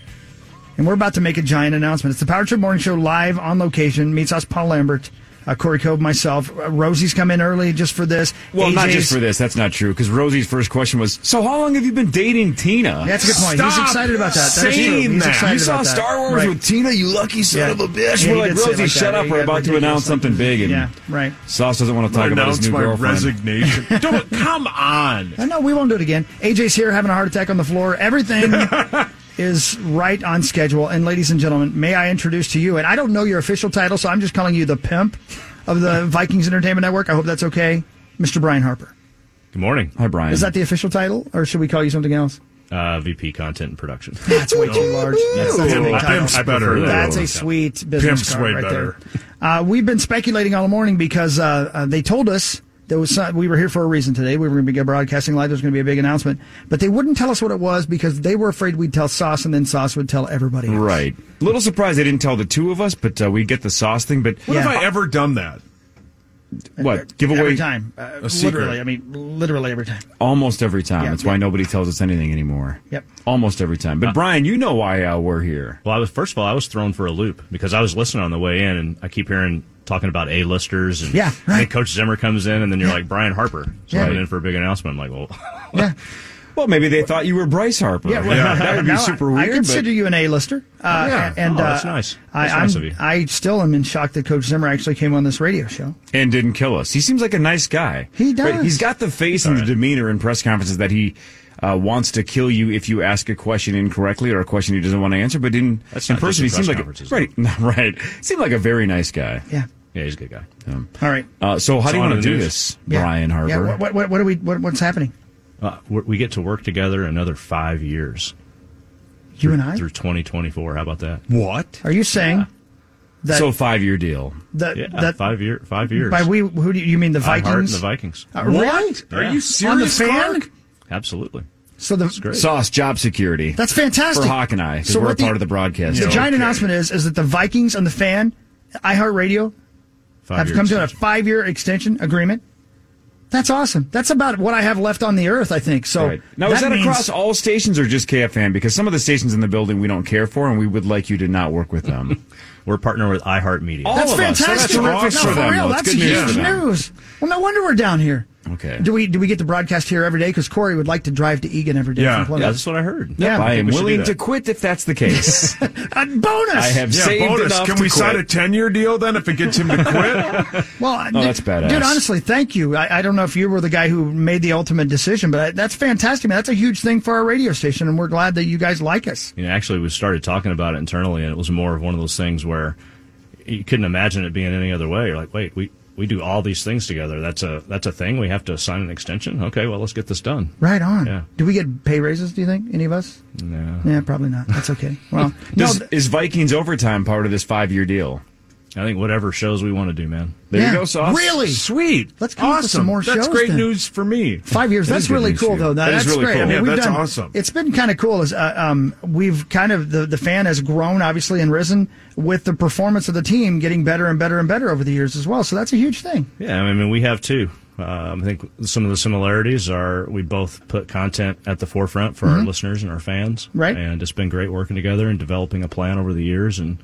Speaker 7: And we're about to make a giant announcement. It's the Power Trip Morning Show live on location. Meets us, Paul Lambert, uh, Corey Cove, myself. Uh, Rosie's come in early just for this.
Speaker 9: Well, not
Speaker 7: AJ's
Speaker 9: just for this. That's not true. Because Rosie's first question was, "So how long have you been dating Tina?"
Speaker 7: That's a good point. He's
Speaker 3: Stop
Speaker 7: excited about that. That's true.
Speaker 3: saying
Speaker 7: He's
Speaker 3: that.
Speaker 7: excited
Speaker 9: you saw
Speaker 7: about that.
Speaker 9: Star Wars
Speaker 7: Right.
Speaker 9: with Tina, you lucky son
Speaker 7: Yeah.
Speaker 9: of a bitch.
Speaker 7: Yeah, he
Speaker 9: We're like,
Speaker 7: did say it
Speaker 9: Rosie,
Speaker 7: like
Speaker 9: shut
Speaker 7: that.
Speaker 9: up.
Speaker 7: He
Speaker 9: We're
Speaker 7: got
Speaker 9: about to
Speaker 7: ridiculous
Speaker 9: announce something big. And
Speaker 7: Yeah, right.
Speaker 9: Sauce doesn't want to talk about his
Speaker 3: Announce
Speaker 9: new
Speaker 3: my
Speaker 9: girlfriend.
Speaker 3: resignation. Don't come on.
Speaker 7: Uh, no, we won't do it again. AJ's here having a heart attack on the floor. Everything is right on schedule. And ladies and gentlemen, may I introduce to you, and I don't know your official title, so I'm just calling you the pimp of the Vikings Entertainment Network. I hope that's okay. Mr. Brian Harper.
Speaker 12: Good morning.
Speaker 9: Hi, Brian.
Speaker 7: Is that the official title, or should we call you something else?
Speaker 12: Uh, VP Content and Production.
Speaker 7: That's way too large. That's, that's a big
Speaker 3: Ooh,
Speaker 7: title.
Speaker 3: pimp's better.
Speaker 7: That's a sweet business
Speaker 3: Pimp's
Speaker 7: card
Speaker 3: way
Speaker 7: right
Speaker 3: better.
Speaker 7: there. Uh, we've been speculating all morning because uh, uh, they told us there was some, we were here for a reason today. We were going to be broadcasting live. There was going to be a big announcement, but they wouldn't tell us what it was because they were afraid we'd tell Sauce, and then Sauce would tell everybody. else.
Speaker 9: Right. Little surprised they didn't tell the two of us, but uh, we get the sauce thing. But
Speaker 3: What have I ever done that?
Speaker 9: what give away
Speaker 7: every time? Uh,
Speaker 3: A secret.
Speaker 7: Literally, I mean, literally every time.
Speaker 9: almost every time.
Speaker 7: Yeah,
Speaker 9: That's
Speaker 7: yeah.
Speaker 9: why nobody tells us anything anymore.
Speaker 7: Yep.
Speaker 9: Almost every time. But Brian, you know why uh, we're here.
Speaker 12: Well, I was first of all, I was thrown for a loop because I was listening on the way in, and I keep hearing talking about A-listers, and
Speaker 7: Yeah,
Speaker 12: and then
Speaker 7: right.
Speaker 12: Coach Zimmer comes in, and then you're like Brian Harper, so
Speaker 7: Yeah.
Speaker 12: I'm in for a big announcement. I'm like, well,
Speaker 7: Yeah,
Speaker 9: Well, maybe they thought you were Bryce Harper.
Speaker 7: yeah. well,
Speaker 9: That would be
Speaker 7: now I-
Speaker 9: super weird.
Speaker 7: I consider
Speaker 9: but-
Speaker 7: you an A-lister. Uh,
Speaker 9: Yeah.
Speaker 7: and
Speaker 12: Oh,
Speaker 7: uh,
Speaker 12: that's nice.
Speaker 7: I,
Speaker 12: That's nice
Speaker 7: I'm-
Speaker 12: of you.
Speaker 7: I still am in shock that Coach Zimmer actually came on this radio show.
Speaker 9: and didn't kill us. He seems like a nice guy.
Speaker 7: He
Speaker 9: But
Speaker 7: does.
Speaker 9: he's got the face and the demeanor in press conferences that he uh, wants to kill you if you ask a question incorrectly or a question he doesn't want to answer. But in
Speaker 12: That's
Speaker 9: in
Speaker 12: not just
Speaker 9: person,
Speaker 12: in
Speaker 9: he seemed like
Speaker 12: press
Speaker 9: a, right, right. Seemed like a very nice guy.
Speaker 7: Yeah.
Speaker 12: yeah, he's a good guy.
Speaker 9: Um,
Speaker 7: All right.
Speaker 9: uh, so how
Speaker 12: It's
Speaker 9: do you
Speaker 12: on
Speaker 9: want to
Speaker 12: the
Speaker 9: do
Speaker 12: news.
Speaker 9: this,
Speaker 7: Yeah.
Speaker 9: Brian Harper?
Speaker 7: Yeah. What, what, what are we? What, what's happening?
Speaker 12: Uh, we we get to work together another five years
Speaker 7: You and I.
Speaker 12: through 2024. How about that?
Speaker 3: What?
Speaker 7: Are you saying that
Speaker 9: so five year deal.
Speaker 7: that,
Speaker 12: Yeah,
Speaker 7: that
Speaker 12: five year, five years.
Speaker 7: by we who do you, you mean the
Speaker 12: I'm Hart and
Speaker 7: Vikings?
Speaker 12: the Vikings.
Speaker 7: Uh, really?
Speaker 3: Are
Speaker 12: Yeah.
Speaker 3: you serious,
Speaker 7: On the fan?
Speaker 3: Clark?
Speaker 12: Absolutely.
Speaker 7: So the
Speaker 9: Sauce job security.
Speaker 7: That's fantastic.
Speaker 9: For Hawk and I, because
Speaker 7: So
Speaker 9: we're a
Speaker 7: what the-
Speaker 9: part of the broadcast.
Speaker 7: The giant announcement is is that the Vikings and the fan, iHeartRadio, have come to a five year extension agreement. That's awesome. That's about what I have left on the earth, I think. So
Speaker 9: Right. Now, is that
Speaker 7: means-
Speaker 9: across all stations or just KFN? Because some of the stations in the building we don't care for, and we would like you to not work with them.
Speaker 12: we're partner with iHeartMedia.
Speaker 9: All
Speaker 7: that's
Speaker 9: of us. So
Speaker 7: fantastic.
Speaker 9: that's terrific
Speaker 7: no,
Speaker 9: for them,
Speaker 7: real,
Speaker 9: though. It's
Speaker 7: that's
Speaker 9: good news for
Speaker 7: huge
Speaker 9: them.
Speaker 7: news. Well, no wonder we're down here.
Speaker 9: Okay.
Speaker 7: Do we do we get to broadcast here every day? Because Corey would like to drive to Egan every day.
Speaker 9: Yeah.
Speaker 7: from Plymouth.
Speaker 9: Yeah, that's what I heard. Yep,
Speaker 7: Yeah, Uh,
Speaker 9: I am willing to quit if that's the case.
Speaker 7: A bonus.
Speaker 9: I have
Speaker 3: yeah,
Speaker 9: saved
Speaker 3: bonus.
Speaker 9: enough
Speaker 3: Can
Speaker 9: to
Speaker 3: we sign a
Speaker 9: quit.
Speaker 3: ten-year deal then if it gets him to quit?
Speaker 7: Well, I-
Speaker 9: Oh, that's badass.
Speaker 7: Dude, honestly, thank you. I, I don't know if you were the guy who made the ultimate decision, but I, that's fantastic, man. That's a huge thing for our radio station, and we're glad that you guys like us.
Speaker 12: You know, actually, we started talking about it internally, and it was more of one of those things where you couldn't imagine it being any other way. You're like, wait, we we do all these things together. That's a that's a thing. We have to sign an extension. Okay, well, let's get this done.
Speaker 7: Right on.
Speaker 12: Yeah.
Speaker 7: Do we get pay raises, do you think? Any of us?
Speaker 12: No.
Speaker 7: Yeah, probably not. That's okay. Well,
Speaker 9: Does- is Vikings overtime part of this five-year deal?
Speaker 12: I think whatever shows we want to do, man.
Speaker 9: There
Speaker 7: Yeah.
Speaker 9: you go, sauce.
Speaker 7: Really?
Speaker 3: Sweet.
Speaker 7: Let's come up with some more shows then.
Speaker 3: for me.
Speaker 7: Five years.
Speaker 3: That is
Speaker 7: that's
Speaker 3: good
Speaker 7: really
Speaker 3: news
Speaker 7: cool,
Speaker 3: for you.
Speaker 7: though. That,
Speaker 3: That is
Speaker 7: that's
Speaker 3: really
Speaker 7: great.
Speaker 3: cool.
Speaker 7: I mean,
Speaker 3: Yeah,
Speaker 7: we've
Speaker 3: that's
Speaker 7: done-
Speaker 3: awesome.
Speaker 7: It's been kind of cool. As uh, um, we've kind of the the fan has grown, obviously, and risen with the performance of the team getting better and better and better over the years as well. So that's a huge thing.
Speaker 12: Yeah, I mean, we have too. Um, I think some of the similarities are we both put content at the forefront for our
Speaker 7: Mhm.
Speaker 12: listeners and our fans.
Speaker 7: Right.
Speaker 12: And it's been great working together and developing a plan over the years. And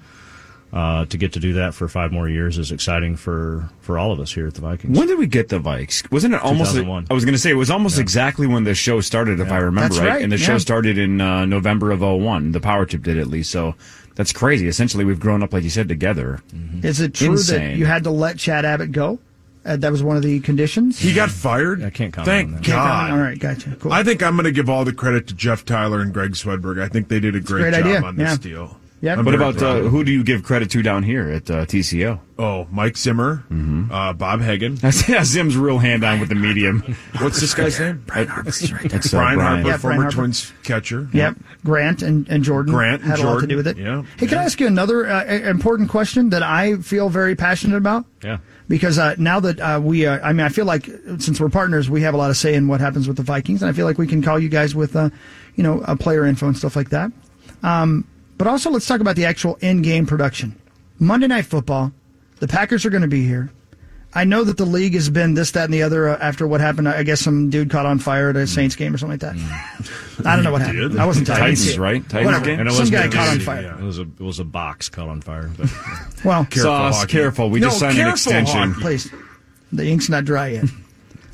Speaker 12: uh, to get to do that for five more years is exciting for, for all of us here at the Vikings.
Speaker 9: When did we get the Vikes? Wasn't it almost?
Speaker 12: 2001.
Speaker 9: I was going to say it was almost exactly when the show started, if I remember
Speaker 12: That's right,
Speaker 9: And the
Speaker 12: yeah.
Speaker 9: show started in uh, November of 01. The Power Trip did at least. So that's crazy. Essentially, we've grown up, like you said, together.
Speaker 12: Mm-hmm.
Speaker 7: Is it true that
Speaker 9: Insane.
Speaker 7: you had to let Chad Abbott go? Uh, that was one of the conditions.
Speaker 3: He got fired. I
Speaker 12: can't comment.
Speaker 3: Thank
Speaker 7: Can't
Speaker 3: God.
Speaker 7: comment. All right, gotcha. Cool.
Speaker 3: I think I'm going to give all the credit to Jeff Tyler and Greg Swedberg. I think they did a great,
Speaker 7: great
Speaker 3: job
Speaker 7: idea.
Speaker 3: on this
Speaker 7: Yeah.
Speaker 3: deal.
Speaker 7: Yep.
Speaker 3: I'm
Speaker 9: What
Speaker 3: very
Speaker 9: about
Speaker 3: proud
Speaker 9: uh,
Speaker 3: of them.
Speaker 9: who do you give credit to down here at uh, TCO?
Speaker 3: Oh, Mike Zimmer, uh, Bob Hagan.
Speaker 9: Mm-hmm. That's yeah, Zim's real hand on with the medium. What's this guy's name?
Speaker 3: Brian
Speaker 9: Harper's right That's, uh,
Speaker 3: Brian, Harper,
Speaker 7: Yeah, Brian
Speaker 3: former
Speaker 7: Harper.
Speaker 3: Twins catcher.
Speaker 7: Yep. Grant and, and Jordan
Speaker 3: Grant and
Speaker 7: had a lot to
Speaker 3: Jordan,
Speaker 7: do with it.
Speaker 3: yeah,
Speaker 7: Hey, can I ask you another uh, i- important question that I feel very passionate about?
Speaker 12: Yeah.
Speaker 7: Because uh, now that uh, we, uh, I mean, I feel like uh, since we're partners, we have a lot of say in what happens with the Vikings, and I feel like we can call you guys with, uh, you know, uh, player info and stuff like that. Um, but also, let's talk about the actual in-game production. Monday Night Football, the Packers are going to be here. I know that the league has been this, that, and the other uh, after what happened. I guess some dude caught on fire at a Saints game or something like that. I don't know what
Speaker 12: Mm. He
Speaker 7: happened.
Speaker 12: did?
Speaker 7: I wasn't tired. I didn't see it. Whatever.
Speaker 12: And it
Speaker 7: Some
Speaker 12: wasn't
Speaker 7: guy
Speaker 12: really
Speaker 7: caught on
Speaker 12: easy,
Speaker 7: fire.
Speaker 12: yeah. It was a it was a box caught on fire. But,
Speaker 7: Well,
Speaker 9: Sauce, careful. We just
Speaker 7: No,
Speaker 9: signed an
Speaker 7: careful,
Speaker 9: extension.
Speaker 7: Hawk, please. The ink's not dry yet.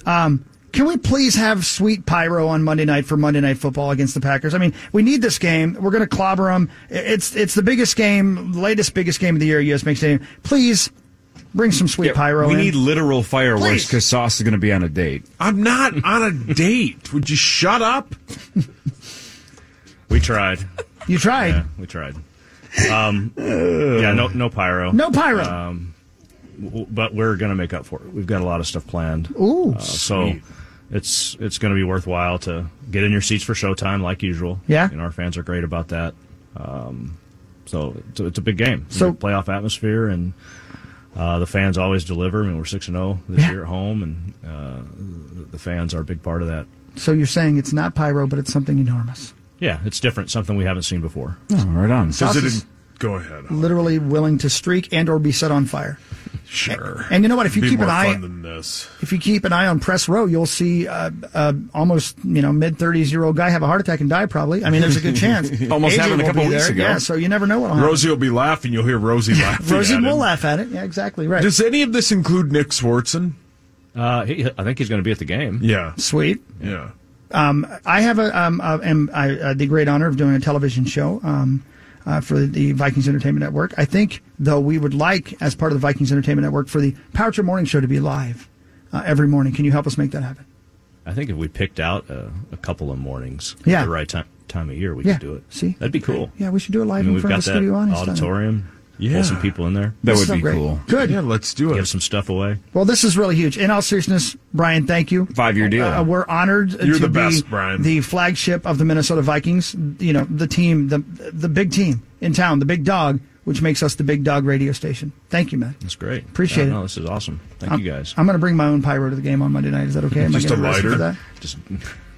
Speaker 7: um, can we please have sweet pyro on Monday night for Monday Night Football against the Packers? I mean, we need this game. We're going to clobber them. It's it's the biggest game, latest biggest game of the year, U.S. Mixed Stadium. Please bring some sweet
Speaker 9: Yeah,
Speaker 7: pyro.
Speaker 9: we
Speaker 7: in.
Speaker 9: need literal fireworks
Speaker 7: Please.
Speaker 9: because Sauce is going to be on a date.
Speaker 3: I'm not on a date. Would you shut up?
Speaker 12: we tried.
Speaker 7: You tried.
Speaker 12: Yeah, we tried. Um, yeah, no, no pyro.
Speaker 7: No pyro.
Speaker 12: Um, w- w- but we're gonna make up for it. We've got a lot of stuff planned. Uh,
Speaker 7: Ooh.
Speaker 12: so
Speaker 7: Sweet.
Speaker 12: it's it's gonna be worthwhile to get in your seats for showtime like usual.
Speaker 7: Yeah.
Speaker 12: and our fans are great about that. Um, so it's a, it's a big game.
Speaker 7: So-
Speaker 12: playoff atmosphere and. Uh, the fans always deliver. I mean, we're six and zero this
Speaker 7: Yeah.
Speaker 12: year at home, and uh, the- the fans are a big part of that.
Speaker 7: So you're saying it's not pyro, but it's something enormous.
Speaker 12: Yeah, it's different. Something we haven't seen before.
Speaker 9: right on.
Speaker 7: Sauce
Speaker 3: it
Speaker 7: is-
Speaker 3: Go ahead.
Speaker 7: Literally willing to streak and or be set on fire.
Speaker 3: Sure.
Speaker 7: And you know what? If you
Speaker 3: Be
Speaker 7: keep an
Speaker 3: more
Speaker 7: eye-
Speaker 3: fun than this.
Speaker 7: If you keep an eye on press row, you'll see uh, uh, almost you know mid thirties year old guy have a heart attack and die. Probably, I mean, there's a good chance.
Speaker 3: Almost
Speaker 7: AJ
Speaker 3: happened a
Speaker 7: will
Speaker 3: couple
Speaker 7: be
Speaker 3: weeks
Speaker 7: there.
Speaker 3: ago.
Speaker 7: Yeah, so you never know what'll happen.
Speaker 3: Rosie will be laughing. You'll hear Rosie laughing.
Speaker 7: Rosie
Speaker 3: at
Speaker 7: will
Speaker 3: him.
Speaker 7: laugh at it. Yeah, exactly right.
Speaker 3: Does any of this include Nick Swartzen?
Speaker 12: Uh, he, I think he's going to be at the game.
Speaker 3: Yeah.
Speaker 7: Sweet.
Speaker 3: Yeah.
Speaker 7: Um, I have a um, uh, am I, uh, the great honor of doing a television show um, uh, for the Vikings Entertainment Network. I think though we would like, as part of the Vikings Entertainment Network, for the Power Trip Morning Show to be live uh, every morning. Can you help us make that happen?
Speaker 12: I think if we picked out a, a couple of mornings
Speaker 7: Yeah.
Speaker 12: at the right time time of year, we
Speaker 7: Yeah,
Speaker 12: could do it.
Speaker 7: see?
Speaker 12: that'd be cool.
Speaker 7: Yeah, we should do it live
Speaker 12: I mean,
Speaker 7: in
Speaker 12: we've
Speaker 7: front
Speaker 12: got
Speaker 7: of the studio uh,
Speaker 12: that
Speaker 7: audience. down there.
Speaker 12: auditorium. Yeah,
Speaker 3: Yeah.
Speaker 12: pull some people in there.
Speaker 7: That That's would so be great. cool. Good.
Speaker 3: Yeah, let's do it.
Speaker 12: Give some stuff away.
Speaker 7: Well, this is really huge. In all seriousness, Brian, thank you.
Speaker 9: Five year deal.
Speaker 7: Uh, we're honored
Speaker 9: You're
Speaker 7: to
Speaker 9: the
Speaker 7: be
Speaker 9: best, Brian.
Speaker 7: the flagship of the Minnesota Vikings. You know, the team, the the big team in town, the big dog, which makes us the big dog radio station. Thank you, man.
Speaker 12: That's great.
Speaker 7: Appreciate
Speaker 12: Yeah,
Speaker 7: it.
Speaker 12: No, this is awesome. Thank
Speaker 7: I'm,
Speaker 12: you guys.
Speaker 7: I'm going to bring my own pyro to the game on Monday night. Is that okay? Am I
Speaker 12: Just a
Speaker 7: getting arrested
Speaker 12: lighter?
Speaker 7: for that?
Speaker 12: Just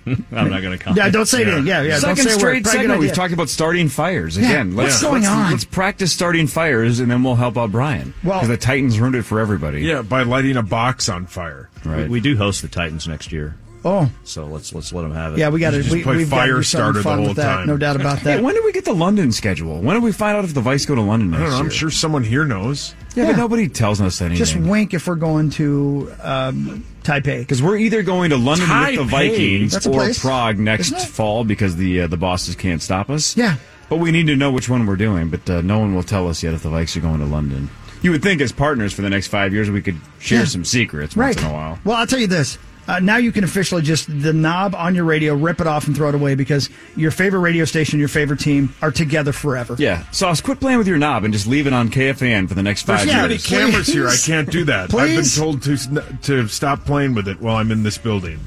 Speaker 12: I'm not going to comment.
Speaker 7: Yeah, don't say anything. Yeah, yeah, don't say
Speaker 9: Second
Speaker 7: a word.
Speaker 9: straight
Speaker 7: Probably a good
Speaker 9: segment we've
Speaker 7: idea.
Speaker 9: talked about starting fires
Speaker 7: Yeah,
Speaker 9: again.
Speaker 7: what's going
Speaker 9: let's,
Speaker 7: on?
Speaker 9: Let's practice starting fires, and then we'll help out Brian.
Speaker 7: Well-
Speaker 9: because the Titans ruined it for everybody.
Speaker 3: Yeah, by lighting a box on fire.
Speaker 12: Right. We, we do host the Titans next year.
Speaker 7: Oh.
Speaker 12: So let's let's let them have it.
Speaker 7: Yeah, we got to.
Speaker 9: just
Speaker 7: We,
Speaker 9: play
Speaker 7: we've got to do
Speaker 9: Firestarter
Speaker 7: something
Speaker 9: the
Speaker 7: fun
Speaker 9: whole
Speaker 7: with that.
Speaker 9: time.
Speaker 7: No doubt about that.
Speaker 9: Hey, when do we get the London schedule? When do we find out if the Vice go to London
Speaker 3: I
Speaker 9: next
Speaker 3: don't know. I'm
Speaker 9: year?
Speaker 3: sure someone here knows.
Speaker 9: Yeah,
Speaker 7: Yeah.
Speaker 9: but nobody tells us anything.
Speaker 7: Just wink if we're going to um, Taipei.
Speaker 9: Because we're either going to London with the
Speaker 7: Taipei. That's
Speaker 9: Vikings
Speaker 7: a
Speaker 9: or
Speaker 7: place,
Speaker 9: Prague next
Speaker 7: isn't it?
Speaker 9: fall because the uh, the bosses can't stop us. Yeah. But we need to know which one we're doing. But uh, no one will tell us yet if the Vikes are going to London. You would think as partners for the next five years we could share
Speaker 7: Yeah.
Speaker 9: some secrets
Speaker 7: Right.
Speaker 9: once in a while.
Speaker 7: Well, I'll tell you this. Uh, now you can officially just the knob on your radio, rip it off, and throw it away because your favorite radio station, your favorite team are together forever.
Speaker 9: Yeah. Sauce, quit playing with your knob and just leave it on KFAN for the next
Speaker 3: There's
Speaker 9: five
Speaker 3: too many
Speaker 9: years.
Speaker 3: cameras here. I can't do that.
Speaker 7: Please?
Speaker 3: I've been told to s- to stop playing with it while I'm in this building.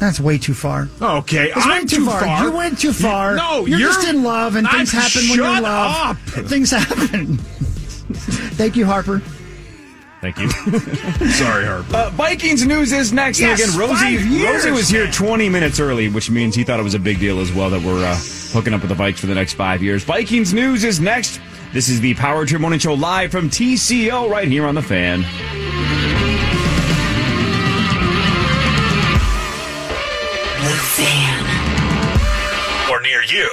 Speaker 7: That's way too far.
Speaker 3: Okay,
Speaker 7: It's
Speaker 3: I'm
Speaker 7: way too, far. You went too far.
Speaker 3: You- no,
Speaker 7: you're,
Speaker 3: you're-
Speaker 7: just in love, and things
Speaker 3: I've-
Speaker 7: happen when you're in
Speaker 3: shut
Speaker 7: love.
Speaker 3: up.
Speaker 7: Things happen. Thank you, Harper.
Speaker 12: Thank you.
Speaker 3: Sorry, Harper.
Speaker 9: Uh, Vikings news is next. And
Speaker 3: Yes,
Speaker 9: again, Rosie,
Speaker 3: five years,
Speaker 9: Rosie was here 20 minutes early, which means he thought it was a big deal as well that we're uh, hooking up with the Vikes for the next five years. Vikings news is next. This is the Power Trip Morning Show live from TCO right here on the fan.
Speaker 19: Or near you.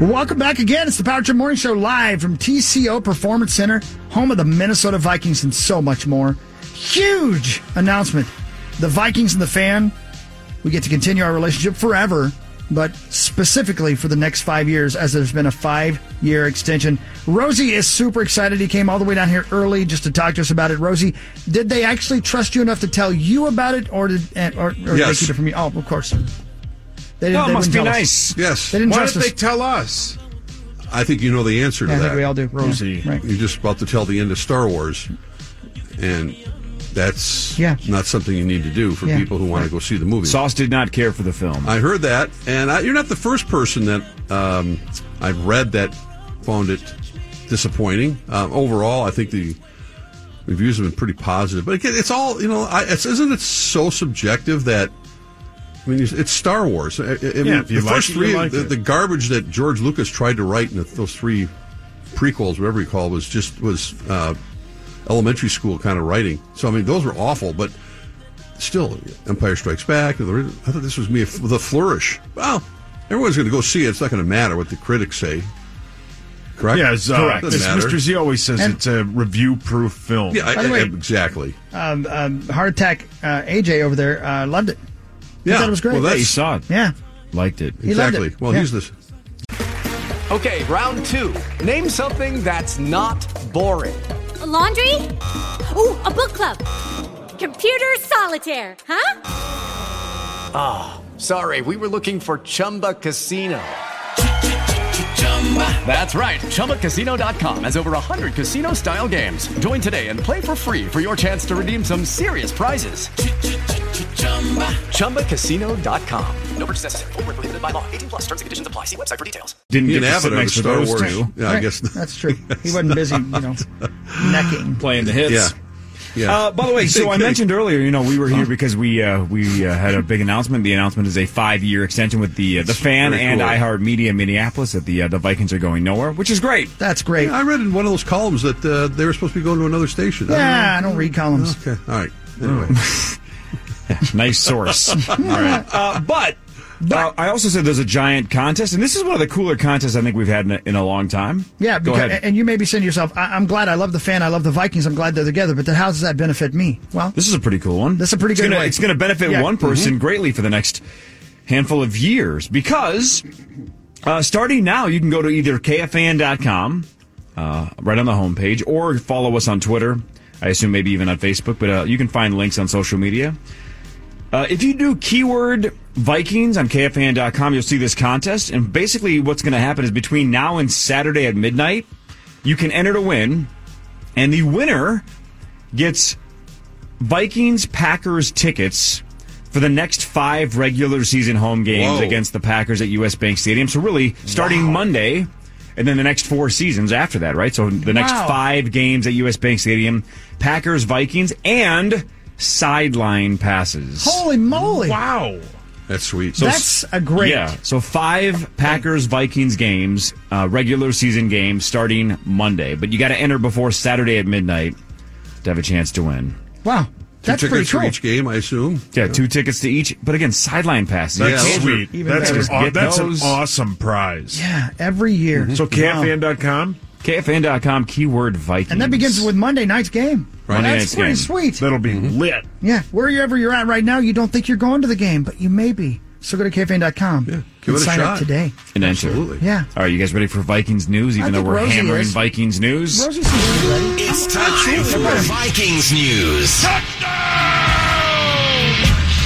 Speaker 7: Well, welcome back again. It's the Power Trip Morning Show live from TCO Performance Center, home of the Minnesota Vikings, and so much more. Huge announcement. The Vikings and the fan, we get to continue our relationship forever, but specifically for the next five years, as there's been a five year extension. Rosie is super excited. He came all the way down here early just to talk to us about it. Rosie, did they actually trust you enough to tell you about it, or did and- or, or
Speaker 3: Yes.
Speaker 7: they keep it from you? Oh, of course. They
Speaker 3: Oh, it must
Speaker 7: wouldn't
Speaker 3: be
Speaker 7: tell us.
Speaker 3: nice. Yes.
Speaker 7: They didn't
Speaker 3: Why
Speaker 7: trust
Speaker 3: did
Speaker 7: us.
Speaker 3: they tell us?
Speaker 13: I think you know the answer to
Speaker 7: Yeah, I
Speaker 13: that.
Speaker 7: think we all do.
Speaker 13: Rosie.
Speaker 7: Yeah, right.
Speaker 13: You're just about to tell the end of Star Wars, and that's
Speaker 7: Yeah.
Speaker 13: not something you need to do for
Speaker 7: Yeah.
Speaker 13: people who want to go see the movie.
Speaker 9: Sauce did not care for the film.
Speaker 13: I heard that, and I, you're not the first person that um, I've read that found it disappointing. Um, overall, I think the reviews have been pretty positive. But again, it's all you know. I, it's, isn't it so subjective that? I mean, it's- it's Star Wars. I, I- I mean,
Speaker 3: if you
Speaker 13: the
Speaker 3: like
Speaker 13: first
Speaker 3: it, you
Speaker 13: three,
Speaker 3: like
Speaker 13: the,
Speaker 3: it.
Speaker 13: the garbage that George Lucas tried to write in the, those three prequels, whatever you call, it, was just was uh, elementary school kind of writing. So I mean, those were awful, but still, Empire Strikes Back. and the- I thought this was me the flourish. Well, everyone's going to go see it. It's not going to matter what the critics say. Correct.
Speaker 3: Yes, uh,
Speaker 13: Correct.
Speaker 3: as
Speaker 13: Doesn't
Speaker 3: Mr.
Speaker 13: matter.
Speaker 3: Z always says,
Speaker 7: And-
Speaker 3: it's a review-proof film.
Speaker 13: Yeah, I,
Speaker 7: By the way-
Speaker 13: I- exactly.
Speaker 7: um, um, Heart Attack uh, AJ over there uh, loved it. He
Speaker 13: Yeah.
Speaker 7: thought it was great.
Speaker 13: Well, that's-
Speaker 9: He saw it.
Speaker 7: Yeah.
Speaker 9: Liked it.
Speaker 7: He loved
Speaker 13: Exactly.
Speaker 7: it.
Speaker 13: Well,
Speaker 7: Yeah.
Speaker 13: he's the
Speaker 17: Okay, round two. Name something that's not boring.
Speaker 18: A laundry? Ooh, a book club. Computer solitaire, huh?
Speaker 17: Ah, sorry, we were looking for Chumba Casino. That's right, ChumbaCasino.com has over 100 casino style games. Join today and play for free for your chance to redeem some serious prizes. ChumbaCasino.com. No purchase necessary, forward prohibited by law, 18 plus terms and conditions apply. See website for details.
Speaker 9: Didn't
Speaker 13: Ian
Speaker 9: get to sit
Speaker 13: Abbott
Speaker 9: next to
Speaker 13: of Star
Speaker 9: those
Speaker 13: Wars.
Speaker 9: two.
Speaker 13: Yeah, I
Speaker 7: Right.
Speaker 13: guess.
Speaker 7: That's true. He wasn't busy, you know, necking.
Speaker 9: Playing the hits.
Speaker 13: Yeah. Yeah.
Speaker 9: Uh, by the way, so I mentioned earlier, you know, we were here because we uh, we uh, had a big announcement. The announcement is a five year extension with the uh, the fan
Speaker 13: very
Speaker 9: and
Speaker 13: cool.
Speaker 9: iHeartMedia in Minneapolis. That the uh, the Vikings are going nowhere, which is great.
Speaker 7: That's great.
Speaker 13: I read in one of those columns that uh, they were supposed to be going to another station.
Speaker 7: Yeah, I don't read columns. Oh.
Speaker 13: Okay. All right. Anyway.
Speaker 9: nice source. All right. uh, but uh, I also said there's a giant contest, and this is one of the cooler contests I think we've had in a, in a long time.
Speaker 7: Yeah,
Speaker 9: go
Speaker 7: because,
Speaker 9: ahead.
Speaker 7: and you may be saying to yourself, I- I'm glad I love the fan, I love the Vikings, I'm glad they're together, but then how does that benefit me? Well,
Speaker 9: This is a pretty cool one.
Speaker 7: That's a pretty
Speaker 9: it's
Speaker 7: good
Speaker 9: gonna,
Speaker 7: way.
Speaker 9: It's going to benefit
Speaker 7: Yeah. Mm-hmm.
Speaker 9: one person greatly for the next handful of years because uh, starting now, you can go to either kfan.com uh, right on the homepage or follow us on Twitter. I assume maybe even on Facebook, but uh, you can find links on social media. Uh, if you do keyword Vikings on KFAN.com, you'll see this contest. And basically, what's going to happen is between now and Saturday at midnight, you can enter to win. And the winner gets Vikings Packers tickets for the next five regular season home games
Speaker 13: Whoa.
Speaker 9: against the Packers at US Bank Stadium. So, really, starting Monday, and then the next four seasons after that, right? So the next
Speaker 11: Wow.
Speaker 9: five games at U.S. Bank Stadium, Packers, Vikings, and sideline passes.
Speaker 7: Holy moly!
Speaker 3: Wow.
Speaker 13: That's sweet.
Speaker 7: That's a great-
Speaker 9: Yeah. So five Packers Vikings games, uh, regular season games starting Monday, but you got to enter before Saturday at midnight to have a chance to win.
Speaker 7: Wow.
Speaker 13: Two
Speaker 9: That's pretty
Speaker 13: tickets for
Speaker 9: cool.
Speaker 13: each game, I assume.
Speaker 9: Yeah, two tickets to each. But again, sideline passes.
Speaker 13: That's
Speaker 9: You can't
Speaker 13: sweet.
Speaker 9: even
Speaker 3: That's,
Speaker 9: just
Speaker 3: an, aw-
Speaker 9: get
Speaker 3: that's an
Speaker 9: those.
Speaker 3: awesome prize.
Speaker 7: Yeah, every year.
Speaker 3: So KFN.com?
Speaker 9: KFN.com, keyword Vikings.
Speaker 7: And that begins with Monday night's game. That's pretty sweet.
Speaker 3: That'll be
Speaker 9: Mm-hmm.
Speaker 3: lit.
Speaker 7: Yeah, wherever you're at right now, you don't think you're going to the game, but you may be. So go to kfan.com. Yeah,
Speaker 9: give it a
Speaker 7: sign up
Speaker 9: shot.
Speaker 7: today.
Speaker 9: And enter.
Speaker 7: Yeah.
Speaker 9: All right, you guys ready for Vikings news? Even though
Speaker 7: think
Speaker 9: we're
Speaker 7: Rosie
Speaker 9: hammering
Speaker 7: is.
Speaker 9: Vikings news.
Speaker 14: It's time for Vikings news.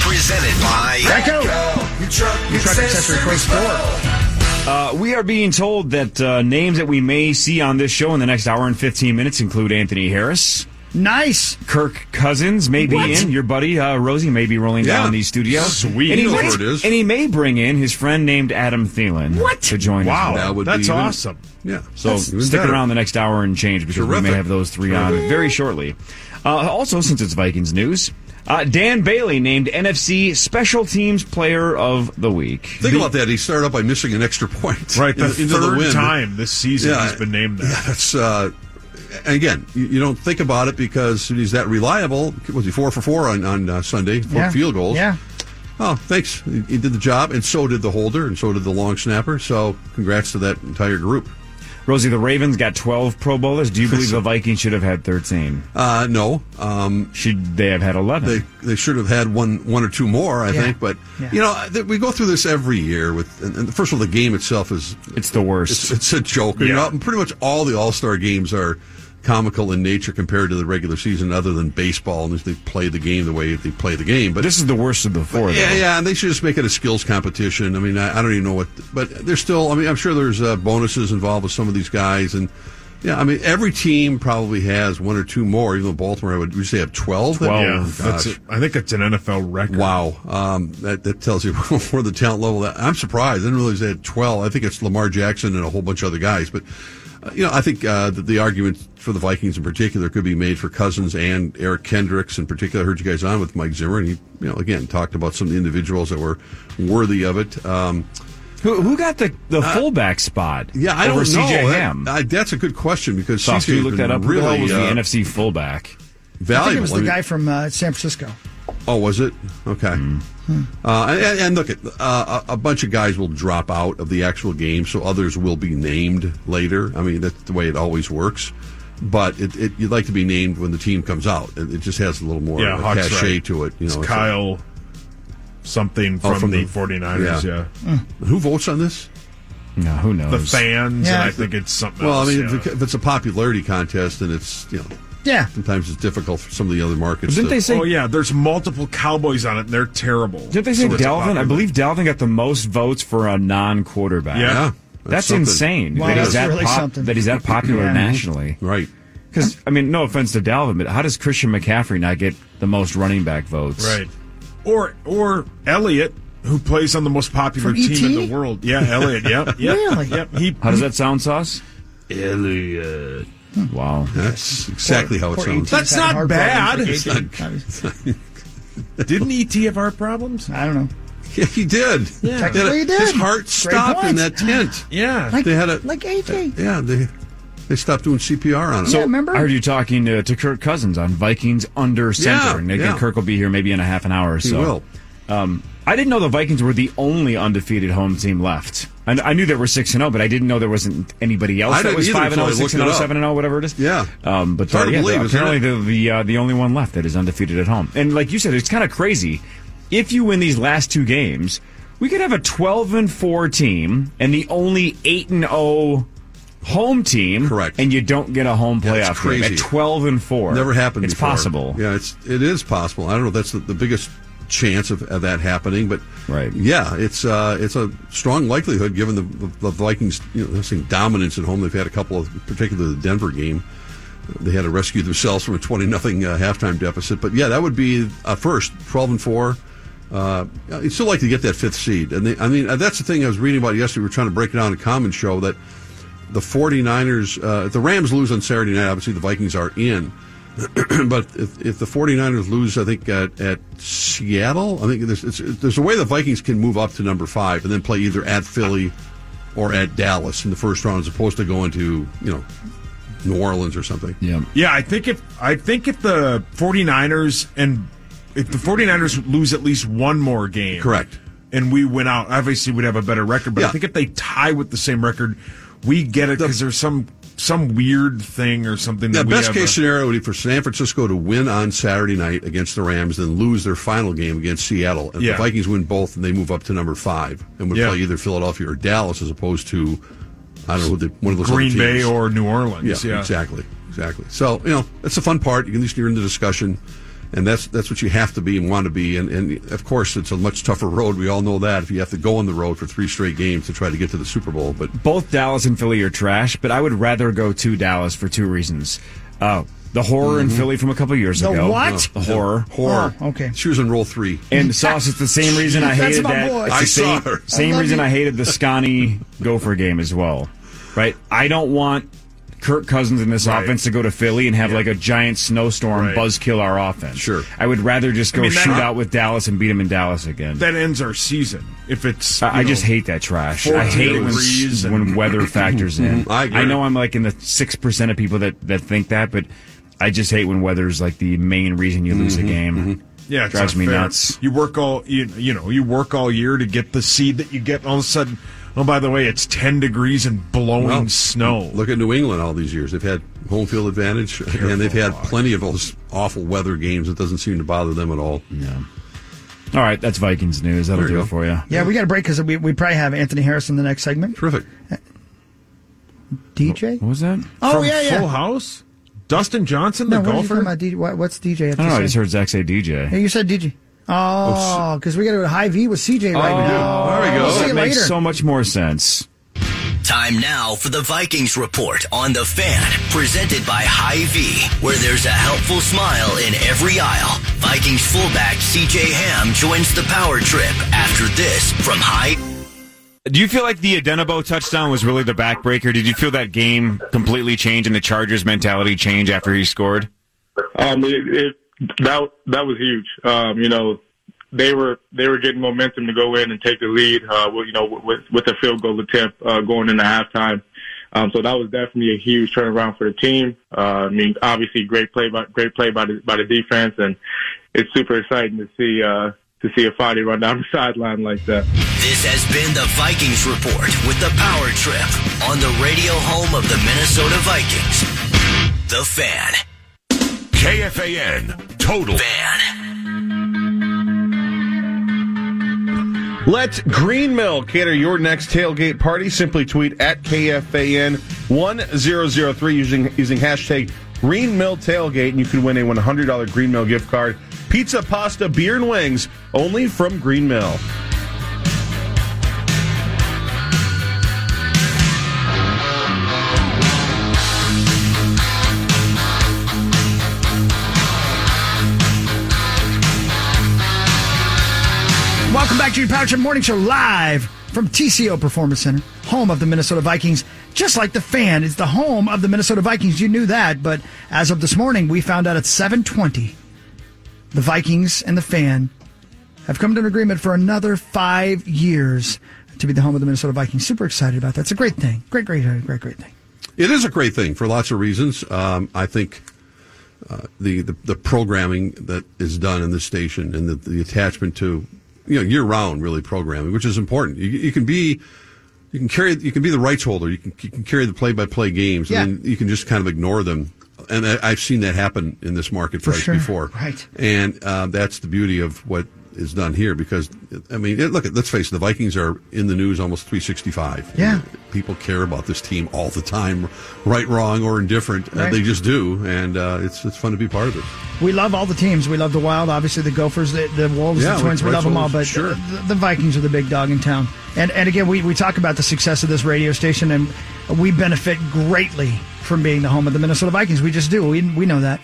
Speaker 14: Presented by
Speaker 7: Geico. Your truck, accessory place store.
Speaker 9: Uh, we are being told that uh, names that we may see on this show in the next hour and 15 minutes include Anthony Harris.
Speaker 7: Nice.
Speaker 9: Kirk Cousins may be
Speaker 7: What?
Speaker 9: in. Your buddy uh, Rosie may be rolling
Speaker 13: Yeah.
Speaker 9: down the studio.
Speaker 13: Sweet.
Speaker 9: And he,
Speaker 13: You know
Speaker 9: may,
Speaker 13: where it is.
Speaker 9: and he may bring in his friend named Adam Thielen.
Speaker 13: What?
Speaker 9: To join
Speaker 13: Wow,
Speaker 9: us.
Speaker 13: that would be That's even- awesome. Yeah.
Speaker 9: So
Speaker 13: That's even
Speaker 9: stick
Speaker 13: better.
Speaker 9: around the next hour and change because we
Speaker 13: Terrific.
Speaker 9: may have those three on very shortly. Uh, also, since it's Vikings news, uh, Dan Bailey named NFC Special Teams Player of the Week.
Speaker 13: Think about that. He started out by missing an extra point.
Speaker 9: Right, the third
Speaker 3: time this season
Speaker 13: Yeah,
Speaker 3: he's been named that.
Speaker 13: Yeah, that's, uh, and again, you, you don't think about it because he's that reliable. Was he four for four on, on uh, Sunday? Four
Speaker 7: Yeah.
Speaker 13: field goals.
Speaker 7: Yeah.
Speaker 13: Oh, thanks. He, he did the job, and so did the holder, and so did the long snapper. So congrats to that entire group.
Speaker 9: Rosie, the Ravens got 12 Pro Bowlers. Do you believe the Vikings should have had 13?
Speaker 13: Uh, no. Um,
Speaker 9: should they have had 11?
Speaker 13: They they should have had one one or two more, I
Speaker 9: Yeah.
Speaker 13: think. But
Speaker 9: Yeah.
Speaker 13: you know, th- we go through this every year. With and, and first of all, the game itself is
Speaker 9: it's the worst.
Speaker 13: It's, a joke. You
Speaker 9: Yeah.
Speaker 13: know, and pretty much all the All Star games are comical in nature compared to the regular season, other than baseball, and they play the game the way they play the game. But
Speaker 9: this is the worst of the four. though.
Speaker 13: Yeah, yeah, and they should just make it a skills competition. I mean, I, I don't even know what, but there's still. I mean, I'm sure there's uh, bonuses involved with some of these guys, and yeah, I mean, every team probably has one or two more. Even though Baltimore, I would, would you say have twelve? Oh,
Speaker 3: Yeah, that's it. I think it's an NFL record.
Speaker 13: Wow, um, that, that tells you where the talent level. That, I'm surprised. I didn't realize they had 12. I think it's Lamar Jackson and a whole bunch of other guys. But uh, you know, I think uh, that the argument for the Vikings in particular could be made for Cousins and Eric Kendricks in particular. I heard you guys on with Mike Zimmer, and he, you know, again talked about some of the individuals that were worthy of it. Um, Uh,
Speaker 9: who, who got the, the fullback spot?
Speaker 13: Yeah, I
Speaker 9: over
Speaker 13: don't know.
Speaker 9: CJ
Speaker 13: That-
Speaker 9: Ham.
Speaker 13: I- that's a good question because
Speaker 9: Sauce,
Speaker 13: CJ
Speaker 9: can you look that up? Who the hell
Speaker 13: Really,
Speaker 9: was the
Speaker 13: uh,
Speaker 9: NFC fullback?
Speaker 7: I think it
Speaker 13: Valuable.
Speaker 7: was
Speaker 13: I
Speaker 7: the
Speaker 13: mean-
Speaker 7: guy from uh, San Francisco.
Speaker 13: Oh, was it? Okay.
Speaker 3: Hmm.
Speaker 13: Uh, and, and look, at uh, a a bunch of guys will drop out of the actual game, so others will be named later. I mean, that's the way it always works. But it, it, you'd like to be named when the team comes out. It, it just has a little more
Speaker 3: yeah,
Speaker 13: uh,
Speaker 3: Hawk's
Speaker 13: cachet
Speaker 3: right.
Speaker 13: to it. You know,
Speaker 3: it's
Speaker 13: it's
Speaker 3: Kyle something
Speaker 13: Oh,
Speaker 3: from, the, 49ers, yeah.
Speaker 13: Hmm. Who votes on this?
Speaker 9: No, who
Speaker 3: The fans,
Speaker 13: Yeah.
Speaker 3: and I think it's something
Speaker 13: Well,
Speaker 3: else.
Speaker 13: I mean,
Speaker 3: yeah.
Speaker 13: if, it- if it's a popularity contest, and it's you know,
Speaker 7: Yeah.
Speaker 13: sometimes it's difficult for some of the other markets. to-
Speaker 3: Oh yeah, there's multiple Cowboys on it. and They're terrible.
Speaker 9: Didn't they say Dalvin? I believe Dalvin got the most votes for a non-quarterback.
Speaker 3: Yeah. Yeah,
Speaker 9: that's,
Speaker 3: that's something.
Speaker 9: insane.
Speaker 3: Wow,
Speaker 9: that, he's
Speaker 3: that's
Speaker 9: that,
Speaker 3: really
Speaker 9: pop-
Speaker 3: something.
Speaker 9: that he's that popular
Speaker 3: Yeah.
Speaker 9: nationally,
Speaker 13: right?
Speaker 9: Because I mean, no offense to Dalvin, but how does Christian McCaffrey not get the most running back votes?
Speaker 3: Right. Or or Elliot, who plays on the most popular
Speaker 9: From
Speaker 3: team
Speaker 9: ET?
Speaker 3: in the world. Yeah, Elliot. Yep. yep
Speaker 9: Really?
Speaker 3: Yep. He,
Speaker 9: How does that sound, Sauce?
Speaker 3: Elliot.
Speaker 9: Wow,
Speaker 13: that's exactly how it
Speaker 3: Poor
Speaker 9: E
Speaker 13: sounds.
Speaker 3: ET 's That's having not heart problems for bad.
Speaker 13: It's not-
Speaker 3: Didn't
Speaker 9: E
Speaker 3: ET have heart problems?
Speaker 7: I don't know.
Speaker 13: Yeah, he did.
Speaker 3: Yeah.
Speaker 7: Technically he did.
Speaker 13: His heart
Speaker 7: Great
Speaker 13: stopped in
Speaker 7: point.
Speaker 13: that tent.
Speaker 3: yeah,
Speaker 7: Like,
Speaker 13: they had a
Speaker 7: like AJ.
Speaker 13: yeah. They they stopped doing CPR on him.
Speaker 9: So I heard you talking to, to Kirk Cousins on Vikings under center,
Speaker 13: Yeah,
Speaker 9: and again,
Speaker 13: yeah.
Speaker 9: Kirk will be here maybe in a half an hour or
Speaker 13: He
Speaker 9: so.
Speaker 13: will.
Speaker 9: Um, I didn't know the Vikings were the only undefeated home team left. I, I knew there were six and zero, but I didn't know there wasn't anybody else
Speaker 13: I
Speaker 9: that
Speaker 13: didn't
Speaker 9: was
Speaker 13: either
Speaker 9: five and
Speaker 13: until I
Speaker 9: 0,
Speaker 13: looked
Speaker 9: 6 and oh,
Speaker 13: it
Speaker 9: 0,
Speaker 13: up.
Speaker 9: 7 and 0, whatever it is.
Speaker 13: Yeah.
Speaker 9: Um, but
Speaker 13: It's hard
Speaker 9: uh,
Speaker 13: to
Speaker 9: yeah,
Speaker 13: believe, isn't
Speaker 9: apparently
Speaker 13: it?
Speaker 9: the the, uh, the only one left that is undefeated at home. And like you said, it's kind of crazy. If you win these last two games, we could have a twelve and four team and the only eight and zero home team. Correct. And you don't get a home playoff
Speaker 13: That's
Speaker 9: game
Speaker 13: crazy.
Speaker 9: at twelve and four.
Speaker 13: Never happened.
Speaker 9: It's
Speaker 13: before.
Speaker 9: possible.
Speaker 13: Yeah, it's it is possible. I don't know. if That's the, the biggest chance of, of that happening. But
Speaker 9: right.
Speaker 13: Yeah, it's uh, it's a strong likelihood given the, the, the Vikings' you know, they're saying dominance at home. They've had a couple of, particularly the Denver game. They had to rescue themselves from a twenty nothing uh, halftime deficit. But yeah, that would be a first twelve and four. Uh, you'd still like to get that fifth seed, and they, I mean uh, that's the thing I was reading about yesterday. We were trying to break it down in a common show that the 49ers, uh, if the Rams lose on Saturday night, obviously the Vikings are in. but if, if the 49ers lose, I think at, at Seattle, I think there's, it's, there's a way the Vikings can move up to number five and then play either at Philly or at Dallas in the first round as opposed to going to, you know, New Orleans or something.
Speaker 3: Yeah. Yeah, I think if I think if the 49ers and if the 49ers lose at least one more game.
Speaker 13: Correct.
Speaker 3: And we win out, obviously we'd have a better record, but I
Speaker 13: Yeah.
Speaker 3: think if they tie with the same record, we get it because there's some some weird thing or something
Speaker 13: The
Speaker 3: that we
Speaker 13: best
Speaker 3: have
Speaker 13: case
Speaker 3: a-
Speaker 13: scenario would be for San Francisco to win on Saturday night against the Rams, then lose their final game against Seattle. And if
Speaker 3: Yeah.
Speaker 13: the Vikings win both, and they move up to number five and would
Speaker 3: Yeah.
Speaker 13: play either Philadelphia or Dallas as opposed to, I don't know, the, one of those other
Speaker 3: Green Bay
Speaker 13: teams.
Speaker 3: or New Orleans. Yeah,
Speaker 13: exactly, exactly. So you know that's the fun part. You can at least you're in the discussion, and that's that's what you have to be and want to be. And, and of course, it's a much tougher road. We all know that if you have to go on the road for three straight games to try to get to the Super Bowl, but
Speaker 9: both Dallas and Philly are trash, but I would rather go to Dallas for two reasons. Uh, the horror in
Speaker 13: Mhm.
Speaker 9: Philly from a couple years
Speaker 13: The
Speaker 9: ago.
Speaker 13: what?
Speaker 9: The horror.
Speaker 13: Horror.
Speaker 7: Oh, okay.
Speaker 13: She was in roll three.
Speaker 9: And Sauce, it's the same reason I
Speaker 13: That's
Speaker 9: hated
Speaker 13: my
Speaker 9: that.
Speaker 13: boy.
Speaker 9: it's
Speaker 13: I
Speaker 9: the same,
Speaker 13: saw her.
Speaker 9: Same
Speaker 13: I love
Speaker 9: reason
Speaker 13: you.
Speaker 9: I hated the Scotty Gopher game as well. Right? I don't want Kirk Cousins in this offense to go to Philly and have like a giant snowstorm
Speaker 3: Right.
Speaker 9: buzzkill our offense.
Speaker 13: Sure.
Speaker 9: I would rather just
Speaker 3: I
Speaker 9: go
Speaker 3: mean, that-
Speaker 9: shoot out with Dallas and beat him in Dallas again.
Speaker 3: That ends our season. If it's,
Speaker 9: I, I
Speaker 3: you
Speaker 9: just
Speaker 3: know,
Speaker 9: hate that trash. I
Speaker 3: 14
Speaker 9: hate
Speaker 3: degrees
Speaker 9: when,
Speaker 3: and-
Speaker 9: when weather factors in.
Speaker 13: Mm-hmm.
Speaker 3: I agree.
Speaker 9: know I'm like in the six percent of people that that think that, but I just hate when weather's like the main reason you lose a
Speaker 13: Mm-hmm.
Speaker 3: Mhm,
Speaker 9: game.
Speaker 3: Yeah, it's
Speaker 9: Mm-hmm, drives
Speaker 3: not
Speaker 9: me
Speaker 3: fair.
Speaker 9: nuts.
Speaker 3: You work all you, you know. You work all year to get the seed that you get. And all of a sudden, oh by the way, it's ten degrees and blowing
Speaker 13: Well,
Speaker 3: snow.
Speaker 13: Look at New England all these years. They've had home field advantage, and they've had plenty of those awful weather games. It doesn't seem to bother them at all.
Speaker 9: Yeah. All right, that's Vikings news. That'll
Speaker 13: There you
Speaker 9: do
Speaker 13: go.
Speaker 9: it for you.
Speaker 7: Yeah, we got a break because we, we probably have Anthony Harris in the next segment.
Speaker 13: Terrific.
Speaker 7: DJ?
Speaker 9: What was that?
Speaker 7: Oh,
Speaker 3: From
Speaker 7: yeah, yeah.
Speaker 3: Full House. Dustin Johnson,
Speaker 7: No,
Speaker 3: the
Speaker 7: what are you talking
Speaker 3: golfer.
Speaker 7: about? DJ? What, what's DJ?
Speaker 9: I
Speaker 7: Have
Speaker 9: don't
Speaker 7: to
Speaker 9: know. I
Speaker 7: say?
Speaker 9: just heard Zach say DJ.
Speaker 7: Yeah, you said DJ. Oh, because we got to go to High V with CJ right now. We'll see you
Speaker 9: That makes
Speaker 7: later.
Speaker 9: so much more sense.
Speaker 20: Time now for the Vikings Report on the Fan, presented by Hy-Vee, where there's a helpful smile in every aisle. Vikings fullback CJ Ham joins the power trip after this from Hy.
Speaker 9: Do you feel like the Adenabo touchdown was really the backbreaker? Did you feel that game completely change and the Chargers' mentality change after he scored?
Speaker 11: Um, it, it that that was huge. Um, you know, they were they were getting momentum to go in and take the lead. Uh, with, you know, with with a field goal attempt uh, going into halftime. Um, so that was definitely a huge turnaround for the team. Uh, I mean, obviously, great play by great play by the by the defense, and it's super exciting to see uh, to see a Fadi run down the sideline like that.
Speaker 20: This has been the Vikings Report with the power trip on the radio home of the Minnesota Vikings, the Fan.
Speaker 19: KFAN Total
Speaker 20: Fan.
Speaker 10: Let Green Mill cater your next tailgate party. Simply tweet at KFAN one zero zero three using using hashtag Green Mill Tailgate, and you can win a one hundred dollar Green Mill gift card, pizza, pasta, beer, and wings, only from Green Mill.
Speaker 7: Welcome back to your Power Trip Morning Show live from TCO Performance Center, home of the Minnesota Vikings. Just like the fan is the home of the Minnesota Vikings. You knew that, but as of this morning, we found out at 720, the Vikings and the fan have come to an agreement for another five years to be the home of the Minnesota Vikings. Super excited about that. It's a great thing. Great, great, great, great, great thing.
Speaker 13: It is a great thing for lots of reasons. Um, I think uh, the, the the programming that is done in this station and the, the attachment to you know year round really programming, which is important. You, you can be you can carry you can be the rights holder. You can, you can carry the play by play games, and then you can just kind of ignore them. And I, I've seen that happen in this marketplace
Speaker 7: sure.
Speaker 13: before.
Speaker 7: Right.
Speaker 13: And uh, that's the beauty of what is done here because, I mean, it, look, let's face it, the Vikings are in the news almost 365.
Speaker 7: Yeah.
Speaker 13: People care about this team all the time, right, wrong, or indifferent. Uh,
Speaker 7: Right.
Speaker 13: they just do, and uh, it's, it's fun to be part of it.
Speaker 7: We love all the teams. We love the Wild, obviously the Gophers, the, the Wolves,
Speaker 13: Yeah,
Speaker 7: the Twins. We,
Speaker 13: we-
Speaker 7: love them all,
Speaker 13: Wolves,
Speaker 7: but
Speaker 13: sure.
Speaker 7: the, the Vikings are the big dog in town. And and again, we, we talk about the success of this radio station, and we benefit greatly from being the home of the Minnesota Vikings. We just do. We we know that.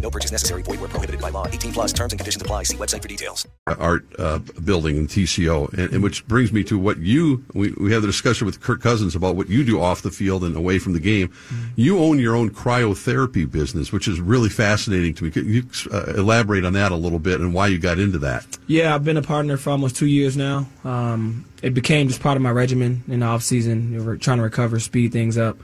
Speaker 14: No purchase necessary. Void where prohibited by law. 18 plus terms and conditions apply. See website for details.
Speaker 13: art uh, building in TCO, and, and which brings me to what you we, we had the discussion with Kirk Cousins about what you do off the field and away from the game.
Speaker 7: Mm-hmm.
Speaker 13: You own your own cryotherapy business, which is really fascinating to me. Could you uh, elaborate on that a little bit and why you got into that?
Speaker 23: Yeah, I've been a partner for almost two years now. Um, it became just part of my regimen in the off season, you know, we're trying to recover, speed things up.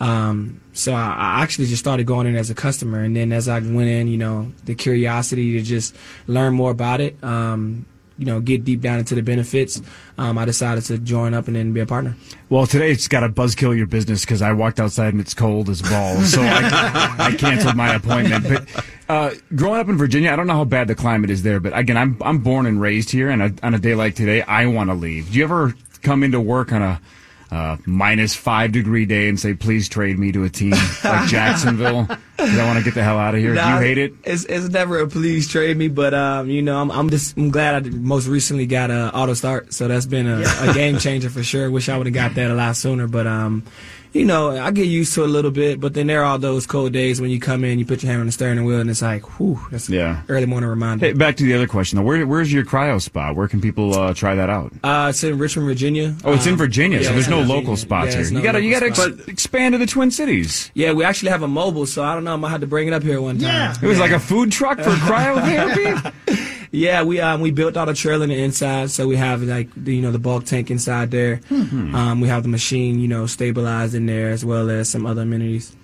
Speaker 23: Um, so I, I actually just started going in as a customer, and then as I went in, you know, the curiosity to just learn more about it, um, you know, get deep down into the benefits. Um, I decided to join up and then be a partner.
Speaker 9: Well, today it's got to buzzkill your business because I walked outside and it's cold as balls, so I, I canceled my appointment. But uh, growing up in Virginia, I don't know how bad the climate is there, but again, I'm I'm born and raised here, and I, on a day like today, I want to leave. Do you ever come into work on a uh, minus five degree day and say, "Please trade me to a team like Jacksonville 'cause I want to get the hell out of here"?
Speaker 23: Nah,
Speaker 9: Do you hate it?
Speaker 23: It's it's never a please trade me, but um, you know, I'm I'm just I'm glad I did- most recently got a auto start, so that's been a, a game changer for sure. Wish I would have got that a lot sooner, but um, you know, I get used to it a little bit, but then there are all those cold days when you come in, you put your hand on the steering wheel, and it's like, whew, that's
Speaker 9: Yeah.
Speaker 23: early morning reminder.
Speaker 9: Hey, back to the other question though. Where, where's your cryo spot? Where can people uh, try that out?
Speaker 23: Uh, it's in Richmond, Virginia.
Speaker 9: Oh, it's in Virginia, so
Speaker 23: Um, yeah,
Speaker 9: there's
Speaker 23: it's in
Speaker 9: no
Speaker 23: Virginia.
Speaker 9: local spots
Speaker 23: Yeah,
Speaker 9: here.
Speaker 23: it's no
Speaker 9: you gotta, you gotta
Speaker 23: local
Speaker 9: ex-
Speaker 23: spots.
Speaker 9: expand to the Twin Cities.
Speaker 23: Yeah, we actually have a mobile, so I don't know. I'm gonna have to bring it up here one time. Yeah,
Speaker 9: It was like a food truck for cryotherapy.
Speaker 23: yeah, we um we built out a trailer on the inside, so we have like the, you know the bulk tank inside there.
Speaker 3: Hmm.
Speaker 23: Um, we have the machine, you know, stabilized in there as well as some other amenities.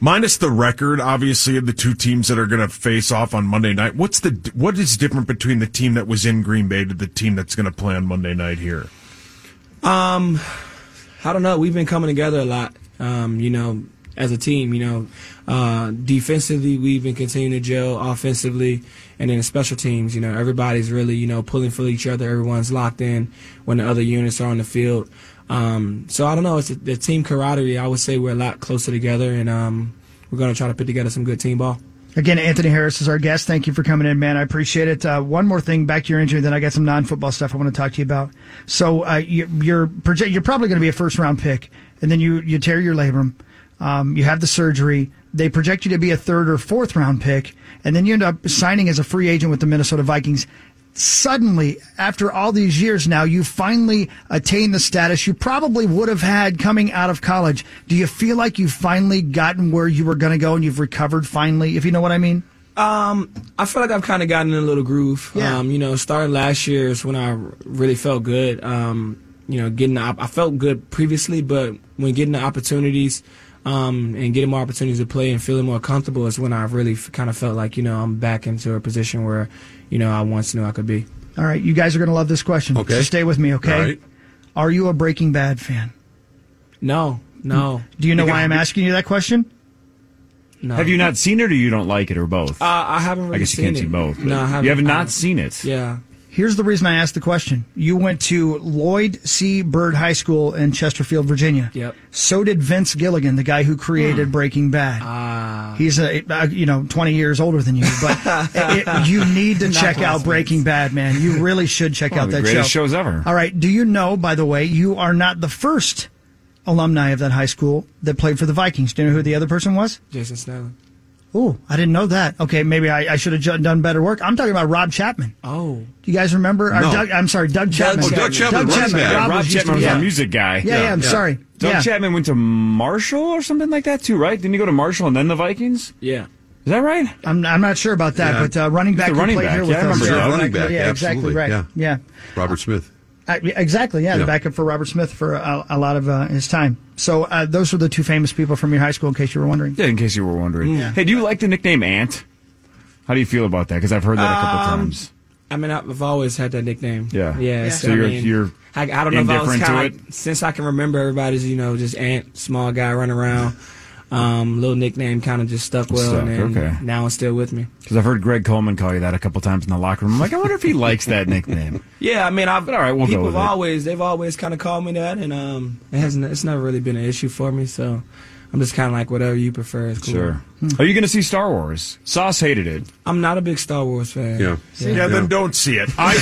Speaker 3: Minus the record, obviously, of the two teams that are going to face off on Monday night. What's the what is different between the team that was in Green Bay to the team that's going to play on Monday night here?
Speaker 23: Um, I don't know. We've been coming together a lot. Um, you know, as a team. You know, uh, defensively we've been continuing to gel. Offensively, and then the special teams. You know, everybody's really you know pulling for each other. Everyone's locked in when the other units are on the field. Um, so I don't know. It's the team camaraderie. I would say we're a lot closer together, and um, we're gonna try to put together some good team ball.
Speaker 7: Again, Anthony Harris is our guest. Thank you for coming in, man. I appreciate it. Uh, one more thing back to your injury, then I got some non-football stuff I want to talk to you about. So uh, you, you're proje- you're probably going to be a first-round pick, and then you you tear your labrum. Um, you have the surgery. They project you to be a third or fourth round pick, and then you end up signing as a free agent with the Minnesota Vikings. Suddenly, after all these years now, you finally attain the status you probably would have had coming out of college. Do you feel like you've finally gotten where you were going to go and you've recovered finally, if you know what I mean?
Speaker 23: Um, I feel like I've kind of gotten in a little groove.
Speaker 7: Yeah.
Speaker 23: Um, you know, starting last year is when I really felt good. Um, you know, getting the op- I felt good previously, but when getting the opportunities, um, and getting more opportunities to play and feeling more comfortable is when I really f- kind of felt like you know I'm back into a position where you know I once knew I could be.
Speaker 7: All right, you guys are going to love this question.
Speaker 23: Okay.
Speaker 7: So stay with me, okay?
Speaker 23: All right.
Speaker 7: Are you a Breaking Bad fan?
Speaker 23: No, no.
Speaker 7: Do you know why I'm asking you that question?
Speaker 23: No.
Speaker 9: Have you not seen it, or you don't like it, or both?
Speaker 23: Uh, I haven't. Really
Speaker 9: I guess you
Speaker 23: seen
Speaker 9: can't
Speaker 23: it.
Speaker 9: see both. but
Speaker 23: No, I haven't.
Speaker 9: You have
Speaker 23: I
Speaker 9: not
Speaker 23: haven't.
Speaker 9: seen it.
Speaker 23: Yeah.
Speaker 7: Here's the reason I asked the question. You went to Lloyd C. Byrd High School in Chesterfield, Virginia.
Speaker 23: Yep. Hmm.
Speaker 7: So did Vince Gilligan, the guy who created Breaking Bad.
Speaker 23: Ah.
Speaker 7: He's a uh, you know 20 years older than you, but it, it- you need to
Speaker 23: Not
Speaker 7: check out
Speaker 23: classmates.
Speaker 7: Breaking Bad, man. You really should check
Speaker 9: One
Speaker 7: out
Speaker 9: of the
Speaker 7: that
Speaker 9: greatest
Speaker 7: show.
Speaker 9: shows ever.
Speaker 7: All right. Do you know, by the way, you are not the first alumni of that high school that played for the Vikings. Do you know who the other person was?
Speaker 23: Jason Snell.
Speaker 7: Oh, I didn't know that. Okay, maybe I, I should have ju- done better work. I'm talking about Rob Chapman.
Speaker 23: Oh.
Speaker 7: Do you guys remember? or
Speaker 9: No.
Speaker 7: Doug, I'm sorry, Doug Chapman.
Speaker 9: Oh, Doug Chapman,
Speaker 7: Doug
Speaker 9: running
Speaker 7: Chapman.
Speaker 9: back. Rob,
Speaker 7: was used to
Speaker 9: Chapman
Speaker 7: be-
Speaker 9: was
Speaker 7: yeah.
Speaker 9: our music guy.
Speaker 7: Yeah, yeah, I'm sorry.
Speaker 9: Doug
Speaker 7: yeah.
Speaker 9: Chapman went to Marshall or something like that too, right? Didn't he go to Marshall and then the Vikings?
Speaker 23: Yeah.
Speaker 9: Is that right?
Speaker 7: I'm, I'm not sure about that,
Speaker 9: Yeah.
Speaker 7: but uh, running
Speaker 9: He's
Speaker 7: back
Speaker 9: the
Speaker 7: who
Speaker 9: running
Speaker 7: played
Speaker 9: back.
Speaker 7: here
Speaker 9: Yeah,
Speaker 7: with
Speaker 9: I
Speaker 7: us.
Speaker 9: remember
Speaker 7: yeah,
Speaker 9: Doug.
Speaker 13: Running back,
Speaker 7: yeah, exactly
Speaker 13: absolutely,
Speaker 7: right.
Speaker 13: yeah.
Speaker 7: yeah.
Speaker 13: Robert Smith.
Speaker 7: Uh, yeah, exactly. Yeah, the
Speaker 13: Yeah.
Speaker 7: backup for Robert Smith for a, a lot of uh, his time. So uh, those were the two famous people from your high school, in case you were wondering.
Speaker 9: Yeah, in case you were wondering.
Speaker 7: Yeah.
Speaker 9: Hey, do you like the nickname Ant? How do you feel about that? Because I've heard that a couple
Speaker 23: Um,
Speaker 9: times.
Speaker 23: I mean, I've always had that nickname.
Speaker 9: Yeah.
Speaker 23: Yeah.
Speaker 9: Yeah.
Speaker 23: So,
Speaker 9: So
Speaker 23: I
Speaker 9: you're-
Speaker 23: mean,
Speaker 9: you're
Speaker 23: I, I don't know if I was
Speaker 9: indifferent
Speaker 23: kind
Speaker 9: to
Speaker 23: of like, since I can remember, everybody's you know just ant, small guy running around. Um, little nickname kind of just stuck well,
Speaker 9: Stuck,
Speaker 23: and then
Speaker 9: okay.
Speaker 23: now it's still with me.
Speaker 9: Because I've heard Greg Coleman call you that a couple times in the locker room. I'm like, I wonder if he likes that nickname.
Speaker 23: Yeah, I mean, I've
Speaker 9: all right, we'll go
Speaker 23: people
Speaker 9: with
Speaker 23: have
Speaker 9: it.
Speaker 23: always they've always kind of called me that, and um, it hasn't it's never really been an issue for me. So I'm just kind of like whatever you prefer is cool.
Speaker 9: Sure. Are you going to see Star Wars? Sauce hated it.
Speaker 23: I'm not a big Star Wars fan.
Speaker 9: Yeah.
Speaker 3: Yeah, then don't see it. I, I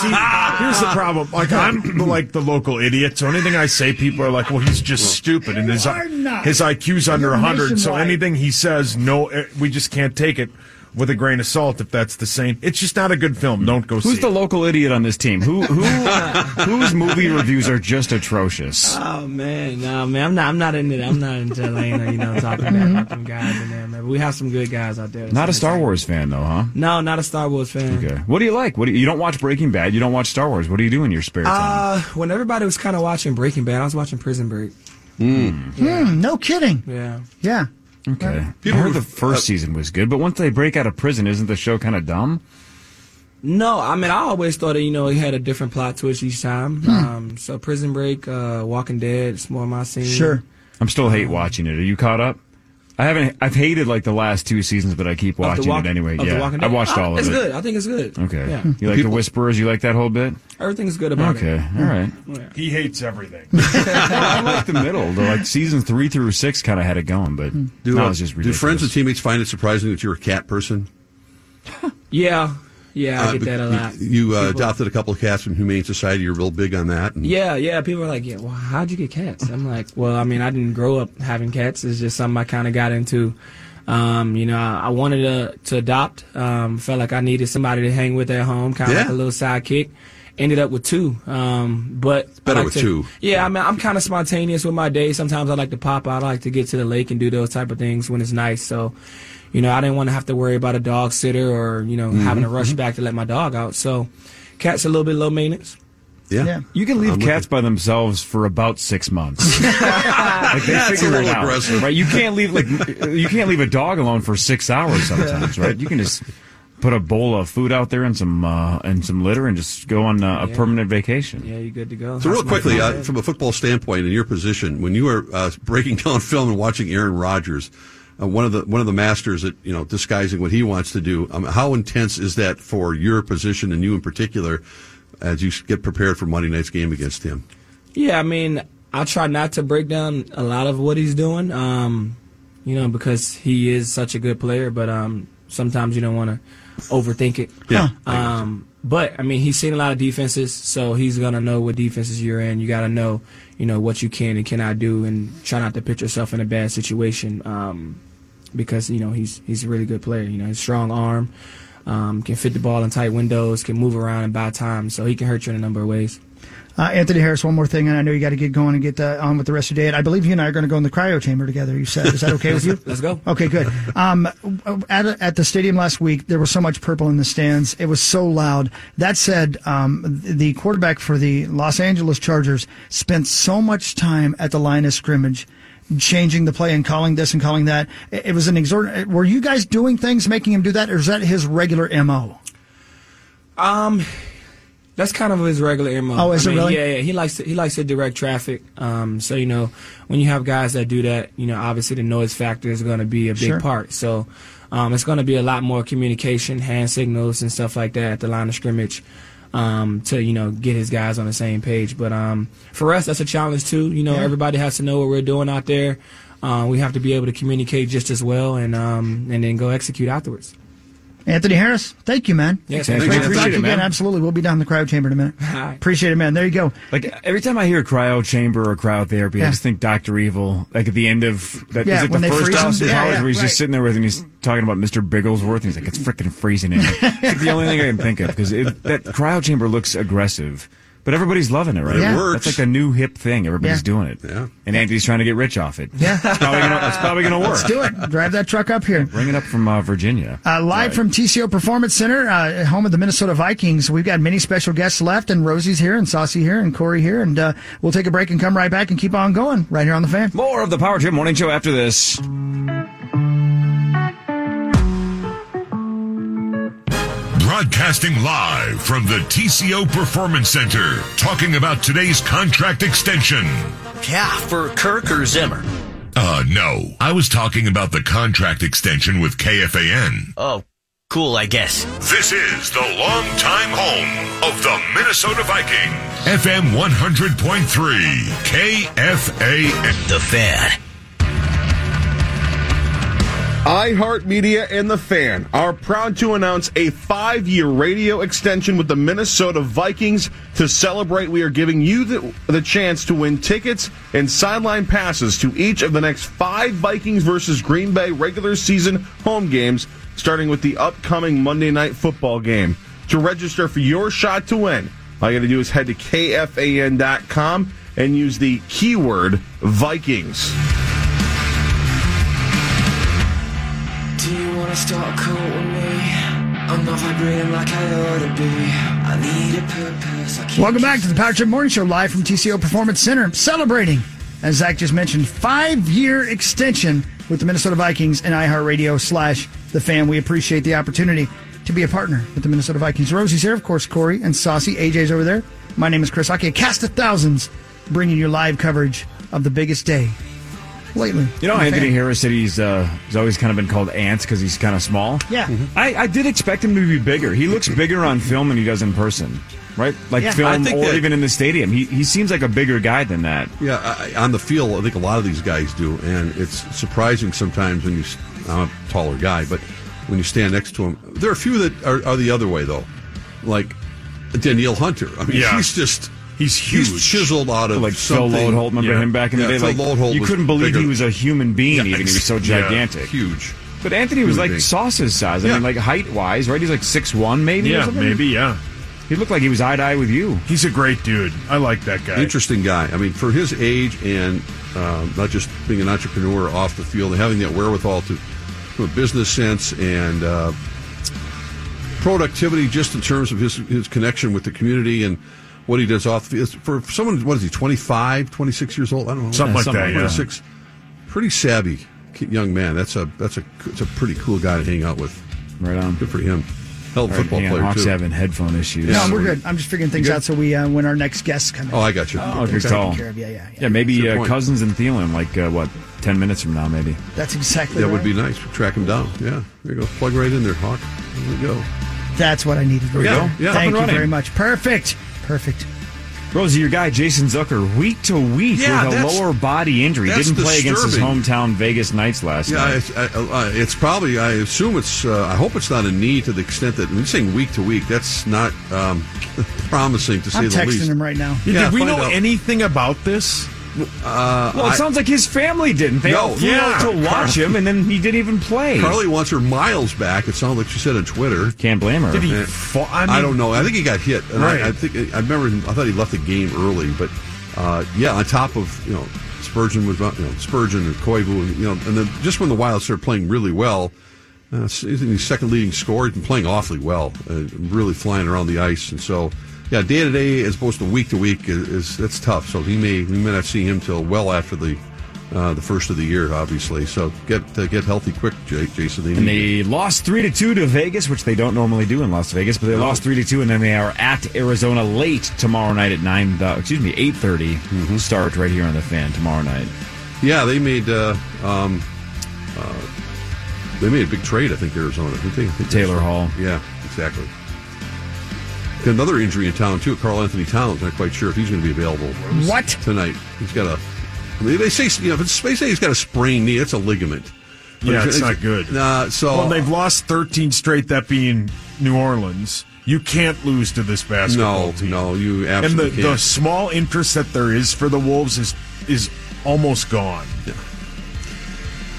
Speaker 3: see. Here's the problem. Like I'm like the local idiot, so anything I say, people are like, "Well, he's just stupid," and his
Speaker 7: are not.
Speaker 3: his IQ's under
Speaker 7: You're
Speaker 3: 100. So
Speaker 7: nationwide.
Speaker 3: anything he says, no, eh, we just can't take it with a grain of salt. If that's the same, it's just not a good film. Don't go.
Speaker 9: Who's
Speaker 3: see
Speaker 9: the
Speaker 3: it.
Speaker 9: local idiot on this team? Who who whose movie reviews are just atrocious?
Speaker 23: Oh man, no man, I'm not. I'm not into that. I'm not into Atlanta. You know, talking bad about them guys in there, man. But we have some good guys out there.
Speaker 9: Not a Star Wars fan though, huh?
Speaker 23: No, not a Star Wars fan.
Speaker 9: Okay. What do you like? What do you, you don't watch Breaking Bad? You don't watch Star Wars? What do you do in your spare time?
Speaker 23: Uh, when everybody was kind of watching Breaking Bad, I was watching Prison Break.
Speaker 7: Hmm, no kidding.
Speaker 23: Yeah.
Speaker 7: Yeah.
Speaker 9: Mm. Okay. I heard the first
Speaker 23: uh,
Speaker 9: season was good, but once they break out of prison, isn't the show kind of dumb?
Speaker 23: No, I mean I always thought that you know he had a different plot twist each time.
Speaker 7: Hmm.
Speaker 23: Um, so Prison Break, uh, Walking Dead, it's more my scene.
Speaker 9: I'm still hate watching it. Are you caught up? I haven't. I've hated like the last two seasons, but I keep
Speaker 23: Of The
Speaker 9: watching
Speaker 23: Walk-
Speaker 9: it anyway.
Speaker 23: of The
Speaker 9: Yeah,
Speaker 23: Walking
Speaker 9: I
Speaker 23: Dead.
Speaker 9: watched
Speaker 23: Ah,
Speaker 9: all of
Speaker 23: it's
Speaker 9: it.
Speaker 23: good. I think it's good.
Speaker 9: Okay.
Speaker 23: Yeah.
Speaker 9: You like the Whisperers? You like that whole bit?
Speaker 23: Everything's good about
Speaker 9: okay.
Speaker 23: it.
Speaker 9: All right.
Speaker 3: He hates everything.
Speaker 9: I like the middle. though. like season three through six kind of had it going, but
Speaker 7: Hmm.
Speaker 13: Do,
Speaker 9: no,
Speaker 13: uh,
Speaker 9: it was just
Speaker 13: do
Speaker 9: ridiculous.
Speaker 13: friends and teammates find it surprising that you're a cat person?
Speaker 23: Yeah, yeah, I
Speaker 13: Uh,
Speaker 23: get that a
Speaker 13: you-
Speaker 23: lot.
Speaker 13: You, uh,
Speaker 23: People-
Speaker 13: adopted a couple of cats from Humane Society. You're real big on that. And
Speaker 23: Yeah, yeah. People are like, yeah, well, how'd you get cats? I'm like, well, I mean, I didn't grow up having cats. It's just something I kind of got into. Um, you know, I, I wanted to, to adopt. Um, felt like I needed somebody to hang with at home, kind of like
Speaker 13: Yeah.
Speaker 23: a little sidekick. Ended up with two. Um, but I
Speaker 13: better
Speaker 23: like
Speaker 13: with
Speaker 23: to-
Speaker 13: two.
Speaker 23: Yeah, I mean, I'm kind of spontaneous with my day. Sometimes I like to pop out. I like to get to the lake and do those type of things when it's nice. So, you know, I didn't want to have to worry about a dog sitter or you know having to
Speaker 13: Mhm,
Speaker 23: rush back to let my dog out. So, cats a little bit low maintenance.
Speaker 13: Yeah.
Speaker 9: You can leave cats by themselves for about six months. like they
Speaker 13: That's a
Speaker 9: figure it
Speaker 13: little
Speaker 9: out,
Speaker 13: aggressive.
Speaker 9: right? You can't leave like you can't leave a dog alone for six hours sometimes, right? You can just put a bowl of food out there and some uh, and some litter and just go on uh, a permanent vacation.
Speaker 23: Yeah, you good to go.
Speaker 13: So real
Speaker 23: That's my
Speaker 13: quickly,
Speaker 23: thought.
Speaker 13: uh, from a football standpoint, in your position, when you were uh, breaking down film and watching Aaron Rodgers, uh, one of the one of the masters at you know disguising what he wants to do, um, how intense is that for your position and you in particular, as you get prepared for Monday night's game against him?
Speaker 23: Yeah, I mean, I try not to break down a lot of what he's doing, um, you know, because he is such a good player. But um, sometimes you don't want to overthink it.
Speaker 13: Yeah.
Speaker 23: Um, but I mean, he's seen a lot of defenses, so he's gonna know what defenses you're in. You gotta know, you know, what you can and cannot do, and try not to put yourself in a bad situation. Um, because you know he's he's a really good player. You know, his strong arm. Um, can fit the ball in tight windows, can move around and buy time, so he can hurt you in a number of ways.
Speaker 7: Uh, Anthony Harris, one more thing, and I know you got to get going and get uh, on with the rest of the day. And I believe you and I are going to go in the cryo chamber together. You said, is that okay with you?
Speaker 23: Let's go.
Speaker 7: Okay, good. Um, at, at the stadium last week, there was so much purple in the stands. It was so loud. That said, um, the quarterback for the Los Angeles Chargers spent so much time at the line of scrimmage changing the play and calling this and calling that. It, it was an exorbitant. Were you guys doing things, making him do that, or is that his regular mo?
Speaker 23: Um, that's kind of his regular mo.
Speaker 7: Oh, is
Speaker 23: I
Speaker 7: it
Speaker 23: mean,
Speaker 7: really?
Speaker 23: Yeah, yeah. He likes to he likes to direct traffic. Um, so you know when you have guys that do that, you know obviously the noise factor is going to be a big
Speaker 7: Sure.
Speaker 23: part. So um, it's going to be a lot more communication, hand signals, and stuff like that at the line of scrimmage. Um, to you know get his guys on the same page, but um, for us that's a challenge too. You know
Speaker 7: Yeah.
Speaker 23: everybody has to know what we're doing out there. Uh, we have to be able to communicate just as well, and um, and then go execute afterwards.
Speaker 7: Anthony Harris, thank you, man.
Speaker 23: Yes,
Speaker 7: Thanks,
Speaker 23: thank you.
Speaker 7: man.
Speaker 23: Appreciate
Speaker 7: Thank
Speaker 23: it,
Speaker 7: you again.
Speaker 23: man.
Speaker 7: Absolutely. We'll be down in the cryo chamber in a minute. Appreciate it, man. There you go.
Speaker 9: Like every time I hear cryo chamber or cryotherapy,
Speaker 7: Yeah.
Speaker 9: I just think Doctor Evil. Like at the end of that,
Speaker 7: Yeah,
Speaker 9: is it
Speaker 7: when
Speaker 9: the
Speaker 7: they
Speaker 9: first
Speaker 7: freeze
Speaker 9: Austin
Speaker 7: him? Yeah,
Speaker 9: Powers
Speaker 7: yeah,
Speaker 9: where he's
Speaker 7: right.
Speaker 9: just sitting there with, and he's talking about Mister Bigglesworth, and he's like, "It's freaking freezing in." here." it's the only thing I can think of because that cryo chamber looks aggressive, but everybody's loving it, right?
Speaker 7: It Yeah. works.
Speaker 9: That's like the new hip thing. Everybody's
Speaker 7: Yeah.
Speaker 9: doing it. Yeah. And Anthony's trying to get rich off it.
Speaker 7: Yeah.
Speaker 9: It's probably gonna, it's probably gonna work.
Speaker 7: Let's do it. Drive that truck up here.
Speaker 9: Bring it up from uh, Virginia.
Speaker 7: Uh, live from TCO Performance Center, uh, home of the Minnesota Vikings. We've got many special guests left, and Rosie's here, and Saucy here, and Corey here, and uh, we'll take a break and come right back and keep on going right here on the fan.
Speaker 9: More of the Power Trip Morning Show after this.
Speaker 15: Broadcasting live from the TCO Performance Center, talking about today's contract extension.
Speaker 20: Yeah, for Kirk or Zimmer.
Speaker 15: Uh, no, I was talking about the contract extension with KFAN.
Speaker 20: Oh, cool, I guess.
Speaker 15: This is the longtime home of the Minnesota Vikings. FM 100.3, KFAN.
Speaker 20: The fan.
Speaker 10: iHeartMedia and The Fan are proud to announce a five year radio extension with the Minnesota Vikings. To celebrate, we are giving you the, the chance to win tickets and sideline passes to each of the next five Vikings versus Green Bay regular season home games, starting with the upcoming Monday night football game. To register for your shot to win, all you got to do is head to kfan.com and use the keyword Vikings.
Speaker 16: Do you wanna start cool with me? I'm not vibrating like I ought to be. I need a purpose. I
Speaker 7: Welcome back to the Power Trip Morning Show, live from TCO Performance Center, celebrating, as Zach just mentioned, five-year extension with the Minnesota Vikings and iHeartRadio slash The Fan. We appreciate the opportunity to be a partner with the Minnesota Vikings. Rosie's here, of course, Corey and Saucy. AJ's over there. My name is Chris Hockey. Cast of Thousands, bringing you live coverage of the biggest day lately.
Speaker 9: You know,
Speaker 7: The
Speaker 9: Anthony
Speaker 7: Fan.
Speaker 9: Harris said he's uh, he's always kind of been called Ants because he's kind of small.
Speaker 7: Yeah. Mhm.
Speaker 13: Mm-hmm.
Speaker 9: I, I did expect him to be bigger. He looks bigger on film than he does in person, right? Like
Speaker 13: Yeah. I
Speaker 9: film
Speaker 13: think
Speaker 9: or
Speaker 13: that-
Speaker 9: even in the stadium. He he seems like a bigger guy than that.
Speaker 13: Yeah, I, I- on the field, I think a lot of these guys do, and it's surprising sometimes when you. s- I'm a taller guy, but when you stand next to him, there are a few that are, are the other way though, like Danielle Hunter. I mean,
Speaker 9: Yeah.
Speaker 13: he's just
Speaker 9: he's
Speaker 13: huge, chiseled out of
Speaker 9: Like
Speaker 13: something.
Speaker 9: Phil Lodeholt, remember
Speaker 13: Yeah.
Speaker 9: him back in the day?
Speaker 13: Yeah, Phil
Speaker 9: like
Speaker 13: Lodeholt
Speaker 9: you
Speaker 13: was
Speaker 9: couldn't believe
Speaker 13: bigger.
Speaker 9: he was a human being. even he was so
Speaker 13: Yeah,
Speaker 9: gigantic,
Speaker 13: huge.
Speaker 9: But Anthony was
Speaker 13: Huge
Speaker 9: like
Speaker 13: being.
Speaker 9: Sauce's size. I mean, like height wise, right? He's like six one, maybe. or
Speaker 3: Yeah,
Speaker 9: something?
Speaker 3: maybe, yeah.
Speaker 9: He looked like he was eye to eye with you.
Speaker 3: He's a great dude. I like that guy.
Speaker 13: Interesting guy. I mean, for his age and um, not just being an entrepreneur off the field and having that wherewithal to, from a business sense and uh, productivity, just in terms of his his connection with the community and what he does off the field. For someone, what is he, 25, 26 years old? I don't know.
Speaker 3: Something like that, yeah.
Speaker 13: 26. Pretty savvy ki- young man. That's a that's a it's a pretty cool guy to hang out with.
Speaker 9: Right on.
Speaker 13: Good for him. Hell of a
Speaker 9: All right,
Speaker 13: football
Speaker 9: hang on,
Speaker 13: player
Speaker 9: Hawks
Speaker 13: too.
Speaker 9: having headphone issues.
Speaker 13: Yeah.
Speaker 7: No, we're good. I'm just figuring things
Speaker 13: good?
Speaker 7: out so we uh, when our next guests come in.
Speaker 13: Oh, I got you.
Speaker 9: Oh,
Speaker 7: Get
Speaker 9: good
Speaker 7: things taken
Speaker 9: call.
Speaker 7: care of. Yeah, yeah, yeah.
Speaker 9: maybe
Speaker 13: Good
Speaker 9: uh,
Speaker 13: point.
Speaker 9: Cousins and Thielen, like, uh, what, 10 minutes from now, maybe.
Speaker 7: That's exactly
Speaker 13: That
Speaker 7: right.
Speaker 13: would be nice. Track him down. Yeah. There you go. Plug right in there, Hawk. There we go.
Speaker 7: That's what I needed.
Speaker 13: There we go. Yeah. Up and
Speaker 7: Thank you
Speaker 13: running.
Speaker 7: very much. Perfect. Perfect.
Speaker 9: Rosie, your guy, Jason Zucker, week to week
Speaker 13: Yeah,
Speaker 9: with a
Speaker 13: that's-
Speaker 9: lower body injury.
Speaker 13: that's
Speaker 9: Didn't play against his
Speaker 13: disturbing.
Speaker 9: hometown Vegas Knights last
Speaker 13: Yeah,
Speaker 9: night.
Speaker 13: it's, I, I, it's probably. I assume it's. Uh, I hope it's not a knee to the extent that when you're saying week to week, that's not um, promising to say
Speaker 7: I'm
Speaker 13: the
Speaker 7: texting
Speaker 13: least.
Speaker 7: him right now.
Speaker 13: Yeah,
Speaker 3: Did we
Speaker 13: find
Speaker 3: know
Speaker 13: out.
Speaker 3: anything about this?
Speaker 13: Uh,
Speaker 9: Well, it
Speaker 13: I-
Speaker 9: sounds like his family didn't. They
Speaker 13: No.
Speaker 9: all flew
Speaker 13: Yeah.
Speaker 9: out to watch him, and then he didn't even play.
Speaker 13: Carly wants her miles back. It sounded like she said on Twitter.
Speaker 9: Can't blame her. Did he
Speaker 3: fall? I,
Speaker 13: don't know. I think he got hit. And I-
Speaker 3: Right.
Speaker 13: I, think I remember. I thought he left the game early, but uh, yeah, on top of you know Spurgeon was about- you know Spurgeon and Koivu, and, you know, and then just when the Wild started playing really well, uh, isn't he second leading scorer and playing awfully well, uh, really flying around the ice, and so. Yeah, day to day as opposed to week to week is, is that's tough. So he may we may not see him till well after the uh, the first of the year, obviously. So get uh, get healthy quick, Jake, Jason. They
Speaker 9: And
Speaker 13: need
Speaker 9: they lost three to two to Vegas, which they don't normally do in Las Vegas, but they lost three to two, and then they are at Arizona late tomorrow night at nine. Uh, excuse me, eight
Speaker 13: Mm-hmm.
Speaker 9: start right here on the fan tomorrow night.
Speaker 13: Yeah, they made uh, um, uh, they made a big trade. I think Arizona. Didn't they? I think
Speaker 9: Taylor Hall.
Speaker 13: Yeah, exactly. Got Another injury in town too. Carl Anthony Towns. Not quite sure if he's going to be available.
Speaker 7: What?
Speaker 13: tonight? He's got a. I mean, They say you know. if it's- They say he's got a sprained knee. That's a ligament. But
Speaker 3: Yeah,
Speaker 13: he's-
Speaker 3: it's not good.
Speaker 13: Nah, so
Speaker 3: well, they've lost 13 straight. That being New Orleans, you can't lose to this basketball
Speaker 13: No,
Speaker 3: team.
Speaker 13: no, you
Speaker 3: and
Speaker 13: absolutely
Speaker 3: the, the
Speaker 13: can't.
Speaker 3: small interest that there is for the Wolves is is almost gone.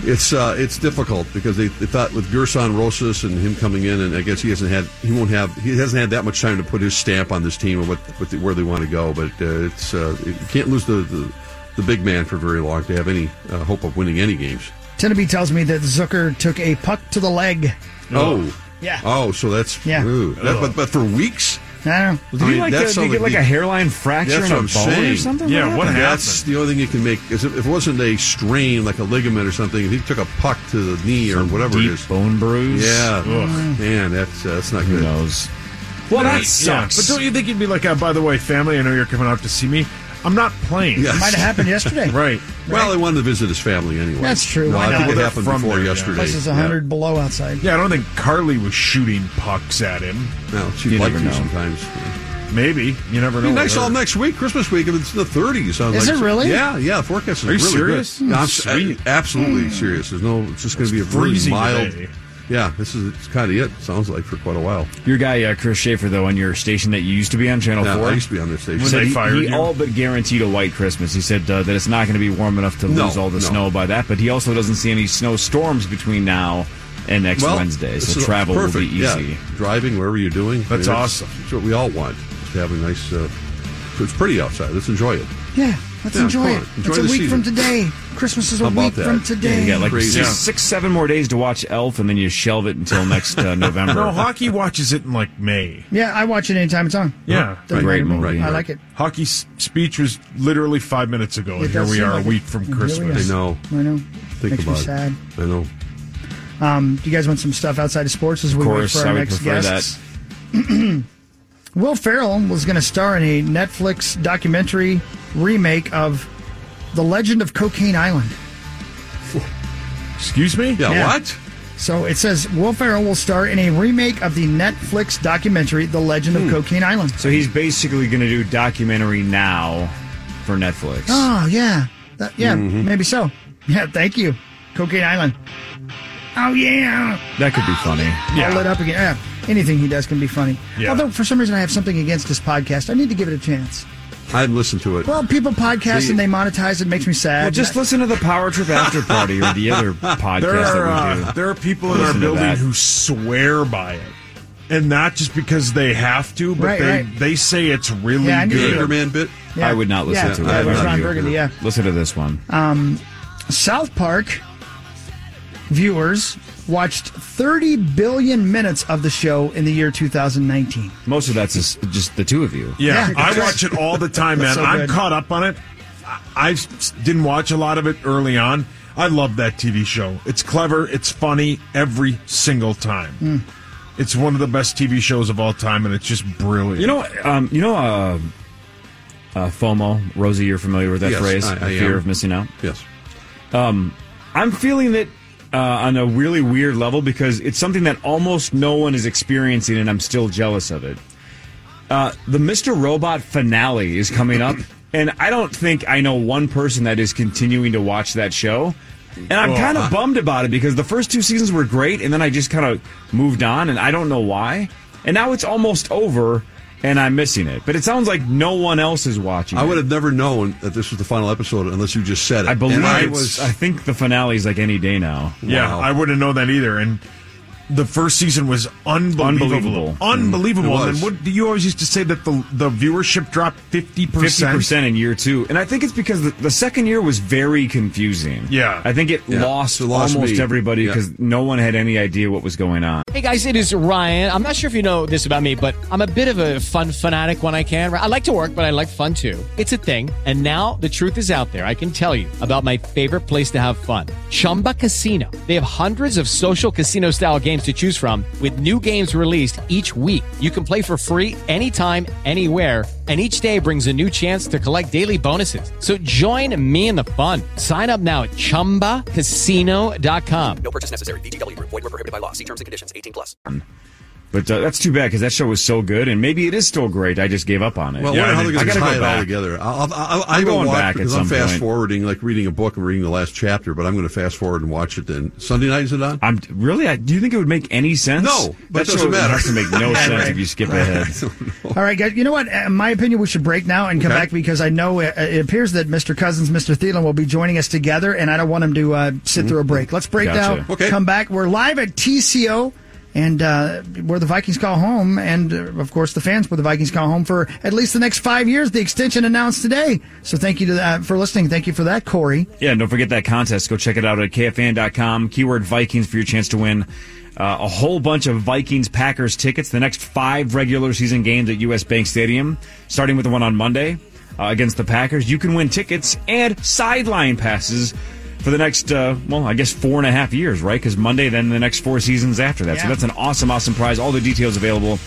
Speaker 13: It's uh, it's difficult because they, they thought with Gerson Rosas and him coming in, and I guess he hasn't had he won't have he hasn't had that much time to put his stamp on this team and what, what the, where they want to go. But uh, it's uh, you can't lose the, the the big man for very long to have any uh, hope of winning any games.
Speaker 7: Tenneby tells me that Zucker took a puck to the leg.
Speaker 13: Oh
Speaker 7: Yeah.
Speaker 13: Oh, so that's
Speaker 7: Yeah.
Speaker 13: ooh. That- but but for weeks.
Speaker 7: I don't know.
Speaker 13: I mean, that sounds you- that's what I'm saying. That's
Speaker 7: That's-
Speaker 13: the only thing you can make is if it wasn't a strain like a ligament or something. If he took a puck to the knee or whatever it
Speaker 9: deep
Speaker 13: is,
Speaker 9: bone bruise.
Speaker 13: Yeah,
Speaker 3: Ugh.
Speaker 13: man, that's uh, that's not good. Who
Speaker 9: knows?
Speaker 3: Well, that sucks. but don't you think you'd be like, oh, by the way, family, I know you're coming out to see me. I'm not playing.
Speaker 13: Yes. It might have happened
Speaker 7: yesterday.
Speaker 3: right.
Speaker 13: Well, he wanted to visit his family anyway.
Speaker 7: That's true.
Speaker 13: No,
Speaker 7: Why
Speaker 13: I
Speaker 7: not?
Speaker 13: think
Speaker 7: Well,
Speaker 13: it
Speaker 7: they're
Speaker 13: happened
Speaker 3: from
Speaker 13: before
Speaker 3: there, yeah.
Speaker 13: yesterday.
Speaker 7: Plus, it's 100 below outside.
Speaker 3: Yeah, I don't think Carly was shooting pucks at him.
Speaker 13: No, she'd You like never to know. sometimes.
Speaker 3: Maybe you never know.
Speaker 13: Be
Speaker 3: with
Speaker 13: nice
Speaker 3: her.
Speaker 13: all next week, Christmas week. If it's in the 30s, sounds
Speaker 3: Is
Speaker 13: like
Speaker 3: it really?
Speaker 13: Yeah, yeah. The forecast is
Speaker 3: Are you
Speaker 13: really
Speaker 3: serious?
Speaker 13: good.
Speaker 3: Mm,
Speaker 13: No, I'm-
Speaker 3: sweet.
Speaker 13: I- absolutely
Speaker 3: Hmm.
Speaker 13: serious. There's no. It's just going to be a really
Speaker 9: freezing
Speaker 13: mild.
Speaker 9: today.
Speaker 13: Yeah, this is it's kind of it. Sounds like for quite a while.
Speaker 9: Your guy uh, Chris Schaefer, though, on your station that you used to be on Channel
Speaker 13: Yeah,
Speaker 9: Four,
Speaker 13: I used to be on their station.
Speaker 9: When
Speaker 13: They
Speaker 9: he,
Speaker 13: fired
Speaker 9: he
Speaker 13: you?
Speaker 9: all but guaranteed a white Christmas. He said uh, that it's not going to be warm enough to
Speaker 13: No,
Speaker 9: lose all the
Speaker 13: no.
Speaker 9: snow by that, but he also doesn't see any snowstorms between now and next
Speaker 13: Well,
Speaker 9: Wednesday,
Speaker 13: this
Speaker 9: so
Speaker 13: is
Speaker 9: travel will be
Speaker 13: perfect, yeah.
Speaker 9: easy.
Speaker 13: Driving wherever you're doing.
Speaker 9: That's awesome.
Speaker 13: That's what we all want. Just to have a nice. Uh, it's pretty outside. Let's enjoy it.
Speaker 7: Yeah, let's
Speaker 13: Yeah,
Speaker 7: enjoy
Speaker 13: come
Speaker 7: it.
Speaker 13: on. Enjoy
Speaker 7: it's a
Speaker 13: the
Speaker 7: week
Speaker 13: season.
Speaker 7: from today. Christmas is a
Speaker 13: How about
Speaker 7: week
Speaker 13: that?
Speaker 7: from today.
Speaker 9: You got like
Speaker 13: Crazy.
Speaker 9: six,
Speaker 13: Yeah.
Speaker 9: six, seven more days to watch Elf, and then you shelve it until next uh, November.
Speaker 3: No, hockey watches it in like May.
Speaker 7: Yeah, I watch it anytime it's on.
Speaker 3: Yeah,
Speaker 7: Doesn't matter to me. I like it.
Speaker 3: Hockey's speech was literally five minutes ago,
Speaker 7: It
Speaker 3: and here
Speaker 7: does
Speaker 3: we
Speaker 7: seem
Speaker 3: are
Speaker 7: like
Speaker 3: a week
Speaker 7: it.
Speaker 3: from
Speaker 7: It really
Speaker 3: Christmas.
Speaker 7: is. I know. Makes
Speaker 13: Think
Speaker 7: me
Speaker 13: about it.
Speaker 7: sad.
Speaker 13: I know.
Speaker 7: Um, do you guys want some stuff outside of sports as we
Speaker 9: Of
Speaker 7: wait
Speaker 9: course,
Speaker 7: for our
Speaker 9: I would
Speaker 7: next
Speaker 9: prefer
Speaker 7: guests? Will Ferrell was going to star in a Netflix documentary remake of The Legend of Cocaine Island.
Speaker 3: Excuse me?
Speaker 13: Yeah,
Speaker 7: Yeah.
Speaker 13: what?
Speaker 7: So it says Will Ferrell will star in a remake of the Netflix documentary The Legend
Speaker 13: Hmm.
Speaker 7: of Cocaine Island.
Speaker 9: So he's basically going to do documentary now for Netflix.
Speaker 7: Oh yeah, That- yeah,
Speaker 13: Mm-hmm.
Speaker 9: Mhm.
Speaker 7: maybe so. Yeah, thank you, Cocaine Island. Oh yeah,
Speaker 9: That could be funny.
Speaker 7: all lit up again. Yeah, anything he does can be funny.
Speaker 13: Yeah.
Speaker 7: Although for some reason I have something against this podcast. I need to give it a chance.
Speaker 13: I'd listen to it.
Speaker 7: Well, people podcast
Speaker 13: The-
Speaker 7: and they monetize. It makes me sad.
Speaker 9: Well, just listen to the Power Trip After Party or the other podcast
Speaker 3: There are,
Speaker 9: that we do.
Speaker 3: uh, there are people in
Speaker 9: Listen
Speaker 3: our
Speaker 9: to
Speaker 3: building
Speaker 9: that.
Speaker 3: who swear by it. And not just because they have to, but
Speaker 7: Right,
Speaker 3: they,
Speaker 7: right.
Speaker 3: they say it's really
Speaker 7: Yeah, I knew
Speaker 3: good.
Speaker 7: that. Anchorman
Speaker 13: bit?
Speaker 7: Yeah.
Speaker 9: I would not listen
Speaker 7: Yeah,
Speaker 9: to it.
Speaker 7: yeah, it was
Speaker 9: I'd
Speaker 7: Ron
Speaker 9: argue.
Speaker 7: Burgundy, yeah.
Speaker 9: Listen to this one.
Speaker 7: Um, South Park viewers watched 30 billion minutes of the show in the year 2019.
Speaker 9: Most of that's just, just the two of you.
Speaker 3: Yeah, I watch it all the time, man.
Speaker 7: That's so
Speaker 3: I'm
Speaker 7: good.
Speaker 3: caught up on it. I- I s- didn't watch a lot of it early on. I love that TV show. It's clever, it's funny every single time.
Speaker 7: Hmm.
Speaker 3: It's one of the best TV shows of all time, and it's just brilliant.
Speaker 9: You know, um, you know, uh, uh, FOMO. Rosie, you're familiar with that
Speaker 3: Yes,
Speaker 9: phrase,
Speaker 3: I- I
Speaker 9: fear
Speaker 3: am.
Speaker 9: of missing out.
Speaker 13: Yes.
Speaker 9: Um, I'm feeling it uh, on a really weird level because it's something that almost no one is experiencing, and I'm still jealous of it. Uh, the Mr. Robot finale is coming up, and I don't think I know one person that is continuing to watch that show. And I'm
Speaker 3: Oh,
Speaker 9: kind
Speaker 3: I-
Speaker 9: of bummed about it because the first two seasons were great, and then I just kind of moved on, and I don't know why. And now it's almost over, and I'm missing it. But it sounds like no one else is watching.
Speaker 13: I
Speaker 9: it.
Speaker 13: would have never known that this was the final episode unless you just said it.
Speaker 9: I believe
Speaker 13: And I
Speaker 9: it's-
Speaker 13: was.
Speaker 9: I think the finale is like any day now.
Speaker 3: Yeah, I wouldn't know that either. And the first season was unbelievable,
Speaker 9: Unbelievable.
Speaker 3: unbelievable.
Speaker 9: Mm, it
Speaker 3: And
Speaker 9: was.
Speaker 3: then what do you always used to say that the the viewership dropped fifty percent?
Speaker 9: 50% in year two. And I think it's because the, the second year was very confusing.
Speaker 3: Yeah.
Speaker 9: I think it
Speaker 3: Yeah.
Speaker 9: lost,
Speaker 3: It lost
Speaker 9: almost
Speaker 3: me.
Speaker 9: everybody
Speaker 3: Yeah.
Speaker 9: because no one had any idea what was going on.
Speaker 27: Hey guys, it is Ryan. I'm not sure if you know this about me, but I'm a bit of a fun fanatic when I can. I like to work, but I like fun too. It's a thing. And now the truth is out there. I can tell you about my favorite place to have fun Chumba Casino. They have hundreds of social casino style games to choose from, with new games released each week. You can play for free anytime, anywhere. And each day brings a new chance to collect daily bonuses. So join me in the fun. Sign up now at chumbacasino.com.
Speaker 28: No purchase necessary. VGW Group. Void were prohibited by law. See terms and conditions. 18 plus.
Speaker 9: But uh, that's too bad because that show was so good, and maybe it is still great. I just gave up on it.
Speaker 13: Well, I wonder how they're
Speaker 9: I
Speaker 13: going to
Speaker 9: gotta
Speaker 13: tie
Speaker 9: go
Speaker 13: it all
Speaker 9: back.
Speaker 13: together. I'll, I'll,
Speaker 9: I'm
Speaker 13: I'll, I will
Speaker 9: going
Speaker 13: watch
Speaker 9: back at
Speaker 13: because I'm
Speaker 9: some
Speaker 13: fast
Speaker 9: point.
Speaker 13: forwarding, like reading a book and reading the last chapter. But I'm going to fast forward and watch it. Then Sunday night is it on?
Speaker 9: I'm really. I, do you think it would make any sense?
Speaker 13: No, but
Speaker 9: That
Speaker 13: it doesn't
Speaker 9: show
Speaker 13: matter.
Speaker 9: has to make no sense
Speaker 13: Right.
Speaker 9: if you skip ahead.
Speaker 7: All right, guys. You know what? In my opinion, we should break now and come
Speaker 9: Okay.
Speaker 7: back because I know it, it appears that Mr. Cousins, Mr. Thielen will be joining us together, and I don't want him to uh, sit through a break. Let's break
Speaker 9: Mm-hmm. Gotcha.
Speaker 7: now.
Speaker 9: Okay.
Speaker 7: Come back. We're live at TCO, and uh, where the Vikings call home, and uh, of course the fans where the Vikings call home for at least the next five years. The extension announced today. So thank you to, uh, for listening. Thank you for that, Corey.
Speaker 9: Yeah, and don't forget that contest. Go check it out at kfan.com. Keyword Vikings for your chance to win uh, a whole bunch of Vikings Packers tickets. The next five regular season games at U.S. Bank Stadium, starting with the one on Monday uh, against the Packers. You can win tickets and sideline passes for the next, uh, well, I guess four and a half years, right? Because Monday, then the next four seasons after that. So
Speaker 19: Yeah.
Speaker 9: that's an awesome, awesome prize. All the details available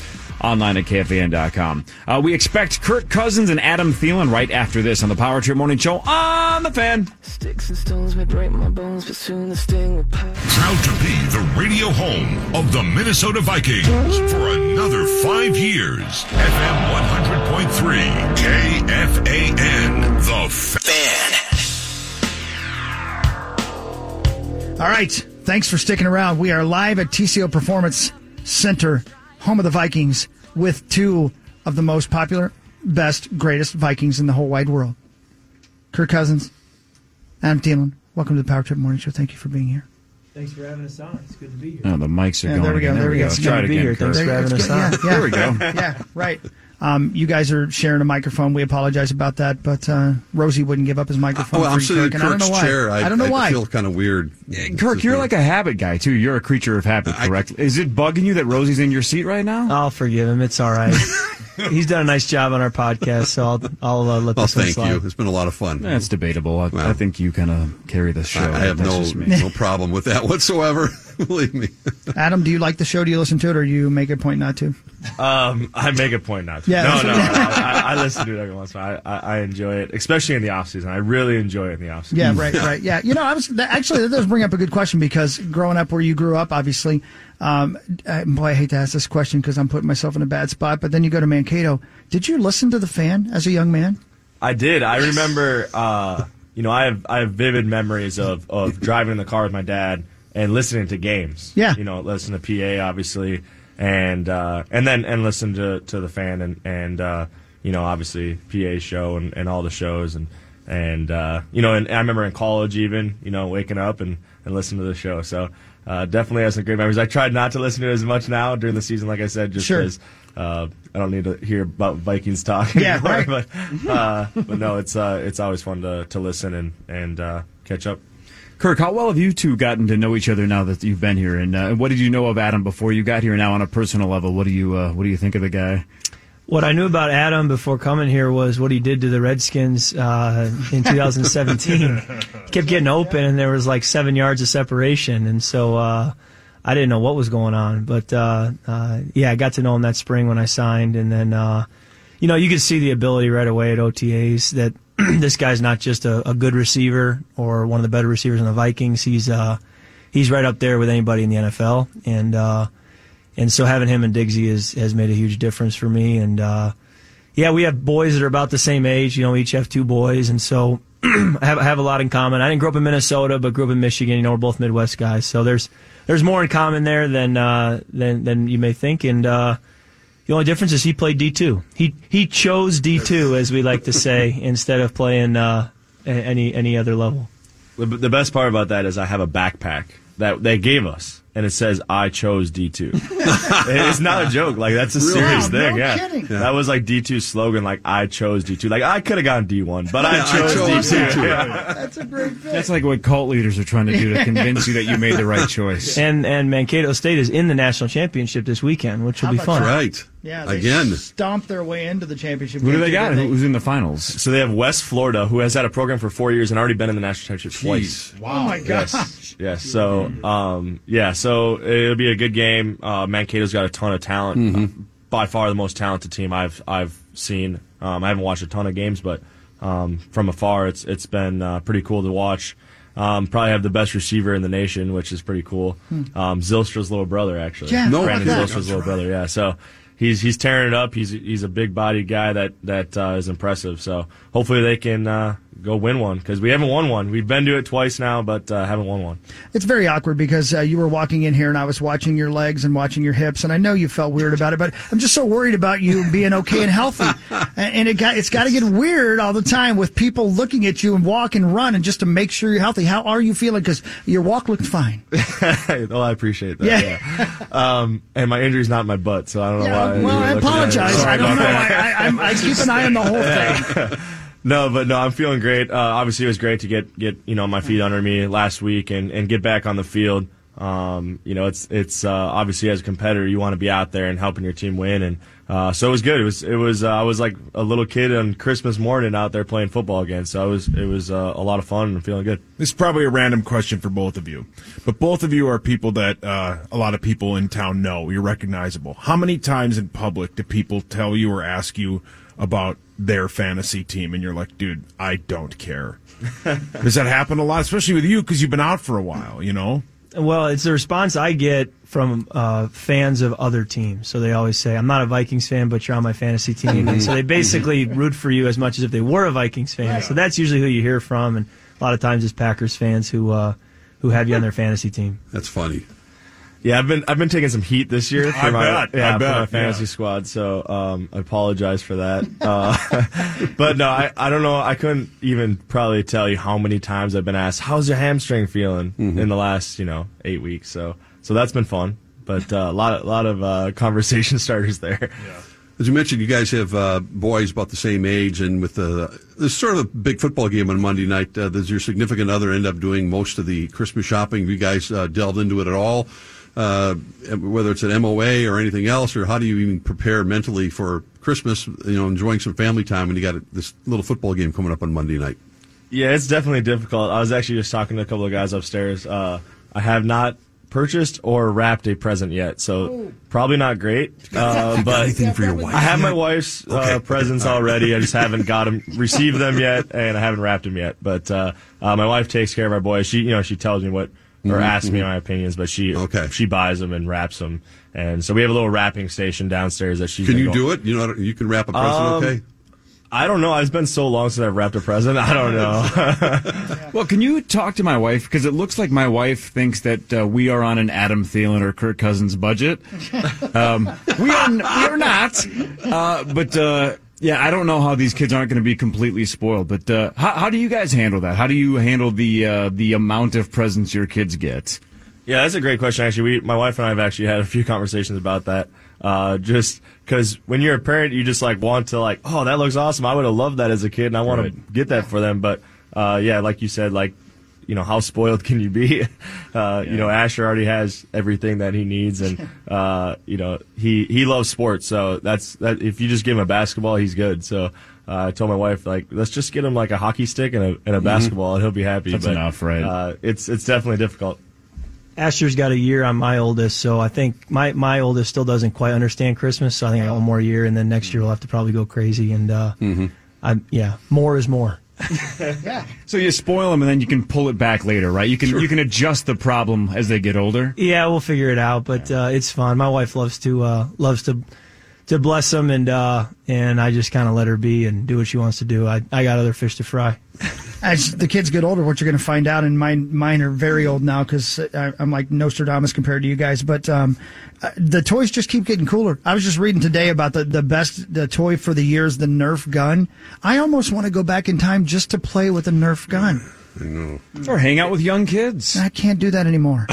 Speaker 9: online at kfan.com. Uh, we expect Kirk Cousins and Adam Thielen right after this on the Power Trip Morning Show on the fan.
Speaker 5: Sticks and stones may break my bones, but soon the sting will pass.
Speaker 15: Proud to be the radio home of the Minnesota Vikings for another five years. FM 100.3 KFAN, the fan.
Speaker 7: All right. Thanks for sticking around. We are live at TCO Performance Center, home of the Vikings, with two of the most popular, best, greatest Vikings in the whole wide world. Kirk Cousins, Adam Thielen. Welcome to the Power Trip Morning Show. Thank you for being here.
Speaker 24: Thanks for having us on. It's good to be here.
Speaker 9: Oh, the mics are
Speaker 7: Yeah,
Speaker 9: going.
Speaker 7: there we go.
Speaker 9: again.
Speaker 7: There, we go.
Speaker 9: Let's Try it again. Kurt.
Speaker 7: There- it's good. Yeah, yeah.
Speaker 9: There we go.
Speaker 7: yeah, right. Um, you guys are sharing a microphone. We apologize about that, but uh, Rosie wouldn't give up his microphone.
Speaker 13: Oh, I'm
Speaker 7: for you,
Speaker 13: sitting in
Speaker 7: Kirk, and I don't
Speaker 13: Kirk's
Speaker 7: know why.
Speaker 13: chair. I,
Speaker 7: I don't know
Speaker 13: I
Speaker 7: why.
Speaker 13: feel kind of weird.
Speaker 9: Kirk, you're like a habit guy too. You're a creature of habit, correct? Is it bugging you that Rosie's in your seat right now?
Speaker 19: I'll forgive him. It's all right.
Speaker 24: He's done a nice job on our podcast, so I'll I'll uh, let
Speaker 13: Well,
Speaker 24: this one
Speaker 13: thank
Speaker 24: slide.
Speaker 13: you. It's been a lot of fun.
Speaker 9: That's debatable. I, I think you kind of carry the show.
Speaker 13: I have
Speaker 9: That's
Speaker 13: no
Speaker 9: just me.
Speaker 13: no problem with that whatsoever. Believe me.
Speaker 7: Adam, do you like the show? Do you listen to it, or you make a point not to?
Speaker 19: Um, I make a point not to.
Speaker 7: Yeah,
Speaker 19: no,
Speaker 7: that's-
Speaker 19: no, I, I, I listen to it every once in a while. I, I, I enjoy it, especially in the off season. I really enjoy it in the off season.
Speaker 7: Yeah, right, right. Yeah, you know, I was that, actually that does bring up a good question because growing up where you grew up, obviously, um, I, boy, I hate to ask this question because I'm putting myself in a bad spot. But then you go to Mankato. Did you listen to the fan as a young man?
Speaker 19: I did. I remember. Uh, you know, I have I have vivid memories of of driving in the car with my dad and listening to games.
Speaker 7: Yeah.
Speaker 19: You know, listen to PA obviously, and uh, and then and listen to to the fan and and uh, you know obviously PA show and, and all the shows and and uh, you know and, I remember in college even you know waking up and and listen to the show so. Uh, definitely has some great memories. I tried not to listen to it as much now during the season, like I said, just
Speaker 7: Sure.
Speaker 19: because uh, I don't need to hear about Vikings talk.
Speaker 7: Yeah,
Speaker 19: anymore,
Speaker 7: right.
Speaker 19: But uh, but no, it's uh, it's always fun to, to listen and and uh, catch up.
Speaker 9: Kirk, how well have you two gotten to know each other now that you've been here? And uh, what did you know of Adam before you got here? Now, on a personal level, what do you uh, what do you think of the guy?
Speaker 24: What I knew about Adam before coming here was what he did to the Redskins uh, in 2017. he kept getting open, and there was like seven yards of separation, and so uh, I didn't know what was going on. But uh, uh, yeah, I got to know him that spring when I signed, and then uh, you know you could see the ability right away at OTAs that this guy's not just a, a good receiver or one of the better receivers in the Vikings. He's uh, he's right up there with anybody in the NFL, and uh, and so having him and Digsy has has made a huge difference for me. And uh, yeah, we have boys that are about the same age. You know, we each have two boys, and so I have I have a lot in common. I didn't grow up in Minnesota, but grew up in Michigan. You know, we're both Midwest guys, so there's there's more in common there than uh, than than you may think. And uh, the only difference is he played D two. He he chose D two as we like to say instead of playing uh, a- any any other level.
Speaker 19: The, the best part about that is I have a backpack that they gave us, and and it says I chose D two. it's not a joke. Like that's a
Speaker 12: Really?
Speaker 19: serious
Speaker 12: Wow,
Speaker 19: thing.
Speaker 12: no
Speaker 19: yeah.
Speaker 12: kidding. Yeah.
Speaker 19: that was like D 2s slogan. Like I chose D two. Like I could have gone D one, but
Speaker 12: Yeah, I
Speaker 19: I chose
Speaker 12: chose
Speaker 19: D two.
Speaker 12: D2.
Speaker 7: That's a great fit.
Speaker 9: That's like what cult leaders are trying to do to convince you that you made the right choice.
Speaker 24: And and Mankato State is in the national championship this weekend, which will
Speaker 7: How
Speaker 24: be fun.
Speaker 7: about that? Yeah. They Stomped their way into the championship. game, too, didn't they?
Speaker 19: in the finals? So they have West Florida, who has had a program for four years and already been in the national championship twice.
Speaker 7: Wow. Oh my gosh.
Speaker 19: Yes. yes. So, um, yeah. So it'll be a good game. Uh, Mankato's got a ton of talent. Uh,
Speaker 13: Mhm.
Speaker 19: By far the most talented team I've I've seen. Um, I haven't watched a ton of games, but um, from afar, it's it's been uh, pretty cool to watch. Um, probably have the best receiver in the nation, which is pretty cool.
Speaker 12: Hmm.
Speaker 19: Um, Zilstra's little brother, actually.
Speaker 12: Yeah, No,
Speaker 19: Brandon
Speaker 12: I bet.
Speaker 19: Zilstra's little brother. Yeah. So he's he's tearing it up. He's he's a big bodied guy that that uh, is impressive. So hopefully they can uh, go win one because we haven't won one. We've been to it twice now, but uh, haven't won one.
Speaker 7: It's very awkward because uh, you were walking in here and I was watching your legs and watching your hips, and I know you felt weird about it, but I'm just so worried about you being okay and healthy. And, and it got, it's got to get weird all the time with people looking at you and walk and run and just to make sure you're healthy. How are you feeling? Because your walk looked fine.
Speaker 19: oh, I appreciate that.
Speaker 7: Yeah.
Speaker 19: Yeah. Um, and my injury's not in my butt, so I don't know why.
Speaker 7: well, I
Speaker 19: Look at that.
Speaker 7: apologize.
Speaker 19: Sorry
Speaker 7: I don't
Speaker 19: about
Speaker 7: know.
Speaker 19: that.
Speaker 7: I, I, I'm- I keep an eye on the whole thing.
Speaker 19: no, but no, I'm feeling great. Uh, obviously, it was great to get get you know my feet under me last week and, and get back on the field. Um, you know, it's it's uh, obviously as a competitor, you want to be out there and helping your team win, and uh, so it was good. It was it was uh, I was like a little kid on Christmas morning out there playing football again. So it was it was uh, a lot of fun and feeling good.
Speaker 3: This is probably a random question for both of you, but both of you are people that uh, a lot of people in town know. You're recognizable. How many times in public do people tell you or ask you about their fantasy team, and you're like, "Dude, I don't care." Does that happen a lot, especially with you because you've been out for a while? You know,
Speaker 24: Well, it's the response I get from uh, fans of other teams. So they always say, "I'm not a Vikings fan, but you're on my fantasy team." and so they basically root for you as much as if they were a Vikings fan. So that's usually who you hear from, and a lot of times it's Packers fans who uh, who have you on their fantasy team.
Speaker 13: That's funny.
Speaker 19: Yeah, I've been I've been taking some heat this year for
Speaker 24: I
Speaker 19: my
Speaker 24: bet,
Speaker 19: yeah,
Speaker 24: I
Speaker 19: for
Speaker 24: bet,
Speaker 19: my fantasy
Speaker 24: yeah.
Speaker 19: squad. So um, I apologize for that. Uh, but no, I, I don't know. I couldn't even probably tell you how many times I've been asked, "How's your hamstring feeling?"
Speaker 24: Mm-hmm.
Speaker 19: in the last you know eight weeks. So so that's been fun. But uh, a lot a lot of uh, conversation starters there.
Speaker 13: As you mentioned, you guys have uh, boys about the same age, and with the there's sort of a big football game on Monday night. Uh, does your significant other end up doing most of the Christmas shopping? Have you guys uh, delved into it at all? Uh, whether it's an MOA or anything else, or how do you even prepare mentally for Christmas? You know, enjoying some family time when you got this little football game coming up on Monday night.
Speaker 19: Yeah, it's definitely difficult. I was actually just talking to a couple of guys upstairs. Uh, I have not purchased or wrapped a present yet, so probably not great. Uh, but
Speaker 13: Oh. anything for your wife?
Speaker 19: I have my wife's
Speaker 13: Okay.
Speaker 19: uh, presents already. I just haven't got them, received them yet, and I haven't wrapped them yet. But uh, uh, my wife takes care of our boys. She, you know, she tells me what or
Speaker 13: Mhm,
Speaker 19: asks me
Speaker 13: mhm.
Speaker 19: my opinions, but she she buys them and wraps them. And so we have a little wrapping station downstairs that she's.
Speaker 13: Can
Speaker 19: been
Speaker 13: you
Speaker 19: going-
Speaker 13: do it? You know, you can wrap a present,
Speaker 19: Um,
Speaker 13: okay?
Speaker 19: I don't know. It's been so long since I've wrapped a present. I don't know.
Speaker 9: Well, can you talk to my wife? Because it looks like my wife thinks that uh, we are on an Adam Thielen or Kirk Cousins budget. Um, we, are, we are not. Uh, but uh, yeah, I don't know how these kids aren't going to be completely spoiled. But uh, how, how do you guys handle that? How do you handle the uh, the amount of presents your kids get?
Speaker 19: Yeah, that's a great question. Actually, we, my wife and I have actually had a few conversations about that. Uh, just because when you're a parent, you just like want to like, oh, that looks awesome. I would have loved that as a kid, and I want to get that for them. But uh, yeah, like you said, like you know, how spoiled can you be? Uh, You know, Asher already has everything that he needs, and uh, you know, he he loves sports. So that's that. If you just give him a basketball, he's good. So uh, I told my wife like, let's just get him like a hockey stick and a and a
Speaker 9: Mhm.
Speaker 19: basketball, and he'll be happy.
Speaker 9: That's enough, right?
Speaker 19: Uh, it's it's definitely difficult.
Speaker 24: Asher's got a year on my oldest, so I think my my oldest still doesn't quite understand Christmas. So I think I got one more year, and then next year we'll have to probably go crazy. And uh,
Speaker 9: Hmm.
Speaker 24: I'm yeah, more is more.
Speaker 9: So you spoil them, and then you can pull it back later, right? You can you can adjust the problem as they get older.
Speaker 24: Yeah, we'll figure it out, but uh, it's fun. My wife loves to uh, loves to to bless them, and uh, and I just kind of let her be and do what she wants to do. I I got other fish to fry.
Speaker 7: As the kids get older, what you're going to find out, and mine mine are very old now because I'm like Nostradamus compared to you guys. But um, uh, the toys just keep getting cooler. I was just reading today about the the best the toy for the year is the Nerf gun. I almost want to go back in time just to play with a Nerf gun.
Speaker 13: I know.
Speaker 9: Or hang out with young kids.
Speaker 7: I can't do that anymore.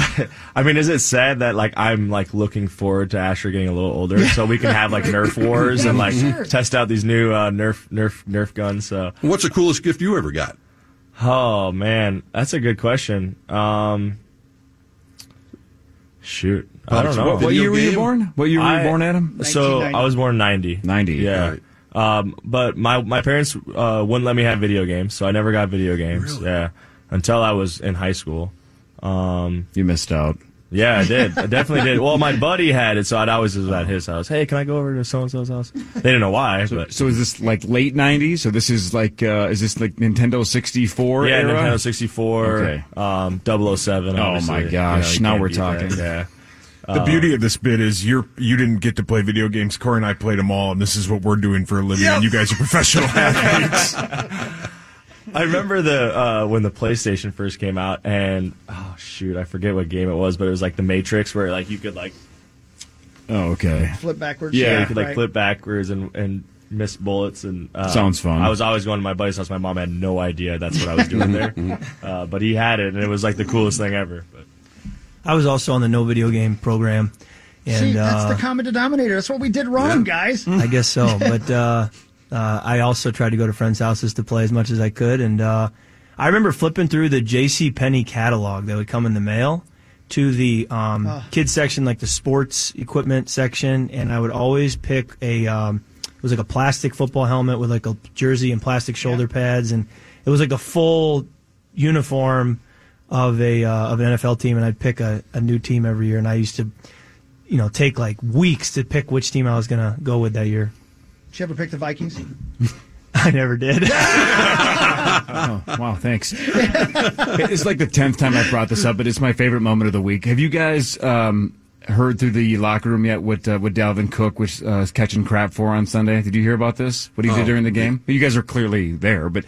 Speaker 19: I mean, is it sad that like I'm like looking forward to Asher getting a little older so we can have like Nerf wars and like
Speaker 13: Sure.
Speaker 19: test out these new uh, Nerf Nerf Nerf guns? So,
Speaker 13: what's the coolest gift you ever got?
Speaker 19: Oh man, that's a good question. Um, shoot, I
Speaker 13: Probably
Speaker 19: don't
Speaker 13: some
Speaker 19: know.
Speaker 13: What video year were you game? born? What year were you
Speaker 19: I-
Speaker 13: born, Adam?
Speaker 19: So
Speaker 13: 1990.
Speaker 19: I was born ninety. Ninety. Yeah.
Speaker 13: right.
Speaker 19: Um, but my my parents uh, wouldn't let me have video games, so I never got video games. Yeah, until I was in high school. Um,
Speaker 9: you missed out.
Speaker 19: Yeah, I did. I definitely did. Well, my buddy had it, so I'd always was at his house. Hey, can I go over to so and so's house? They didn't know why,
Speaker 9: So,
Speaker 19: but
Speaker 9: so is this like late '90s? So this is like uh, is this like Nintendo 64
Speaker 19: yeah,
Speaker 9: era?
Speaker 19: Nintendo 64,
Speaker 9: Okay.
Speaker 19: um, 007.
Speaker 9: Oh
Speaker 19: obviously. You know, you
Speaker 9: my gosh, now
Speaker 19: can't
Speaker 9: we're
Speaker 19: beat that.
Speaker 9: talking.
Speaker 19: Yeah.
Speaker 3: The
Speaker 19: Uh,
Speaker 3: beauty of this bit is you're you didn't get to play video games. Corey and I played them all, and this is what we're doing for a living. And you guys are professional athletes.
Speaker 19: I remember the uh, when the PlayStation first came out, and oh shoot, I forget what game it was, but it was like the Matrix, where like you could like
Speaker 9: Oh, okay.
Speaker 7: Flip backwards.
Speaker 19: yeah, you could like
Speaker 7: Right.
Speaker 19: flip backwards and and miss bullets and uh,
Speaker 9: Sounds fun.
Speaker 19: I was always going to my buddy's house. My mom had no idea that's what I was doing there, uh, but he had it, and it was like the coolest thing ever. But
Speaker 24: I was also on the no video game program, and
Speaker 7: See, that's
Speaker 24: uh,
Speaker 7: the common denominator. That's what we did wrong, guys.
Speaker 24: I guess so. But uh, uh, I also tried to go to friends' houses to play as much as I could, and uh, I remember flipping through the J.C. Penney catalog that would come in the mail to the um,
Speaker 7: Ah.
Speaker 24: kids section, like the sports equipment section, and I would always pick a. Um, it was like a plastic football helmet with like a jersey and plastic shoulder pads, and it was like a full uniform of a uh, of an NFL team, and I'd pick a, a new team every year, and I used to. You know, take like weeks to pick which team I was gonna go with that year.
Speaker 7: Did you ever pick the Vikings?
Speaker 24: I never did.
Speaker 9: oh, wow, thanks. it's like the tenth time I brought this up, but it's my favorite moment of the week. Have you guys um, heard through the locker room yet what uh, what Dalvin Cook was uh, is catching crap for on Sunday? Did you hear about this? What he
Speaker 13: Oh.
Speaker 9: did during the game? You guys are clearly there, but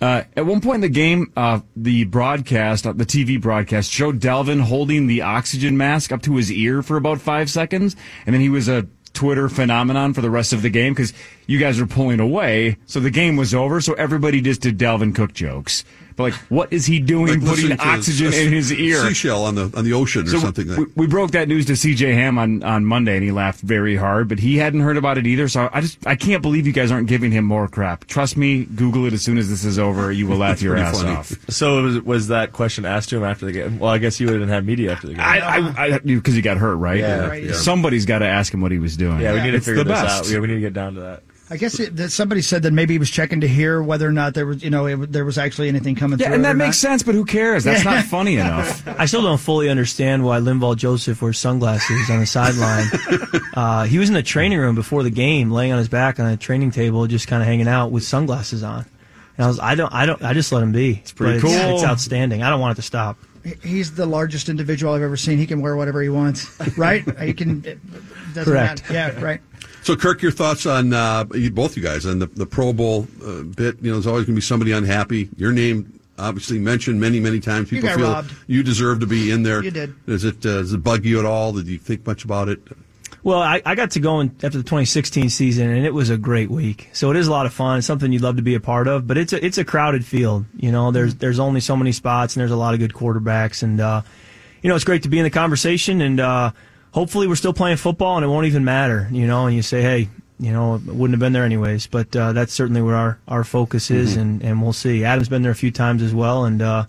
Speaker 9: uh, at one point in the game, uh, the broadcast, uh, the TV broadcast, showed Dalvin holding the oxygen mask up to his ear for about five seconds, and then he was a Twitter phenomenon for the rest of the game because you guys were pulling away, so the game was over. So everybody just did Dalvin Cook jokes, but like, what is he doing
Speaker 13: Like
Speaker 9: putting
Speaker 13: listening to
Speaker 9: oxygen
Speaker 13: a
Speaker 9: in his ear?
Speaker 13: Seashell on the on the ocean or
Speaker 9: So
Speaker 13: something.
Speaker 9: we, we broke that news to CJ Ham on, on Monday, and he laughed very hard. But he hadn't heard about it either. So I just I can't believe you guys aren't giving him more crap. Trust me, Google it as soon as this is over. You will laugh your ass off.
Speaker 19: So it was, was that question asked to him after the game? Well, I guess he would have had media after the game.
Speaker 9: I, I, I because he got hurt, right?
Speaker 19: Yeah, Right. yeah.
Speaker 9: Somebody's got to ask him what he was doing.
Speaker 19: yeah, we need to
Speaker 9: It's
Speaker 19: figure
Speaker 9: the
Speaker 19: this
Speaker 9: best.
Speaker 19: out. Yeah, we need to get down to that.
Speaker 7: I guess it, that somebody said that maybe he was checking to hear whether or not there was, you know, it, there was actually anything coming
Speaker 9: Yeah,
Speaker 7: through.
Speaker 9: and
Speaker 7: it
Speaker 9: that
Speaker 7: or
Speaker 9: makes
Speaker 7: not.
Speaker 9: sense. But who cares? That's
Speaker 7: Yeah.
Speaker 9: not funny enough.
Speaker 24: I still don't fully understand why Linval Joseph wears sunglasses on the sideline. uh, he was in the training room before the game, laying on his back on a training table, just kind of hanging out with sunglasses on. And I was, I don't, I don't, I just let him be. It's
Speaker 9: pretty
Speaker 24: It's,
Speaker 9: cool.
Speaker 24: it's outstanding. I don't want it to stop.
Speaker 7: He- He's the largest individual I've ever seen. He can wear whatever he wants, right? he can. It doesn't
Speaker 13: Correct.
Speaker 7: matter. Yeah, right.
Speaker 13: So, Kirk, your thoughts on uh, you, both you guys on the, the Pro Bowl uh, bit? You know, there's always going to be somebody unhappy. Your name, obviously, mentioned many, many times.
Speaker 7: You
Speaker 13: People
Speaker 7: got
Speaker 13: feel
Speaker 7: robbed.
Speaker 13: you deserve to be in there.
Speaker 7: You did.
Speaker 13: Does it, uh, does it bug you at all? Did you think much about it?
Speaker 24: Well, I, I got to go in after the 2016 season, and it was a great week. So it is a lot of fun. It's something you'd love to be a part of, but it's a it's a crowded field. You know, there's there's only so many spots, and there's a lot of good quarterbacks, and uh, you know it's great to be in the conversation, and uh, hopefully we're still playing football, and it won't even matter. You know, and you say, hey, you know, it wouldn't have been there anyways. But uh, that's certainly where our our focus is,
Speaker 13: Mhm.
Speaker 24: and and we'll see. Adam's been there a few times as well, and. Uh,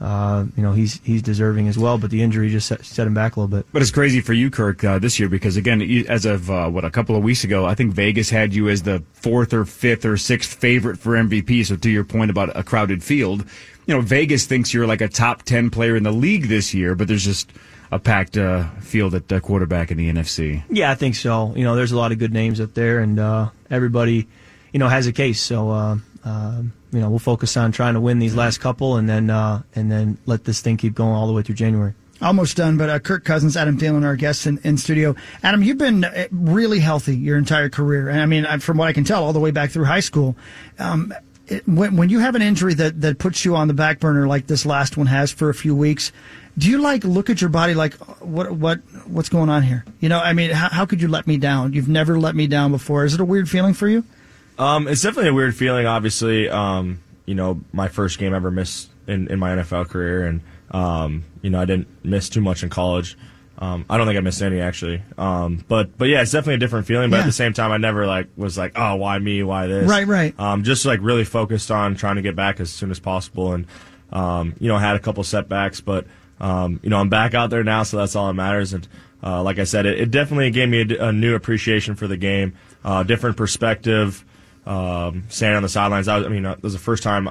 Speaker 24: uh, you know he's he's deserving as well, but the injury just set, set him back a little bit.
Speaker 9: But it's crazy for you, Kirk, uh, this year because again, you- as of uh, what a couple of weeks ago, I think Vegas had you as the fourth or fifth or sixth favorite for MVP. So to your point about a crowded field, you know, Vegas thinks you're like a top ten player in the league this year, but there's just a packed uh, field at uh, quarterback in the NFC.
Speaker 24: Yeah, I think so. You know, there's a lot of good names up there, and uh, everybody, you know, has a case. So, uh, uh, you know, we'll focus on trying to win these
Speaker 9: Mm-hmm.
Speaker 24: last couple, and then uh, and then let this thing keep going all the way through January.
Speaker 7: Almost done, but uh, Kirk Cousins, Adam Thielen, our guests in, in studio. Adam, you've been uh, really healthy your entire career, and I mean, I- from what I can tell, all the way back through high school. Um, it, when, when you have an injury that that puts you on the back burner, like this last one has for a few weeks, do you like look at your body like what what what's going on here? You know, I mean, how, how could you let me down? You've never let me down before. Is it a weird feeling for you?
Speaker 19: Um, it's definitely a weird feeling. Obviously, um, you know, my first game ever missed in, in my NFL career, and um, you know I didn't miss too much in college. Um, I don't think I missed any actually. Um, but but yeah, it's definitely a different feeling. But at
Speaker 7: Yeah.
Speaker 19: the same time, I never like was like, oh, why me? Why this?
Speaker 7: Right, right.
Speaker 19: Um, just like really focused on trying to get back as soon as possible, and um, you know, had a couple setbacks, but um, you know, I'm back out there now, so that's all that matters. And uh, like I said, it, it definitely gave me a d- a, new appreciation for the game, uh, different perspective. Um, standing on the sidelines, I, was, I mean, uh, it was the first time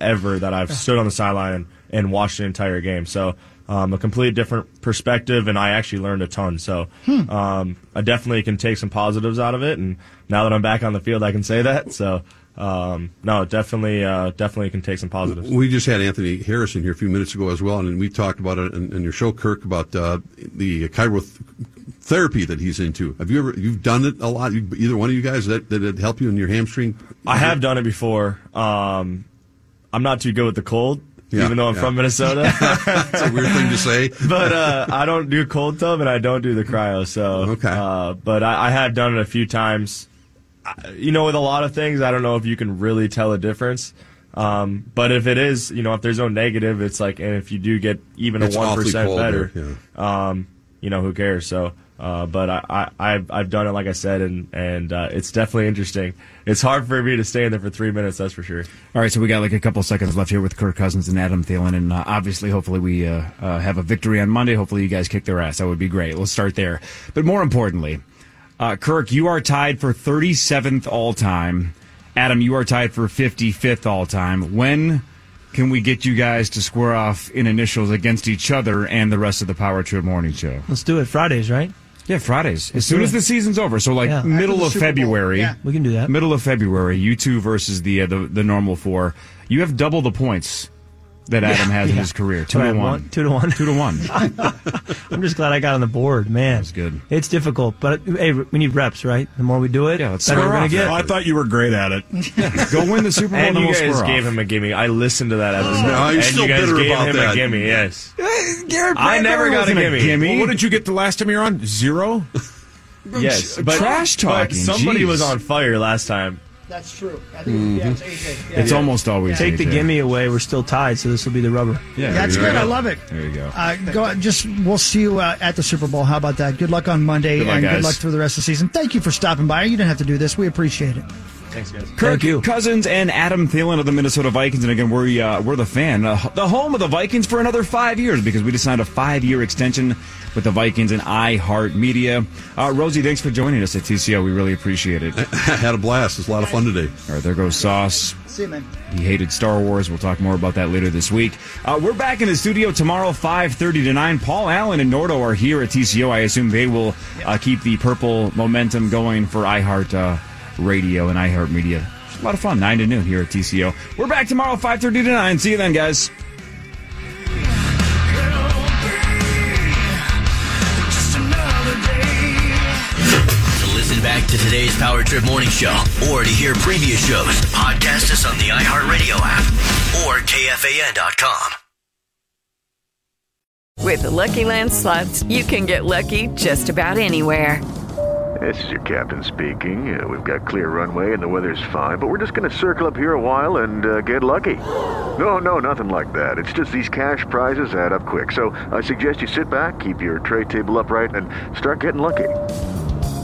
Speaker 19: ever that I've stood on the sideline and, and watched an entire game. So. Um, a completely different perspective, and I actually learned a ton. So
Speaker 29: Hmm.
Speaker 19: um, I definitely can take some positives out of it, and now that I'm back on the field, I can say that. So um, no, definitely, uh, definitely can take some positives.
Speaker 13: We just had Anthony Harrison here a few minutes ago as well, and we talked about it in, in your show, Kirk, about uh, the chiroprotherapy that he's into. Have you ever you've done it a lot? You, either one of you guys that that it help you in your hamstring?
Speaker 19: I have done it before. Um, I'm not too good with the cold,
Speaker 13: Yeah,
Speaker 19: even though I'm
Speaker 13: yeah.
Speaker 19: from Minnesota. It's
Speaker 13: a weird thing to say,
Speaker 19: but uh, I don't do cold tub and I don't do the cryo. So okay, uh, but I, I have done it a few times. I- You know, with a lot of things, I don't know if you can really tell a difference. Um, but if it is, you know, if there's no negative, it's like, and if you do get even
Speaker 13: It's
Speaker 19: a one
Speaker 13: awfully
Speaker 19: percent
Speaker 13: cold
Speaker 19: better,
Speaker 13: there, yeah.
Speaker 19: um, you know, who cares? So, uh, but I, I, I've, I've done it, like I said, and, and uh, it's definitely interesting. It's hard for me to stay in there for three minutes, that's for sure.
Speaker 9: All right, so we got like a couple seconds left here with Kirk Cousins and Adam Thielen, and uh, obviously, hopefully, we uh, uh, have a victory on Monday. Hopefully, you guys kick their ass. That would be great. Let's start there. But more importantly, uh, Kirk, you are tied for 37th all time. Adam, you are tied for 55th all time. When can we get you guys to square off in initials against each other and the rest of the Power Trip Morning Show?
Speaker 24: Let's do it Fridays, right?
Speaker 9: Yeah, Fridays. As soon as the season's over, so like
Speaker 24: Yeah. After
Speaker 9: middle
Speaker 24: the
Speaker 9: of
Speaker 24: Super Bowl,
Speaker 9: February,
Speaker 24: yeah. we can do that.
Speaker 9: Middle of February, you two versus the uh, the, the normal four. You have double the points that
Speaker 24: Yeah,
Speaker 9: Adam has in
Speaker 24: yeah.
Speaker 9: his career. Two
Speaker 24: All
Speaker 9: to
Speaker 24: right,
Speaker 9: one.
Speaker 24: one- Two to one.
Speaker 9: Two to one.
Speaker 24: I'm just glad I got on the board, man. That's
Speaker 9: good.
Speaker 24: It's difficult, but hey, we need reps, right? The more we do it, yeah,
Speaker 9: let's
Speaker 24: better we're gonna get.
Speaker 3: I thought you were great at it.
Speaker 9: Go win the Super
Speaker 19: and you guys gave him a gimme. I listened to that episode.
Speaker 3: No, you're
Speaker 19: and
Speaker 3: still
Speaker 19: you guys
Speaker 3: bitter
Speaker 19: gave
Speaker 3: about
Speaker 19: him
Speaker 3: that.
Speaker 19: a gimme, yes. I
Speaker 3: Brando
Speaker 19: never got a
Speaker 3: wasn't
Speaker 19: gimme.
Speaker 3: Well, what did you get the last time you were on? Zero?
Speaker 19: Yes, but, but somebody was on fire last time.
Speaker 7: That's true. I
Speaker 9: think- yeah, it's
Speaker 7: AJ.
Speaker 9: It's almost always
Speaker 24: Mm-hmm. Take the
Speaker 9: AJ.
Speaker 24: gimme away. We're still tied, so this will be the rubber.
Speaker 9: Yeah,
Speaker 7: That's
Speaker 9: there you
Speaker 7: good.
Speaker 9: go.
Speaker 7: I love it.
Speaker 9: There you go.
Speaker 7: Uh, go out- just we'll see you uh, at the Super Bowl. How about that? Good luck on Monday
Speaker 9: Good luck,
Speaker 7: and
Speaker 9: guys.
Speaker 7: good luck through the rest of the season. Thank you for stopping by. You didn't have to do this. We appreciate it.
Speaker 19: Thanks, guys.
Speaker 9: Kirk Cousins and Adam Thielen of the Minnesota Vikings, and again, we're uh, we're the fan, uh, the home of the Vikings for another five years because we just signed a five-year extension with the Vikings and iHeartMedia. Uh, Rosie, thanks for joining us at TCO. We really appreciate it.
Speaker 13: Had a blast. It's a lot of fun today.
Speaker 9: All right, there goes Sauce.
Speaker 7: See you, man.
Speaker 9: He hated Star Wars. We'll talk more about that later this week. Uh, we're back in the studio tomorrow, 5.30 to 9. Paul Allen and Nordo are here at TCO. I assume they will uh, keep the purple momentum going for iHeart uh, Radio and iHeart Media. It's a lot of fun, 9 to noon here at TCO. We're back tomorrow, 5.30 to 9. See you then, guys.
Speaker 20: To listen back to today's Power Trip Morning Show or to hear previous shows, podcast us on the iHeartRadio app or KFAN.com.
Speaker 30: With the Lucky Land slots, you can get lucky just about anywhere.
Speaker 26: This is your captain speaking. Uh, we've got clear runway and the weather's fine, but we're just going to circle up here a while and uh, get lucky. No, no, nothing like that. It's just these cash prizes add up quick. So I suggest you sit back, keep your tray table upright, and start getting lucky.